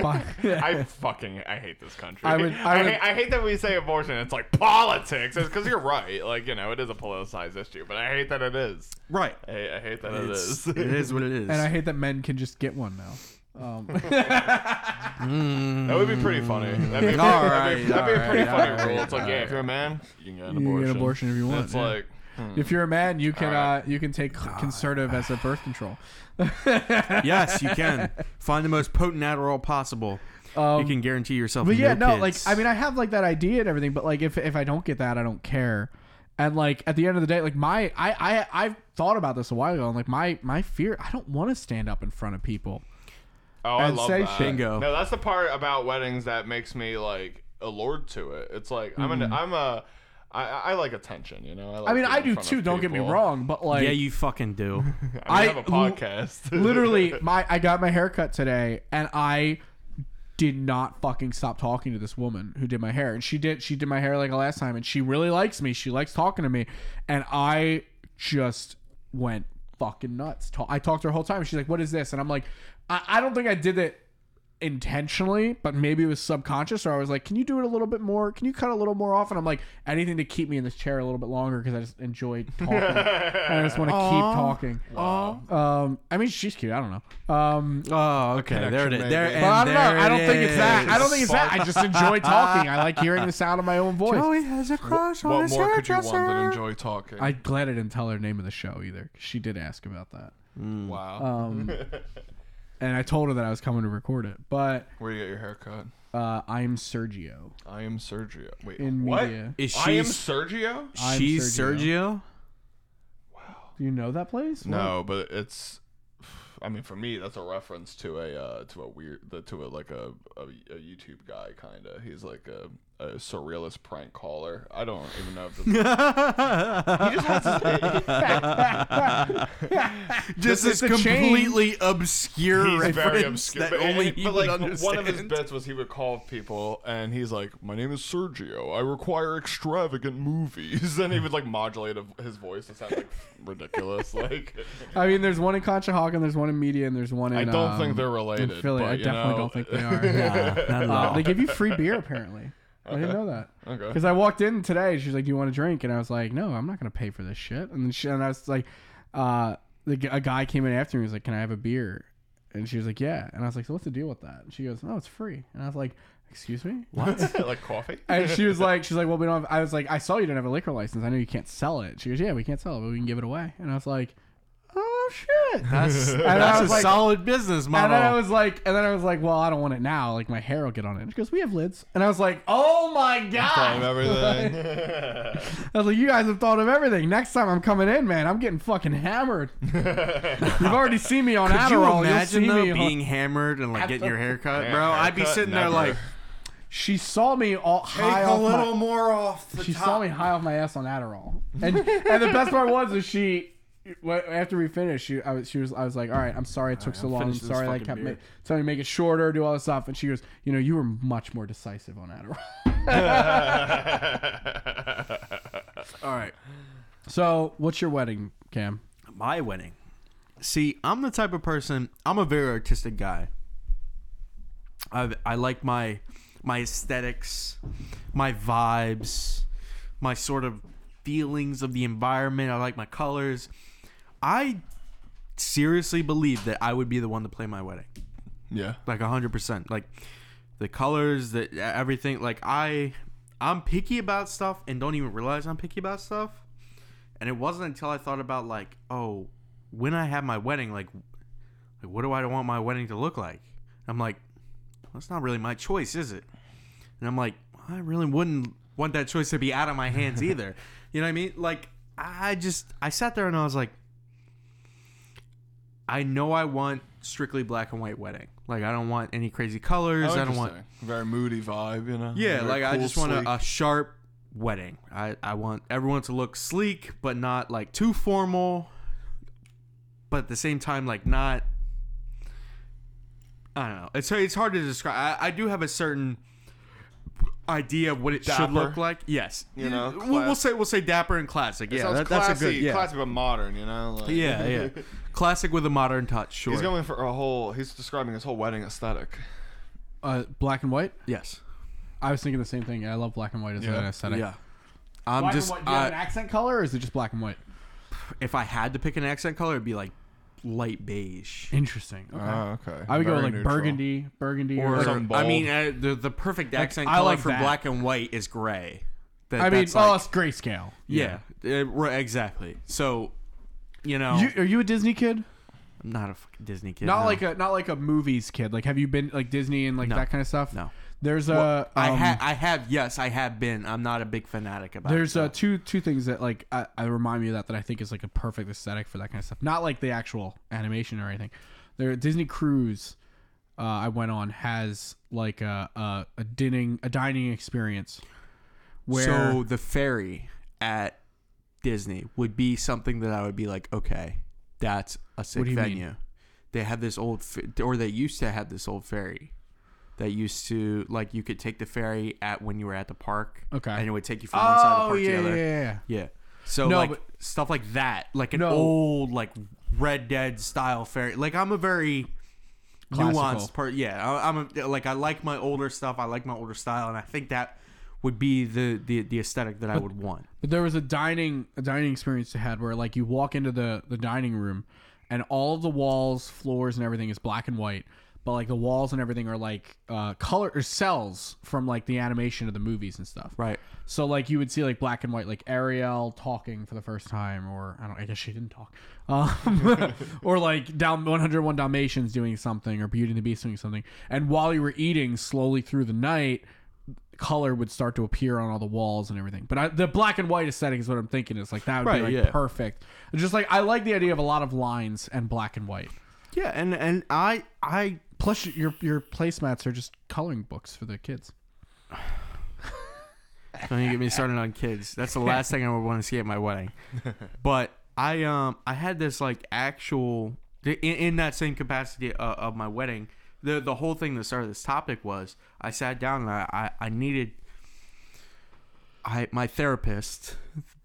I fucking I hate this country. I would- I would- hate, I hate that we say abortion. It's like politics. It's because you're right. Like you know, it is a politicized issue, but I hate that it is. Right. I, I hate that It's, it it is. is what it is. and I hate that men can just get one now. Um, That would be pretty funny. Mm. That'd be, All that'd be, that'd right, be a all pretty funny right, all right, rule. It's like, all yeah, if you're a man, you can get an You abortion. can get an abortion if you want, It's yeah. like, if you're a man, you can Alright. uh, you can take conservative as a birth control. yes, you can. Find the most potent Adderall possible. Um, you can guarantee yourself. But yeah, no, kids. like I mean, I have like that idea and everything, but like if if I don't get that, I don't care. And like at the end of the day, like my I I I've thought about this a while ago, and like my my fear, I don't want to stand up in front of people. oh, I And love say that. Bingo. No, that's the part about weddings that makes me like allured to it. It's like I'm an I'm a I, I like attention. You know. I, like Mm-hmm. I mean, being I in do front of too. Don't get me people. wrong, but like yeah, you fucking do. I, mean, I I- have a podcast. literally my I got my haircut today, and I did not fucking stop talking to this woman who did my hair, and she did she did my hair like last time, and she really likes me. She likes talking to me, and I just went fucking nuts. Ta- I talked to her whole time. and She's like, "What is this?" And I'm like, "I, I don't think I did it." intentionally, but maybe it was subconscious, or I was like, "Can you do it a little bit more? Can you cut a little more off?" And I'm like, "Anything to keep me in this chair a little bit longer because I just enjoy talking. I just want to Aw. keep talking." Um, I mean, she's cute. I don't know. Um, Oh, okay. There it is. Connection, There, maybe. and but I don't know. there I don't it think it's that. is. I don't think it's that. I just enjoy talking. I like hearing the sound of my own voice. Joey Oh, has a crush on what his more could you want than hairdresser. enjoy talking? I'm glad I didn't tell her name of the show either. 'cause She did ask about that, uh, Um, wow. and I told her that I was coming to record it. But Where you get your haircut? uh, I'm Sergio I am Sergio. Wait, in what? media. Is I she? am Sergio? I'm She's Sergio. Do you know that place? No, but it's. I mean, for me, that's a reference to a uh, to a weird the, to a like a, a, a YouTube guy kind of. He's like a, a surrealist prank caller. I don't even know if this, he just has his, Just This this is the chain. completely obscure He's reference very obscure. that but, only and- he but, would like understand. one of his bits was he would call people and he's like, "My name is Sergio. I require extravagant movies." And he would like modulate of- his voice to sound like ridiculous. Like I mean, there's one in Conshohocken, there's one in Media, and there's one in. I don't um, think they're in related. Philly. but, I you definitely know, don't think they are. Nah, not at Uh, all. they give you free beer apparently. I didn't Okay. know that. Okay. Because I walked in today, she's like, "Do you want a drink?" And I was like, "No, I'm not gonna pay for this shit." And then she, and I was like, uh, the, g- a guy came in after me. and was like, "Can I have a beer?" And she was like, "Yeah." And I was like, "So what's the deal with that?" And she goes, "No, it's free." And I was like, "Excuse me?" like coffee. And she was like, "She's like, well, we don't." Have, I was like, "I saw you didn't have a liquor license. I know you can't sell it." She goes, "Yeah, we can't sell it, but we can give it away." And I was like, "Oh shit!" That's, I that's a was like- solid business And then I model. was like, and then I was like, well, I don't want it now. Like my hair will get on it. And she goes, we have lids. And I was like, oh my From god. everything. I was like, you guys have thought of everything. Next time I'm coming in, man, I'm getting fucking hammered. You've already seen me on Could you Adderall. will imagine see though me on- being hammered and like getting your hair cut, bro? I'd be Haircut, sitting there never. like, she saw me all high take a off my- little more off the she top. saw me high off my ass on Adderall, and and the best part was is she. wh- After we finished, she I was she was I was like, "All right, I'm sorry it took so I'm long. I'm finishing this sorry I fucking kept ma- beer." telling me to make it shorter, do all this stuff." And she goes, "You know, you were much more decisive on Adderall." All right. So, what's your wedding, Cam? my wedding. See, I'm the type of person. I'm a very artistic guy. I I like my my aesthetics, my vibes, my sort of feelings of the environment. I like my colors. I seriously believe that I would be the one to play my wedding yeah. like 100% like the colors the e-, everything like i i'm picky about stuff and don't even realize i'm picky about stuff and it wasn't until i thought about like oh when i have my wedding like, like what do i want my wedding to look like i'm like that's not really my choice is it and i'm like i really wouldn't want that choice to be out of my hands either you know what i mean like i just i sat there and i was like i know i want strictly black and white wedding like i don't want any crazy colors i don't want Oh, Interesting. very moody vibe, you know. yeah, Very like I cool, just uh, want sleek. a, a sharp wedding. I, I want everyone to look sleek, but not like too formal. But at the same time, like not. I don't know. It's it's hard to describe. I, I do have a certain idea of what it should Dapper. look like. Yes, You know, we'll, we'll class- say we'll say dapper and classic. Yeah, Sounds that- classy, that's a good. Yeah, classy but modern, you know. Like, yeah, yeah. classic with a modern touch. Sure. He's going for a whole. He's describing his whole wedding aesthetic. Uh, black and white. yes. I was thinking the same thing. I love black and white as Yeah. an aesthetic. uh, Yeah. I'm Black just. and white. Do you have I- an accent color, or is it just black and white? if I had to pick an accent color, it'd be like light beige. Interesting. Okay. Oh, okay. I would go with, Very like neutral. burgundy, burgundy, or, Uh, Or, like- something I bold. mean, uh, the the perfect accent I color like for that. black and white is gray. That, I mean, that's oh, like- it's grayscale. yeah, Uh, right, exactly. So, you know, You, are you a Disney kid? I'm not a fucking Disney kid. Not no. like a not like a movies kid. Like, have you been like Disney and like No. that kind of stuff? No. There's a I um, ha- I have yes, I have been. I'm not a big fanatic about. There's it, uh, though. two two things that like I, I remind me of that that I think is like a perfect aesthetic for that kind of stuff. Not like the actual animation or anything. There Disney cruise uh, I went on has like a a, a dining a dining experience where so the ferry at Disney would be something that I would be like, okay, that's a sick What do you mean? venue. They have this old, f- or they used to have this old ferry that used to like you could take the ferry at when you were at the park. Okay. and it would take you from one side of the oh park yeah, to yeah the other. Yeah. yeah yeah. So No, like but- stuff like that, like an No. old like Red Dead style ferry. Like I'm a very Classical. nuanced part. Yeah, I, I'm a, like I like my older stuff. I like my older style, and I think that would be the the, the aesthetic that I would want. But there was a dining a dining experience I had where like you walk into the the dining room and all of the walls, floors, and everything is black and white. But like the walls and everything are like uh, color or cells from like the animation of the movies and stuff. Right. So like you would see like black and white, like Ariel talking for the first time, or I don't, I guess she didn't talk, um, or like down 101 Dalmatians doing something, or Beauty and the Beast doing something. And while you were eating slowly through the night, color would start to appear on all the walls and everything. But I, the black and white aesthetic is what I'm thinking. Is like that would Right, be like yeah. perfect. Just like I like the idea of a lot of lines and black and white. Yeah, and and I I Plus your your placemats are just coloring books for the kids. don't you get me started on kids. That's the last thing I would want to see at my wedding. But I um I had this like actual in, in that same capacity uh, of my wedding. The the whole thing that started this topic was I sat down and I I, I needed I my therapist,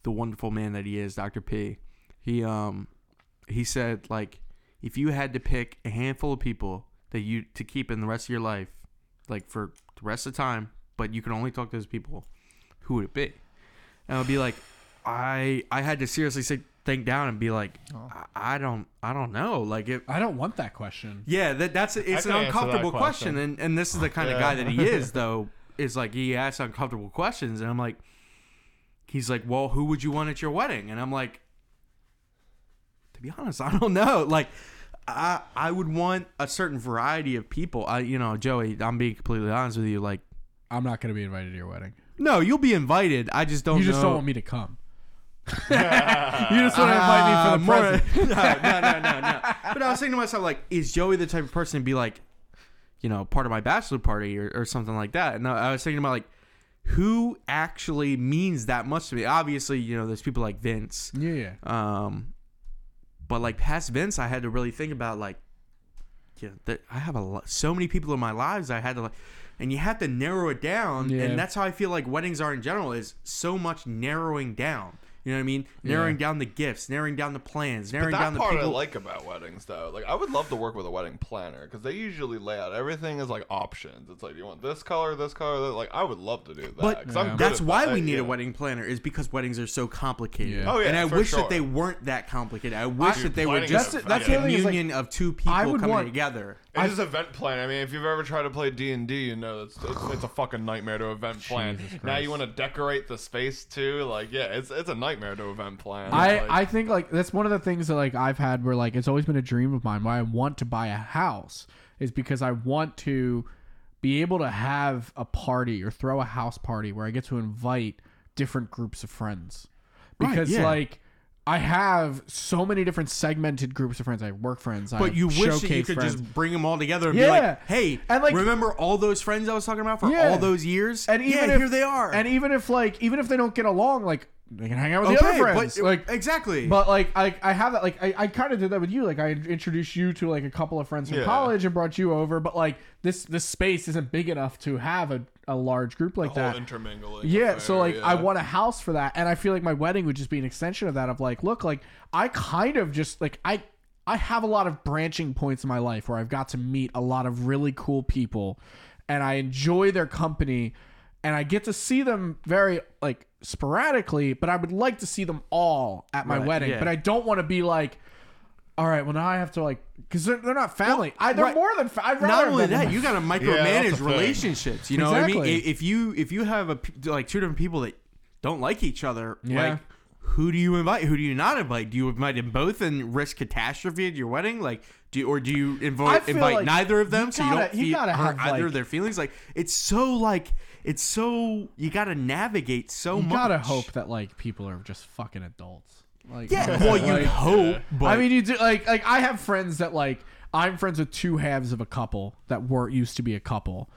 the wonderful man that he is, Doctor P. He um he said like if you had to pick a handful of people that you to keep in the rest of your life, like for the rest of the time, but you can only talk to those people, who would it be? And I'd be like, I I had to seriously sit, think down and be like, I, I don't I don't know. Like if I don't want that question. yeah, that that's it's can an answer that uncomfortable question. question. and and this is the kind of guy that he is though. Is like he asks uncomfortable questions, and I'm like, he's like, well, who would you want at your wedding? And I'm like, to be honest, I don't know. Like, I I would want a certain variety of people. I you know, Joey, I'm being completely honest with you. Like, I'm not going to be invited to your wedding. no, you'll be invited. I just don't. You just know. don't want me to come. you just want to invite me for the Uh, present. more- no, no, no, no, no. But I was saying to myself, like, is Joey the type of person to be like, you know, part of my bachelor party or, or something like that? And I I was thinking about like, who actually means that much to me? Obviously, you know, there's people like Vince, Yeah, yeah. um, but like past Vince, I had to really think about like, yeah, that I have a lot, so many people in my lives I had to like, and you have to narrow it down, Yeah. and that's how I feel like weddings are in general is so much narrowing down. You know what I mean? Narrowing down the gifts, narrowing down the plans, narrowing But down that the part I people. like about weddings, though. Like, I would love to work with a wedding planner because they usually lay out everything as like options. It's like you want this color, this color. That. Like, I would love to do that. But 'cause I'm good that's at why that, we need yeah. a wedding planner is because weddings are so complicated. Yeah. Oh, yeah, and I for wish sure. that they weren't that complicated. I wish that they were planning just is a that's fucking- the thing is, like, union of two people would coming want- together. It's just event plan. I mean, if you've ever tried to play D and D, you know that's it's, it's a fucking nightmare to event plan. Now you want to decorate the space too. Like, yeah, it's it's a nightmare to event plan. I, Like, I think like that's one of the things that like I've had where like it's always been a dream of mine why I want to buy a house is because I want to be able to have a party or throw a house party where I get to invite different groups of friends Right, because yeah. like I have so many different segmented groups of friends I have work friends I But have you wish that you showcase could friends. just bring them all together and be Yeah. like, "Hey, And, like- remember all those friends I was talking about for Yeah. all those years? and even yeah, if, here they are." and even if like even if they don't get along like they can hang out with the okay, other friends but like exactly. But like I, I have that like I, I kind of did that with you. Like I introduced you to like a couple of friends from Yeah. college and brought you over. But like this this space isn't big enough to have a, a large group like whole that. intermingling. yeah. affair, so like I yeah. want a house for that, and I feel like my wedding would just be an extension of that. Of like, look, like I kind of just like I. I have a lot of branching points in my life where I've got to meet a lot of really cool people and I enjoy their company and I get to see them very like sporadically, but I would like to see them all at my Right, wedding. yeah. But I don't want to be like, all right, well now I have to like, because they're, they're not family. I, they're right. more than. Fa- I'd not rather only them than that, you got to that's the micromanage thing. relationships. You know what I mean? Exactly. I- If you if you have a p- like two different people that don't like each other, Yeah. like who do you invite? Who do you not invite? Do you invite them both and risk catastrophe at your wedding? Like do you, or do you I invite feel invite like neither of them you so you don't gotta- you feel gotta hurt have, either like- of their feelings? Like it's so like it's so you got to navigate so you much. gotta hope that like people are just fucking adults. Like, Yeah, well, you like- hope, but I mean, you do like like I have friends that like I'm friends with two halves of a couple that weren't used to be a couple,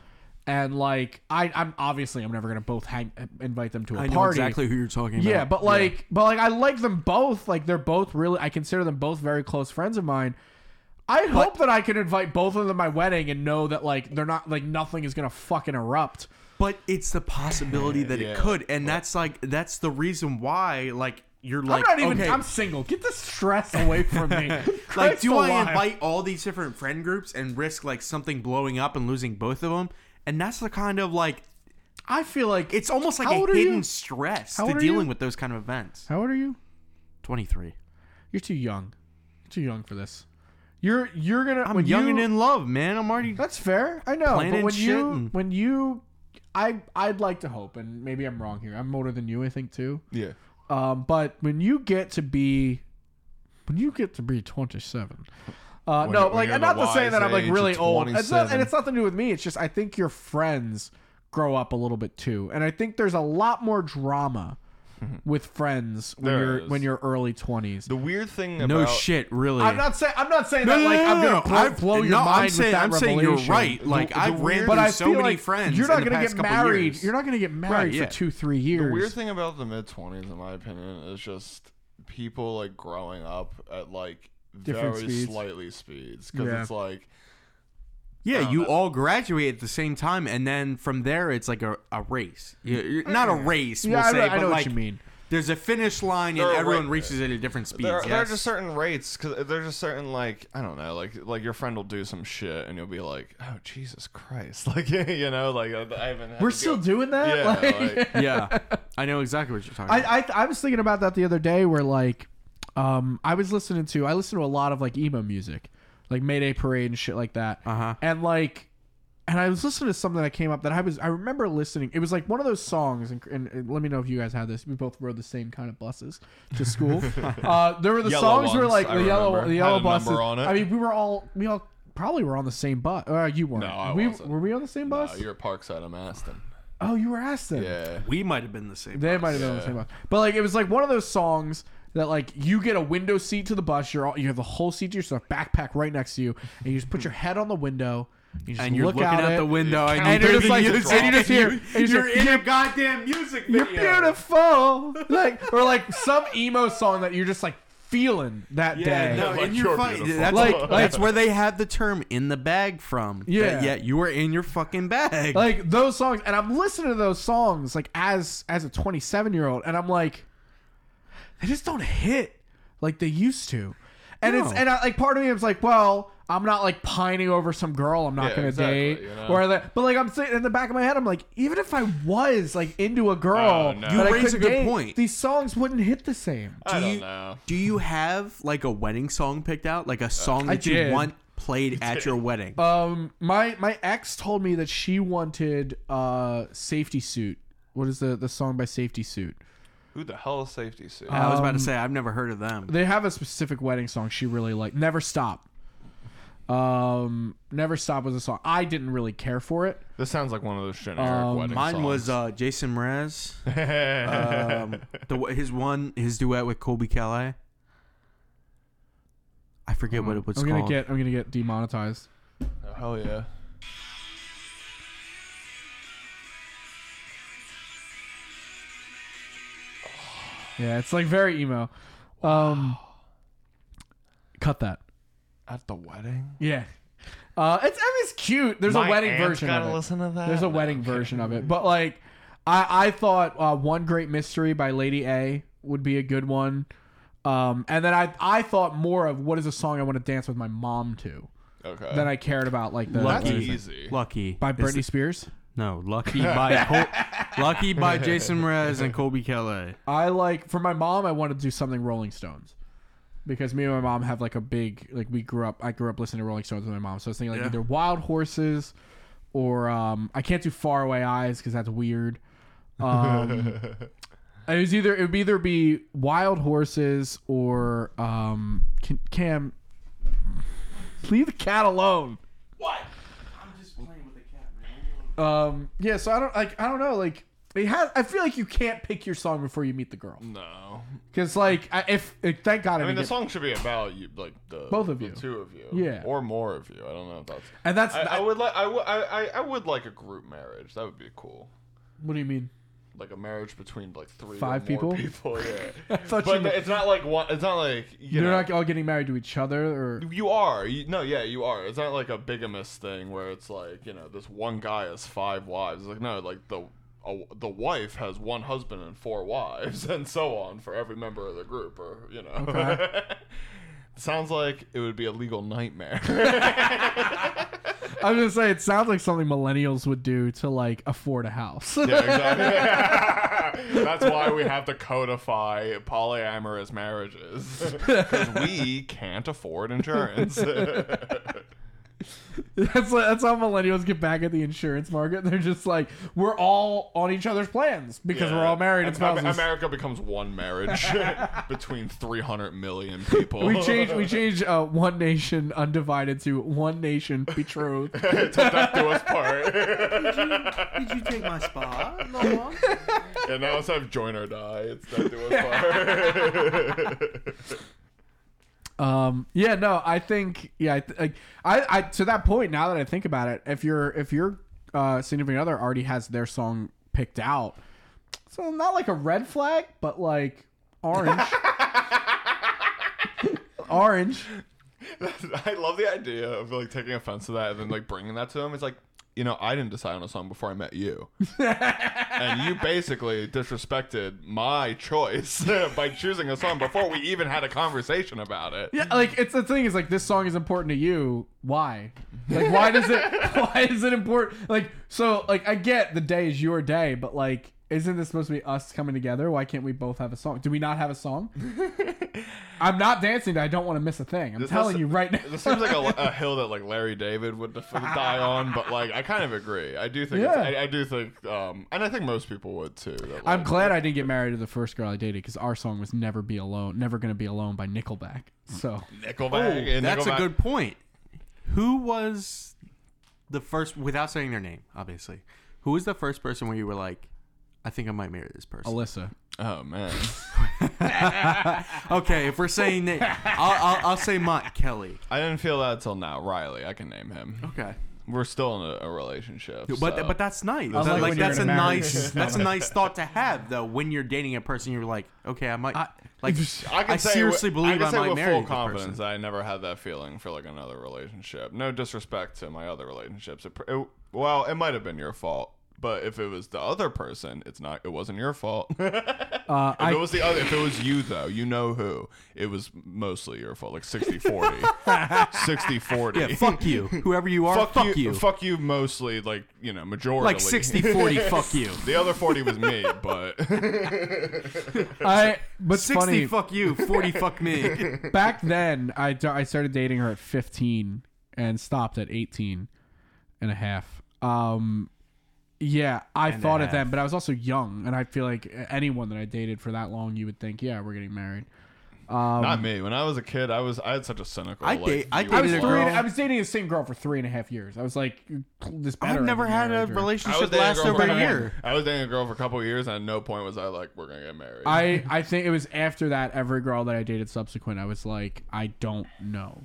and like I I'm obviously I'm never gonna both hang invite them to a I know party. exactly who you're talking about. Yeah, but like, but like, I like them both. Like, they're both really. I consider them both very close friends of mine. I hope that I can invite both of them to my wedding and know that like they're not like nothing is gonna fucking erupt. But it's the possibility that Yeah. it could, and that's like that's the reason why like you're like I'm not even. okay, I'm single. Get the stress away from me. like Christ do I alive. invite all these different friend groups and risk like something blowing up and losing both of them? And that's the kind of like I feel like it's almost like How old a are hidden you? stress How to old are dealing you? with those kind of events. How old are you? Twenty three. You're too young. You're too young for this. You're you're gonna. I'm when young you- and in love, man. I'm already That's fair. I know, Planning but when you shit and- when you, I I'd like to hope, and maybe I'm wrong here. I'm older than you, I think too. Yeah. Um, but when you get to be, when you get to be 27, uh, When- no, when like you're I'm the not just saying wise that I'm like age really of old. It's not, and 27. it's nothing to do with me. It's just I think your friends grow up a little bit too, and I think there's a lot more drama with friends when There you're is. when you're early 20s. The weird thing about no shit, really. I'm not saying I'm not saying No, that no, like no, I'm no, gonna no. blow, I've- blow your no, mind I'm with saying, that I'm saying you're revelation. right. Like the I've ran weird- through But I so feel many like friends. you're not in the gonna past get couple married. years. You're not gonna get married Right, yeah. for two three years. The weird thing about the mid twenties, in my opinion, is just people like growing up at like Different very speeds. slightly speeds because Yeah. it's like Yeah, Oh, you that's- all graduate at the same time, and then from there it's like a, a race. You- you're- not a race, Uh, yeah, we'll I, say, know- I but know like what you mean. there's a finish line, There and are everyone ra- reaches it at different speeds. there, there are yes? just certain rates because there's just certain like I don't know like like your friend will do some shit and you'll be like oh Jesus Christ like you know like uh, I haven't had We're to still go- doing that. yeah Like- like, yeah, I know exactly what you're talking about. I, I I was thinking about that the other day, where like, um, I was listening to I listen to a lot of like emo music, like Mayday Parade and shit like that, Uh Uh-huh. huh. and like, and I was listening to something that came up that I was I remember listening. It was like one of those songs, and, and, and let me know if you guys had this. We both rode the same kind of buses to school. uh, there were the Yellow songs were ones, like I the yellow remember. the yellow Had a number buses. on it. I mean, we were all we all probably were on the same bus. Uh, you weren't. No, I we, wasn't. Were we on the same nah, bus? you're uh, Parkside I'm Aston oh, you were Aston. yeah We might have been the same. They might have been on the Yeah. same bus, but like it was like one of those songs that like you get a window seat to the bus. You're all you have the whole seat to yourself, backpack right next to you, and you just put your head on the window. You just and you're look looking out out the it, window, And and you're you're just like- music, and you just hear- you- and you you're just- in a goddamn music You're video. beautiful, like or like some emo song that you're just like feeling that Yeah, day. no, Like, and you're, you're fu- beautiful. That's, Like- that's like- where they had the term "in the bag" from. that, Yeah. yeah, you were in your fucking bag. Like those songs, and I'm listening to those songs like as as a 27 year old, and I'm like, they just don't hit like they used to. And it's No. and I, like part of me is like, well, I'm not like pining over some girl I'm not Yeah, gonna exactly, date, you know? or that. But like I'm sitting in the back of my head, I'm like, even if I was like into a girl, Oh, no. that You I raise couldn't a good date, point. These songs wouldn't hit the same. I Do don't you- know Do you have like a wedding song picked out? Like a song I that you did. want played at your wedding? Um, my my ex told me that she wanted uh safety suit. What is the the song by Safety Suit? who the hell is safety suit Uh, I was about to say I've never heard of them. they have a specific wedding song she really liked. Never Stop. Um, Never Stop was a song I didn't really care for it. this sounds like one of those generic um, wedding Mine was songs. uh, Jason Mraz. uh, um, the, his one his duet with Colby Calais. I forget what it was I'm called. gonna get I'm gonna get demonetized. oh, hell yeah Yeah, it's like very emo. Um, cut that. at the wedding Yeah. Uh, it's I mean, it's cute. There's a wedding version gotta of it. listen to that There's a wedding version of it, but like, I I thought uh, one great mystery by Lady A would be a good one, um, and then I I thought more of what is a song I want to dance with my mom to okay than I cared about like the that's Lucky. easy Lucky by Is Britney Spears. it- No, Lucky by Col- Lucky by Jason Mraz and Colby Calais. I like for my mom. I want to do something Rolling Stones because me and my mom have like a big like we grew up. I grew up listening to Rolling Stones with my mom, so I was thinking like Yeah. either Wild Horses or um, I can't do Far Away Eyes because that's weird. Um, it was either it would either be Wild Horses or um, can, Cam. Leave the cat alone. What? I'm just playing with the cat, man. Um, yeah, so I don't like I don't know like it has. I feel like you can't pick your song before you meet the girl Mm. no because like I, if, if thank God I, I mean, didn't the get- song should be about you, like the Both of the you. two of you, Yeah. or more of you. I don't know if that's. and that's I, I would like. I, w- I, I- I would like a group marriage. That would be cool. What do you mean? Like a marriage between like three, or Five more people? people. Yeah, thought you but meant- it's not like one. It's not like you They're know. not all getting married to each other, or you are. You, no, yeah, you are. It's not like a bigamous thing where it's like you know this one guy has five wives. Like no, like the. A, the wife has one husband and four wives, and so on for every member of the group, or you know. Okay. Sounds like it would be a legal nightmare. I was gonna say it sounds like something millennials would do to like afford a house. Yeah, exactly. That's why we have to codify polyamorous marriages because we can't afford insurance. that's like, that's how millennials get back at the insurance market. They're just like we're all on each other's plans because we're all married and Am- Am- spouses. America becomes one marriage between 300 million people. we change we change uh, one nation undivided to one nation betrothed. Till death do us part. Did you take my spot? and now let's have join or die. It's death do us part. Um. Yeah. No. I think. Yeah. I, th- like, I. I. To that point. Now that I think about it, if your if your uh, significant other already has their song picked out, so not like a red flag, but like orange. orange. I love the idea of like taking offense to that and then like bringing that to him. It's like, you know, I didn't decide on a song before I met you, and you basically disrespected my choice by choosing a song before we even had a conversation about it. Yeah, like it's the thing is like this song is important to you. Why? Like why does it why is it important? Like so like I get the day is your day, but like isn't this supposed to be us coming together? Why can't we both have a song? Do we not have a song? I'm not dancing. to I don't want to miss a thing. I'm This has- telling you right now. This seems like a, a hill that like Larry David would def- die on, but like I kind of agree. I do think it's, Yeah. I, I do think, um, and I think most people would too. That, like, I'm glad I didn't get married to the first girl I dated because our song was "Never Be Alone," "Never Gonna Be Alone" by Nickelback. So Nickelback. and That's Nickelback- a good point. Who was the first, without saying their name, obviously, who was the first person where you were like, I think I might marry this person? Alyssa, Oh man, okay, if we're saying name, I'll, I'll, I'll say Mont Kelly. I didn't feel that till now. Riley, I can name him. Okay. We're still in a, a relationship, Oh. But so- but that's nice. like That- when like you're that's a gonna marry. nice that's a nice thought to have though. When you're dating a person, you're like, okay, I might like. I can say seriously with, I believe can I, say might with marry full the confidence person. that I never had that feeling for like another relationship. No disrespect to my other relationships. It, pr- it, well, it might have been your fault, but if it was the other person, it's not. It wasn't your fault. uh, If it I was the other, if it was you though, you know who. It was mostly your fault, like 60-40. 60-40. Yeah, fuck you, whoever you are, fuck, you, Fuck you mostly like, you know, majority. like 60-40, fuck you, The other 40 was me, but I but sixty, funny fuck you, forty, fuck me. back then I, d- I started dating her at 15 and stopped at 18 and a half um yeah i a thought it half. then but i was also young and i feel like uh, anyone that i dated for that long you would think yeah we're getting married not me. When I was a kid, I was I had such a cynical Um, I like, date- I view i dated of was a life. three girl- i was dating the same girl for three and a half years i was like this better I've never than had a marriage, or- I was relationship dating last girl over for a couple- year. I was dating a girl for a couple years, and at no point was I like, "We're gonna get married." I, I think it was after that every girl that I dated subsequent I was like I don't know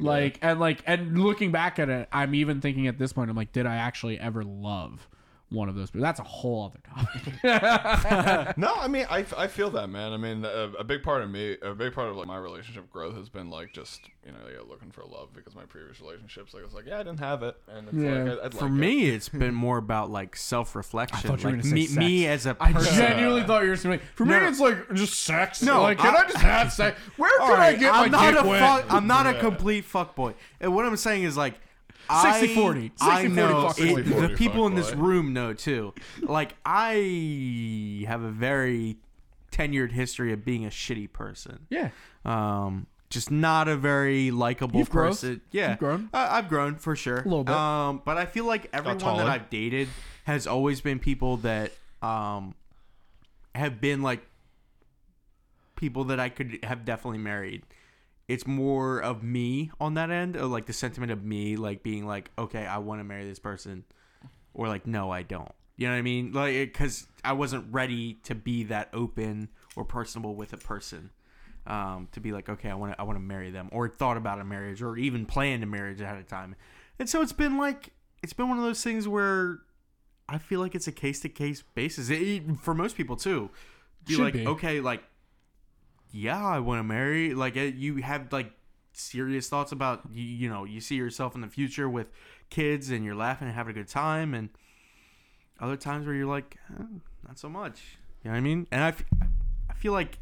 like and like and looking back at it I'm even thinking at this point I'm like did I actually ever love one of those people that's a whole other topic no, I mean, I, I feel that man. I mean, a, a big part of me, a big part of like my relationship growth has been like just you know yeah, looking for love because my previous relationships like I was like, yeah, I didn't have it, and it's Yeah. like, I, I'd For like it. me, it. has been more about like self reflection. thought you were Like, gonna me, say me sex. as a I person. genuinely thought you were something for me No. it's like just sex No, like can I, I- just have sex where can I Alright, get I'm my not dick a wet? fuck, I'm not a complete fuckboy. And what I'm saying is like I- 60-40. I 60-40 know fuckboy. it- the 60-40 people in this fuckboy. room know too. Like I have a very tenured history of being a shitty person. yeah Um just not a very likable You've grown. person. Yeah. You've grown. I, I've grown for sure. A little bit. Um but I feel like everyone that taller. I've dated has always been people that um have been like people that I could have definitely married. It's more of me on that end, or like the sentiment of me, like being like, okay, I want to marry this person, or like, no, I don't. You know what I mean? Like, because I wasn't ready to be that open or personable with a person, um, to be like, okay, I want to, I want to marry them, or thought about a marriage, or even planned a marriage ahead of time. And so it's been like, it's been one of those things where I feel like it's a case to case basis it, for most people too. Be Should like, be. okay, like, yeah, I want to marry. Like, it, you have like serious thoughts about you, you know, you see yourself in the future with kids, and you're laughing and having a good time, and other times where you're like, eh, not so much. You know what I mean? And I, f- I feel like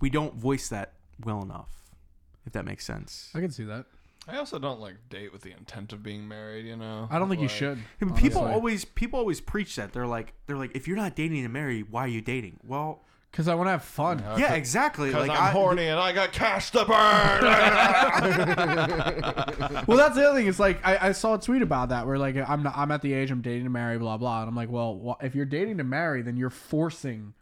we don't voice that well enough, if that makes sense. I can see that I also don't like date with the intent of being married. You know, I don't think you Like, should I mean, people honestly. always people always preach that they're like they're like if you're not dating to marry, why are you dating? Well, because I want to have fun yeah, exactly. Because Like I'm I, horny and I got cash to burn. well, that's the other thing. It's like I, I saw a tweet about that where like I'm not, I'm at the age I'm dating to marry, blah blah. And I'm like, well, wh- if you're dating to marry, then you're forcing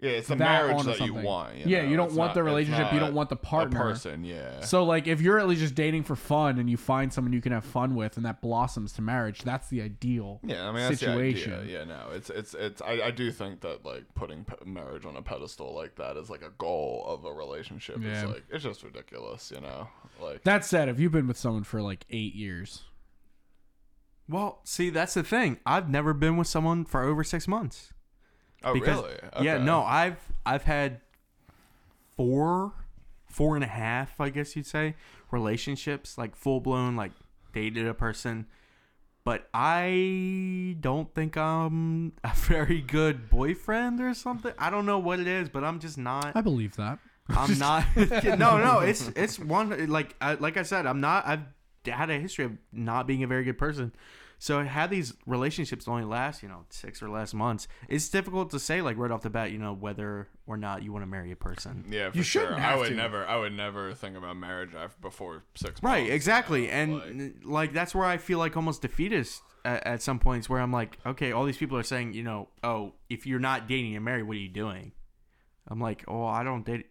yeah, it's the that marriage onto that you something. want. yeah, know? you don't It's want not- the it's relationship. You not don't want the a partner. person. Yeah. So like, if you're at least just dating for fun and you find someone you can have fun with, and that blossoms to marriage, that's the ideal. Yeah, I mean that's situation. The idea. Yeah, no, it's it's it's. I, I do think that like putting pe- marriage on a pedestal like that is like a goal of a relationship. Yeah. It's like it's just ridiculous, you know. Like That said, if you've been with someone for like eight years, Well, see, that's the thing. I've never been with someone for over six months. oh because- really? Yeah, Okay. no, I've I've had four four and a half, I guess you'd say, relationships, like full blown, like dated a person. But I don't think I'm a very good boyfriend or something. I don't know what it is, but I'm just not. I believe that. I'm not. no, no, it's it's one like I, like I said, I'm not. I've had a history of not being a very good person, so I had these relationships only last you know six or less months. It's difficult to say like right off the bat, you know, whether or not you want to marry a person. Yeah, for You sure. shouldn't I have would to. never. I would never think about marriage after before six. Right, months, exactly, you know, and like- like, that's where I feel like almost defeatist at, at some points, where I'm like, okay, all these people are saying, you know, oh, if you're not dating and married, what are you doing? I'm like, oh, I don't date.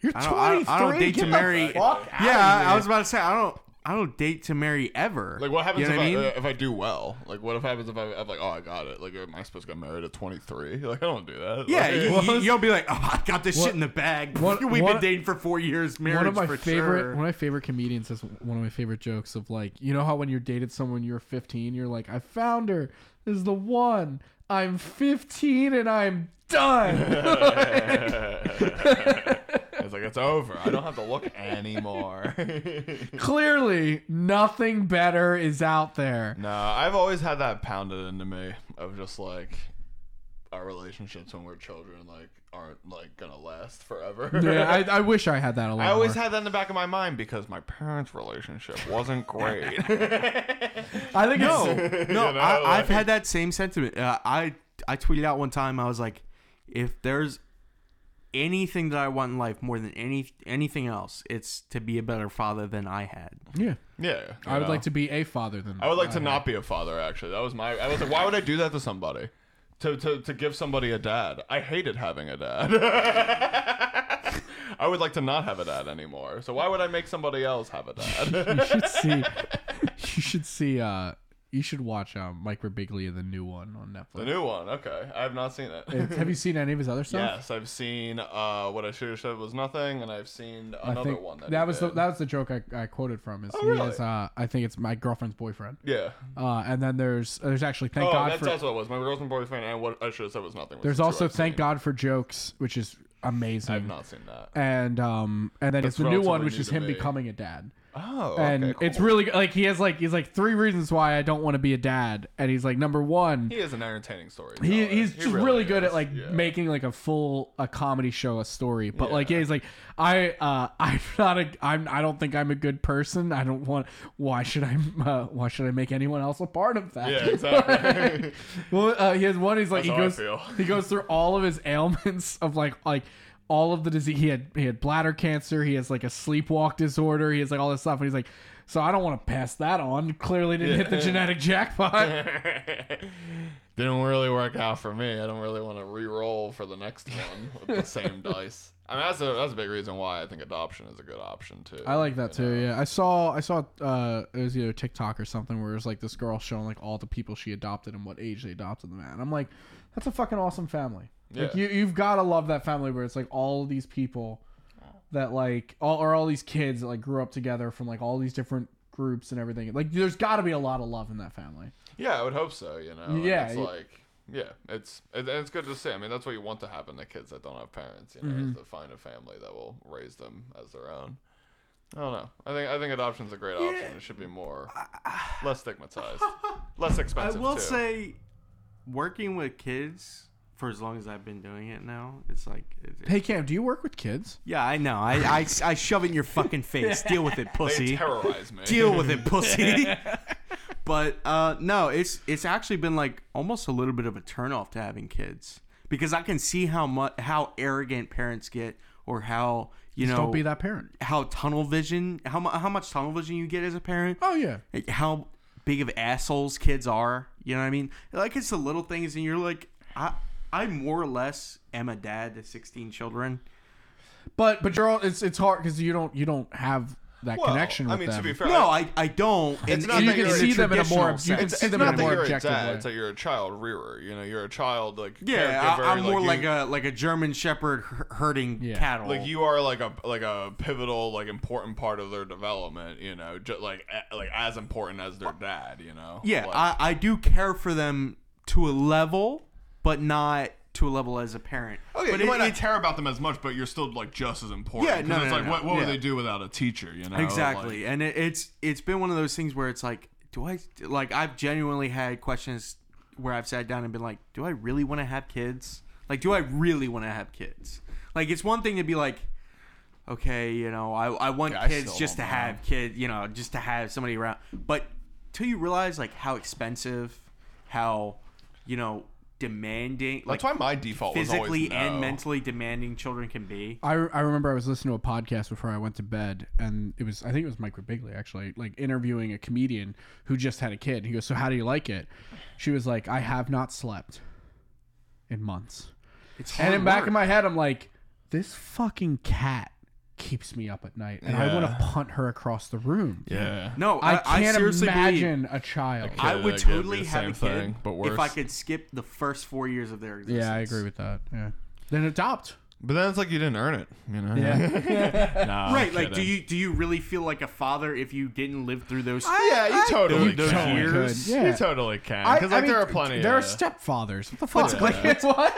You're I don't- I don't- 23. I don't date Get to the marry- fuck outta Yeah, I here. was about to say, I don't, I don't date to marry ever. Like what happens You know if, what I, I mean? uh, if I do well? Like what if happens if I, I'm like, oh, I got it. Like am I supposed to get married at 23? Like I don't do that. Yeah, Like, you, you, you'll be like, oh, I got this What- shit in the bag. what- We've what- been dating for four years, marriage one of my for favorite sure. one of my favorite comedians is one of my favorite jokes of like you know how when you dated someone you're 15 you're like I found her this is the one I'm 15 and I'm done it's like it's over. I don't have to look anymore. clearly nothing better is out there no, I've always had that pounded into me of just like our relationships when we're children like aren't like gonna last forever. yeah, Uh-huh. I, I wish I had that a lot I always more. had that in the back of my mind because my parents' relationship wasn't great. I think no, it's no, You know, I, like- I've had that same sentiment. Uh, I I tweeted out one time. I was like, if there's anything that I want in life more than any anything else, it's to be a better father than I had. yeah yeah, I would like to be a father then I would like to not be a father. Actually, that was my. I was like, why would I do that to somebody? To to to give somebody a dad. I hated having a dad. I would like to not have a dad anymore. So why would I make somebody else have a dad? you should see you should see uh you should watch um Mike Birbiglia the new one on the Netflix new one. Okay, I have not seen it. It's- have you seen any of his other stuff Yes, I've seen uh, what I should have said was nothing, and I've seen I another think one that, that, he was the, did. Oh, that was the joke I, I quoted from. Is he really? is uh, I think it's my girlfriend's boyfriend. yeah. Uh, and then there's there's actually thank oh, God that's, for that's what it was. My girlfriend boyfriend and what I should have said was nothing. was there's the two also I've thank seen. God for jokes, which is amazing. I've not seen that. And um and then That's it's the new one, relatively which new is to him me. becoming a dad. Oh, and okay, it's cool. really like he has like he's like three reasons why I don't want to be a dad, and he's like number one. He is an entertaining story. He, he's just really, good at like making like a full a comedy show a story but like Yeah. yeah he's like i uh i'm not a i'm i don't think i'm a good person i don't want why should i uh, why should i make anyone else a part of that Yeah, exactly. well uh, he has one he's like That's he how I goes feel. he goes through all of his ailments of like like all of the disease he had he had bladder cancer he has like a sleepwalk disorder he has like all this stuff and he's like so i don't want to pass that on clearly didn't hit the genetic jackpot Didn't really work out for me. I don't really want to re-roll for the next one with the same dice. I mean, that's a that's a big reason why I think adoption is a good option too. I like that too. uh, Yeah, I saw I saw uh, it was either TikTok or something where it was like this girl showing like all the people she adopted and what age they adopted them at, and I'm like, that's a fucking awesome family. Like Yeah. you you've got to love that family where it's like all of these people that like all or all these kids that like grew up together from like all these different groups and everything. Like there's got to be a lot of love in that family. Yeah, I would hope so. You know, And Yeah, it's you- like yeah, it's it, and it's good to see. I mean, that's what you want to happen to kids that don't have parents. You know, is Mm-hmm. to find a family that will raise them as their own. I don't know. I think I think adoption's a great option. It should be more less stigmatized, less I expensive. will too. say, working with kids for as long as I've been doing it now, it's like, it, Hey Cam, do you work with kids? yeah, I know, I, I I shove it in your fucking face. Deal with it, they pussy. terrorize me. deal with it, pussy. but uh, no, it's it's actually been like almost a little bit of a turnoff to having kids because I can see how much how arrogant parents get or how you know Don't be that parent. how tunnel vision how mu- how much tunnel vision you get as a parent Oh yeah, like, how big of assholes kids are. You know what I mean? Like it's the little things, and you're like, I I more or less am a dad to 16 children. but but you're all it's it's hard because you don't you don't have that Well, connection with I mean, them. to be fair, No, I, I don't. And It's not you that can you're- see them in a more you can sense. it's, see it's them in not a that more you're a objective dad. way. It's that you're a child rearer. You know, you're a child like Yeah, caregiver, I, am more you- like a like a German Shepherd her- herding Yeah. cattle. like you are like a like a pivotal like important part of their development. You know, just like a- like as important as their dad. You know. yeah, Like, I, I do care for them to a level, but not to a level as a parent. Okay, but Oh, you it- might not it- care about them as much, but you're still like just as important. Yeah, 'Cause no, it's no, like no, what, what yeah. would they do without a teacher? You know, exactly, Like, and it, it's it's been one of those things where it's like, do I like I've genuinely had questions where I've sat down and been like, do I really want to have kids? Like, do I really want to have kids? Like, it's one thing to be like. Okay, you know, I, I want Yeah, I kids still just to don't have kids, you know, just to have somebody around. But till you realize like how expensive, how, you know, demanding, like that's why my default was physically always no. and mentally demanding children can be. I, I remember I was listening to a podcast before I went to bed, and it was I think it was Mike Birbiglia actually, like interviewing a comedian who just had a kid. He goes, "So how do you like it?" She was like, "I have not slept in months," It's and in back work. in my head, I'm like, "This fucking cat keeps me up at night, and I want Yeah. to punt her across the room." Yeah. no, I I, I can't seriously believe imagine a child. Okay. I Yeah, would that could be totally the have same a kid thing, but if worse. I could skip the first four years of their existence. Yeah, I agree with that. Yeah, then adopt. But then it's like you didn't earn it. You know. Nah, I'm Right, like, do kidding. you do you really feel like a father if you didn't live through those? Yeah, you totally those can. years. Yeah. You totally can. Because like mean, there are plenty. There are of, stepfathers. What the fuck? Yeah. Like, what?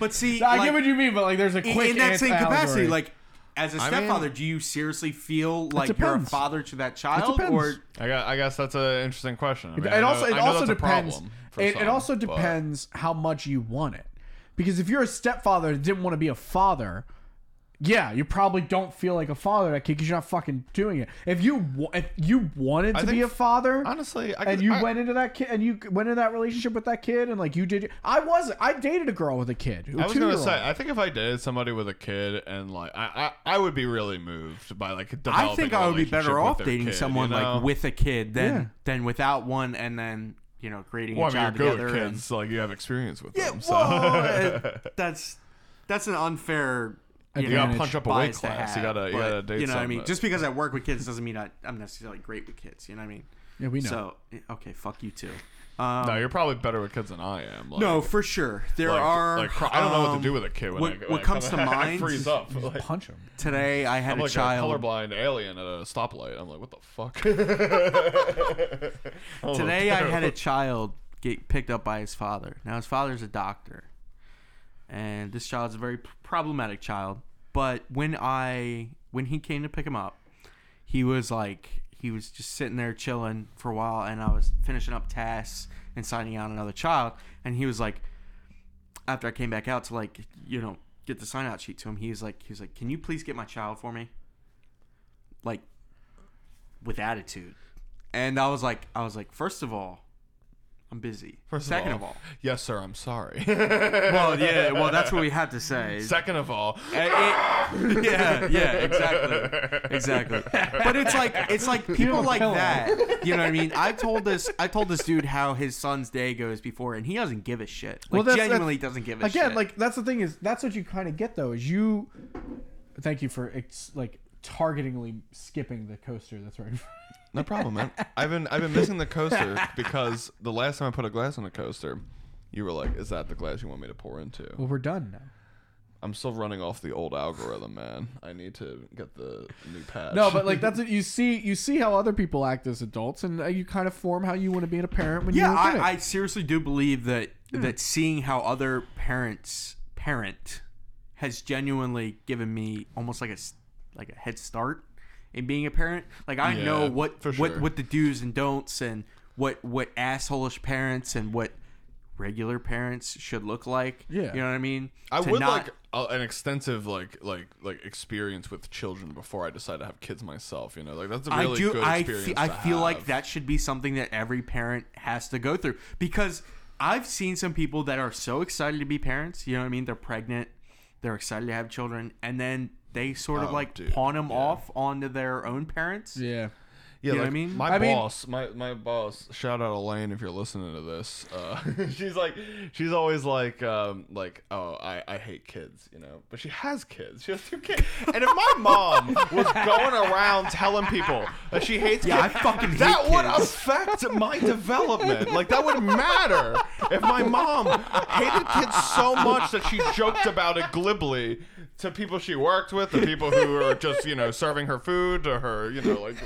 But see, I like, get what you mean, but like there's a in- quick in that ans- same capacity, allegory. like as a I mean- stepfather, do you seriously feel like you're a depends. father to that child, depends. or I guess, I guess that's an interesting question. I mean, I it know- also I it know also that's a depends. problem for It, it some, also but- depends how much you want it, because if you're a stepfather that didn't want to be a father, yeah, you probably don't feel like a father to that kid because you're not fucking doing it. If you wa- if you wanted to think be a father, Honestly, I and could- you I- went into that kid and you went into that relationship with that kid and like you did i was i dated a girl with a kid a I was gonna two-year-old. say, I think if I dated somebody with a kid, and like, I, I, I would be really moved by like developing. I think a I would be relationship better with off their dating kid, someone you know? like with a kid than Yeah. than without one, and then you know creating Well, a I mean, child you're good together. with and- kids, like you have experience with Yeah, them. So well, uh, that's that's an unfair. You you gotta manage punch up a weight bias to class. have, you gotta, you but, gotta date. You know what I mean? somebody. Just because I work with kids doesn't mean I, I'm necessarily great with kids. You know what I mean? yeah we know So eh, okay, fuck you too. Um, no, you're probably better with kids than I am. Like, no, for sure. There like, are. Like, cry- I don't know what to um, do with a kid when what- I, when what I comes come- to I mind- freeze up. Like, punch him Today I had I'm a like child. a colorblind alien at a stoplight. I'm like, what the fuck? Today I had a child get picked up by his father. Now his father's a doctor, and this child's a very p- problematic child. But when I when he came to pick him up, he was like he was just sitting there chilling for a while, and I was finishing up tasks and signing out another child, and he was like, after I came back out to like you know get the sign out sheet to him, he's like he was like, can you please get my child for me? Like with attitude. And I was like, I was like, first of all, I'm busy. First of Second all, yes, sir. I'm sorry. well, yeah, well, that's what we have to say. Second of all, Uh, it- yeah, yeah, exactly, exactly. But it's like it's like people don't like kill that. You know what I mean? I told this I told this dude how his son's day goes before, and he doesn't give a shit. Like Well, that's- that's- genuinely doesn't give a shit. again like that's the thing is that's what you kind of get though is you thank you for it's like targetingly skipping the coaster that's right no problem, man. I've been I've been missing the coaster because the last time I put a glass on a coaster, you were like, "Is that the glass you want me to pour into?" well we're done now I'm still running off the old algorithm, man. I need to get the new patch. no but like that's what you see you see how other people act as adults and uh, you kind of form how you want to be a parent when yeah, you're a kid. I, I seriously do believe that Mm. that seeing how other parents parent has genuinely given me almost like a s- like a head start in being a parent. Like I know Yeah, what for what sure. what the do's and don'ts and what what assholish parents and what regular parents should look like. Yeah. you know what I mean. I To would not- like a, an extensive like like like experience with children before I decide to have kids myself. You know, like that's a really I do. good I experience. fe- I to feel like have. that should be something that every parent has to go through because I've seen some people that are so excited to be parents. You know what I mean? They're pregnant, they're excited to have children, and then they sort of Oh, like dude, pawn them off onto their own parents. yeah Yeah, You know like what I mean? my I mean- boss, my my boss. Shout out Elaine if you're listening to this. Uh, she's like, she's always like, um, like, oh, I, I hate kids, you know. But she has kids. She has two kids. And if my mom was going around telling people that she hates Yeah, kids, I fucking hate that would kids. affect my development. Like that would matter if my mom hated kids so much that she joked about it glibly to people she worked with, the people who were just you know serving her food, to her you know like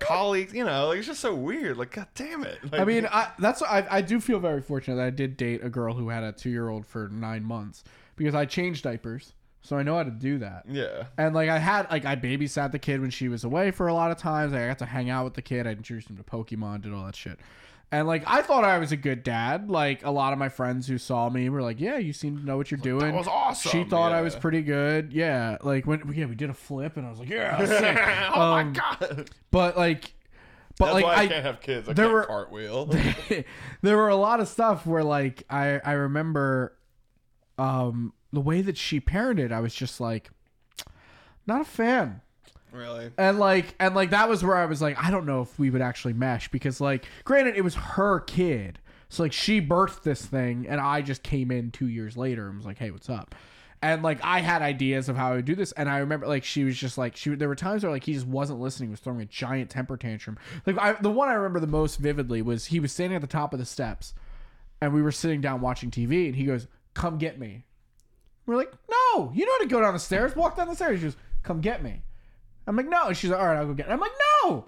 colleagues. You know, like it's just so weird. Like, god damn it. Like, I mean, I, that's I, I do feel very fortunate that I did date a girl who had a two year old for nine months because I changed diapers, so I know how to do that. yeah, And like I had like I babysat the kid when she was away for a lot of times. I got to hang out with the kid. I introduced him to Pokemon, did all that shit. And like I thought I was a good dad. Like a lot of my friends who saw me were like, "Yeah, you seem to know what you're doing." that was awesome. She thought I was Yeah. pretty good. Yeah, like when yeah we did a flip and I was like, "Yeah, sick." oh my Um, god. But like, but That's like why I, I can't have kids. I there can't were- cartwheel. there were a lot of stuff where like I I remember um the way that she parented, I was just like not a fan. really? And like and like that was where I was like I don't know if we would actually mesh because like granted it was her kid. So like she birthed this thing and I just came in 2 years later and was like, "Hey, what's up?" And like I had ideas of how I would do this and I remember like she was just like she there were times where like he just wasn't listening, was throwing a giant temper tantrum. Like I, the one I remember the most vividly was he was standing at the top of the steps and we were sitting down watching TV, and he goes, "Come get me." We're like, "No, you know how to go down the stairs. Walk down the stairs." She goes, "Come get me." I'm like, "No." She's like, "All right, I'll go get." It. I'm like, "No,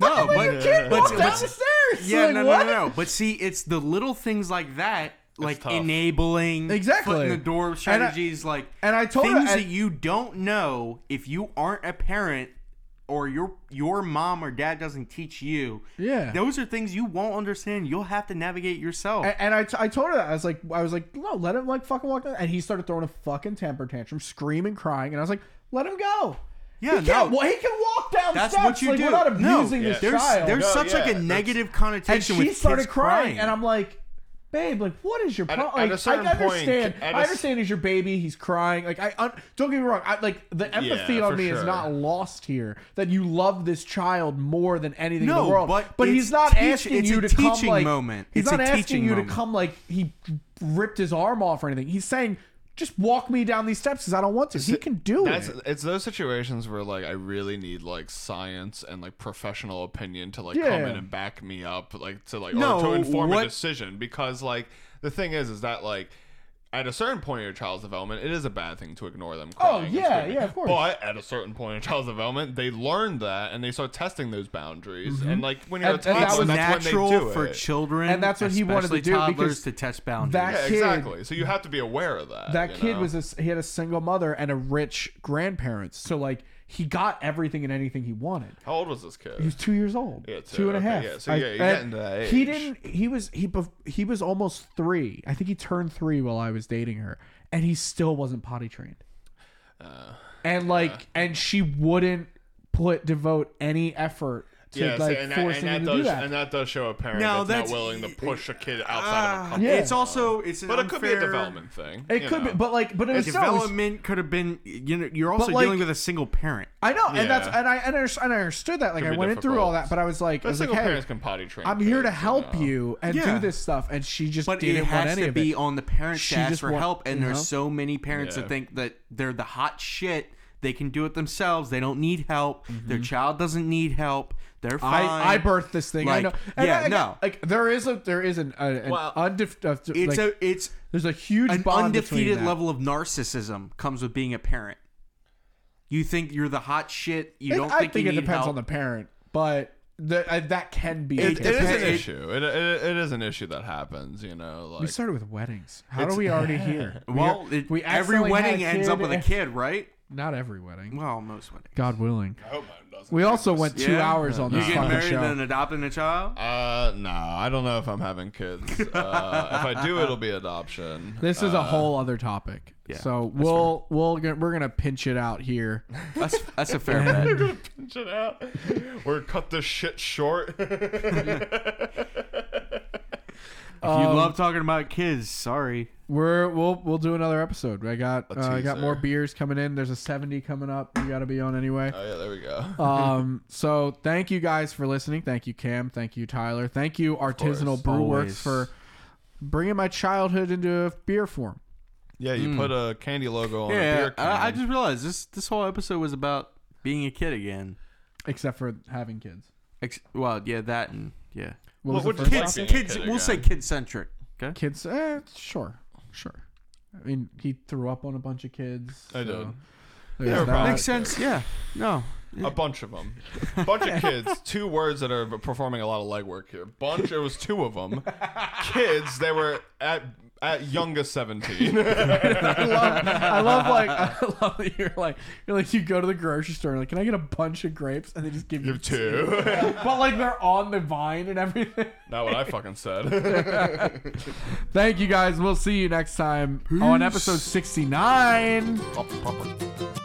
No, but your kid but- walk but- down the stairs." Yeah, Like, no, what? no, no, no. But see, it's the little things like that, like tough. enabling, Exactly. foot in the door strategies, like and I told her- things and- that you don't know if you aren't a parent or your your mom or dad doesn't teach you. Yeah. those are things you won't understand. You'll have to navigate yourself. And, and I, t- I told her that I was like I was like no let him like fucking walk down and he started throwing a fucking temper tantrum screaming crying and I was like let him go Yeah, he can't, no. wa- he can walk down That's steps. what you like, do. we're not no, abusing this there's child there's No, such yeah, like a that's- negative and connotation she with started kids crying, crying, and I'm like, babe, like what is your At- problem? at a Like, I certain point, understand, at a I s- understand he's your baby, he's crying. Like I un- don't get me wrong, I, like the empathy Yeah, on for me is sure. not lost here. That you love this child more than anything in No, the world, but he's it's not teach- asking it's you a to come teaching like moment. he's It's not a asking teaching you moment. to come like he ripped his arm off or anything. He's saying. Just walk me down these steps because I don't want to. He can do That's it. it's those situations where like I really need like science and like professional opinion to like come Yeah. in and back me up, like to like No, or to inform what- a decision because like the thing is is that like at a certain point in your child's development, it is a bad thing to ignore them. Crying and Oh, yeah, screaming. yeah, of course. But at a certain point in child's development, they learn that and they start testing those boundaries. And like when you're Mm-hmm. And- a and that toddler, was that's natural when they do for it. children, And that's what he wanted to especially do toddlers because to test boundaries. Yeah, that kid- exactly. So you have to be aware of that. that you kid know? was a, he had a single mother and a rich grandparents so like he got everything and anything he wanted How old was this kid? he was two years old Yeah, two two, and a okay, half yeah, so yeah, you're getting to that he age. didn't he was he bef- he was almost three i think he turned three while i was dating her and he still wasn't potty trained Uh, and like and she wouldn't put devote any effort to yeah, like see, and, that, forcing and that him to does do that and that does show a parent No, that's, that's- not willing to push a kid outside of a Ah, couple. Yeah. It's also it's an But it could be a unfair- development thing. it you could know. be but like but it was still- it was- Development could have been you know you're also But, like- dealing with a single parent. i know and that's Yeah. and i and I underst- and i understood that like Could i be went in through all that difficult. but i was like i But was like single hey parents can potty train. I'm here to kids, help know. you and Yeah. do this stuff. And she just But didn't it want has any to of be it. on the parents She to ask just for want- help, and you there's know? so many parents Yeah. that think that they're the hot shit. They can do it themselves. They don't need help. Their child doesn't need help. They're fine. Mm-hmm. I, I birthed this thing. Like, I know. yeah, I- I- no. Like there is a there is an, a, an Well, undef- uh, It's like, a it's there's a huge an bond between undefeated that. level of narcissism comes with being a parent. You think you're the hot shit. You It- don't I think, think you it need depends help. on the parent, but the, uh, that can be. a It- It case. is an It- issue. It, it, it is an issue that happens. You know, we like started with weddings. How are we already here? We well, are- it- every accidentally had wedding a ends up kid with a and- kid, right? Not every wedding. Well, most weddings. God willing. I hope mine oh, doesn't. We also went two Yeah. hours on You this getting fucking married show. and adopting a child? Uh, no, I don't know if I'm having kids. Uh, if I do, it'll be adoption. This is a whole other topic. uh, yeah, so we'll we'll get, we're gonna pinch it out here. That's that's a fair bet. Pinch it out. We're gonna cut this shit short. If Um, you love talking about kids, sorry. We're we'll we'll do another episode. I got A uh, I got more teaser. beers coming in. There's a 70 coming up. You got to be on anyway. oh yeah, there we go. Um so thank you guys for listening. Thank you Cam, thank you Tyler. Thank you Artisanal course, Brew Works always. for bringing my childhood into beer form. yeah, you mm. put a candy logo on a Yeah, beer can. I, I just realized this this whole episode was about being a kid again. Except for having kids. Ex- well, yeah, that and yeah, What Well, was we're the just first kids, being option? a kids. kid We'll again. say kid centric. Okay. kids eh, sure. Sure. I mean, he threw up on a bunch of kids. I so did. there's Yeah, that. probably. Makes sense. Yeah. No. a bunch of them, bunch of kids. Two words that are performing a lot of legwork here. Bunch. It was two of them. Kids. They were at at youngest seventeen. I love, I love like I love that you're like you're like you go to the grocery store and like can I get a bunch of grapes and they just give you Give two. but like they're on the vine and everything. Not what I fucking said. Thank you guys. We'll see you next time on episode 69.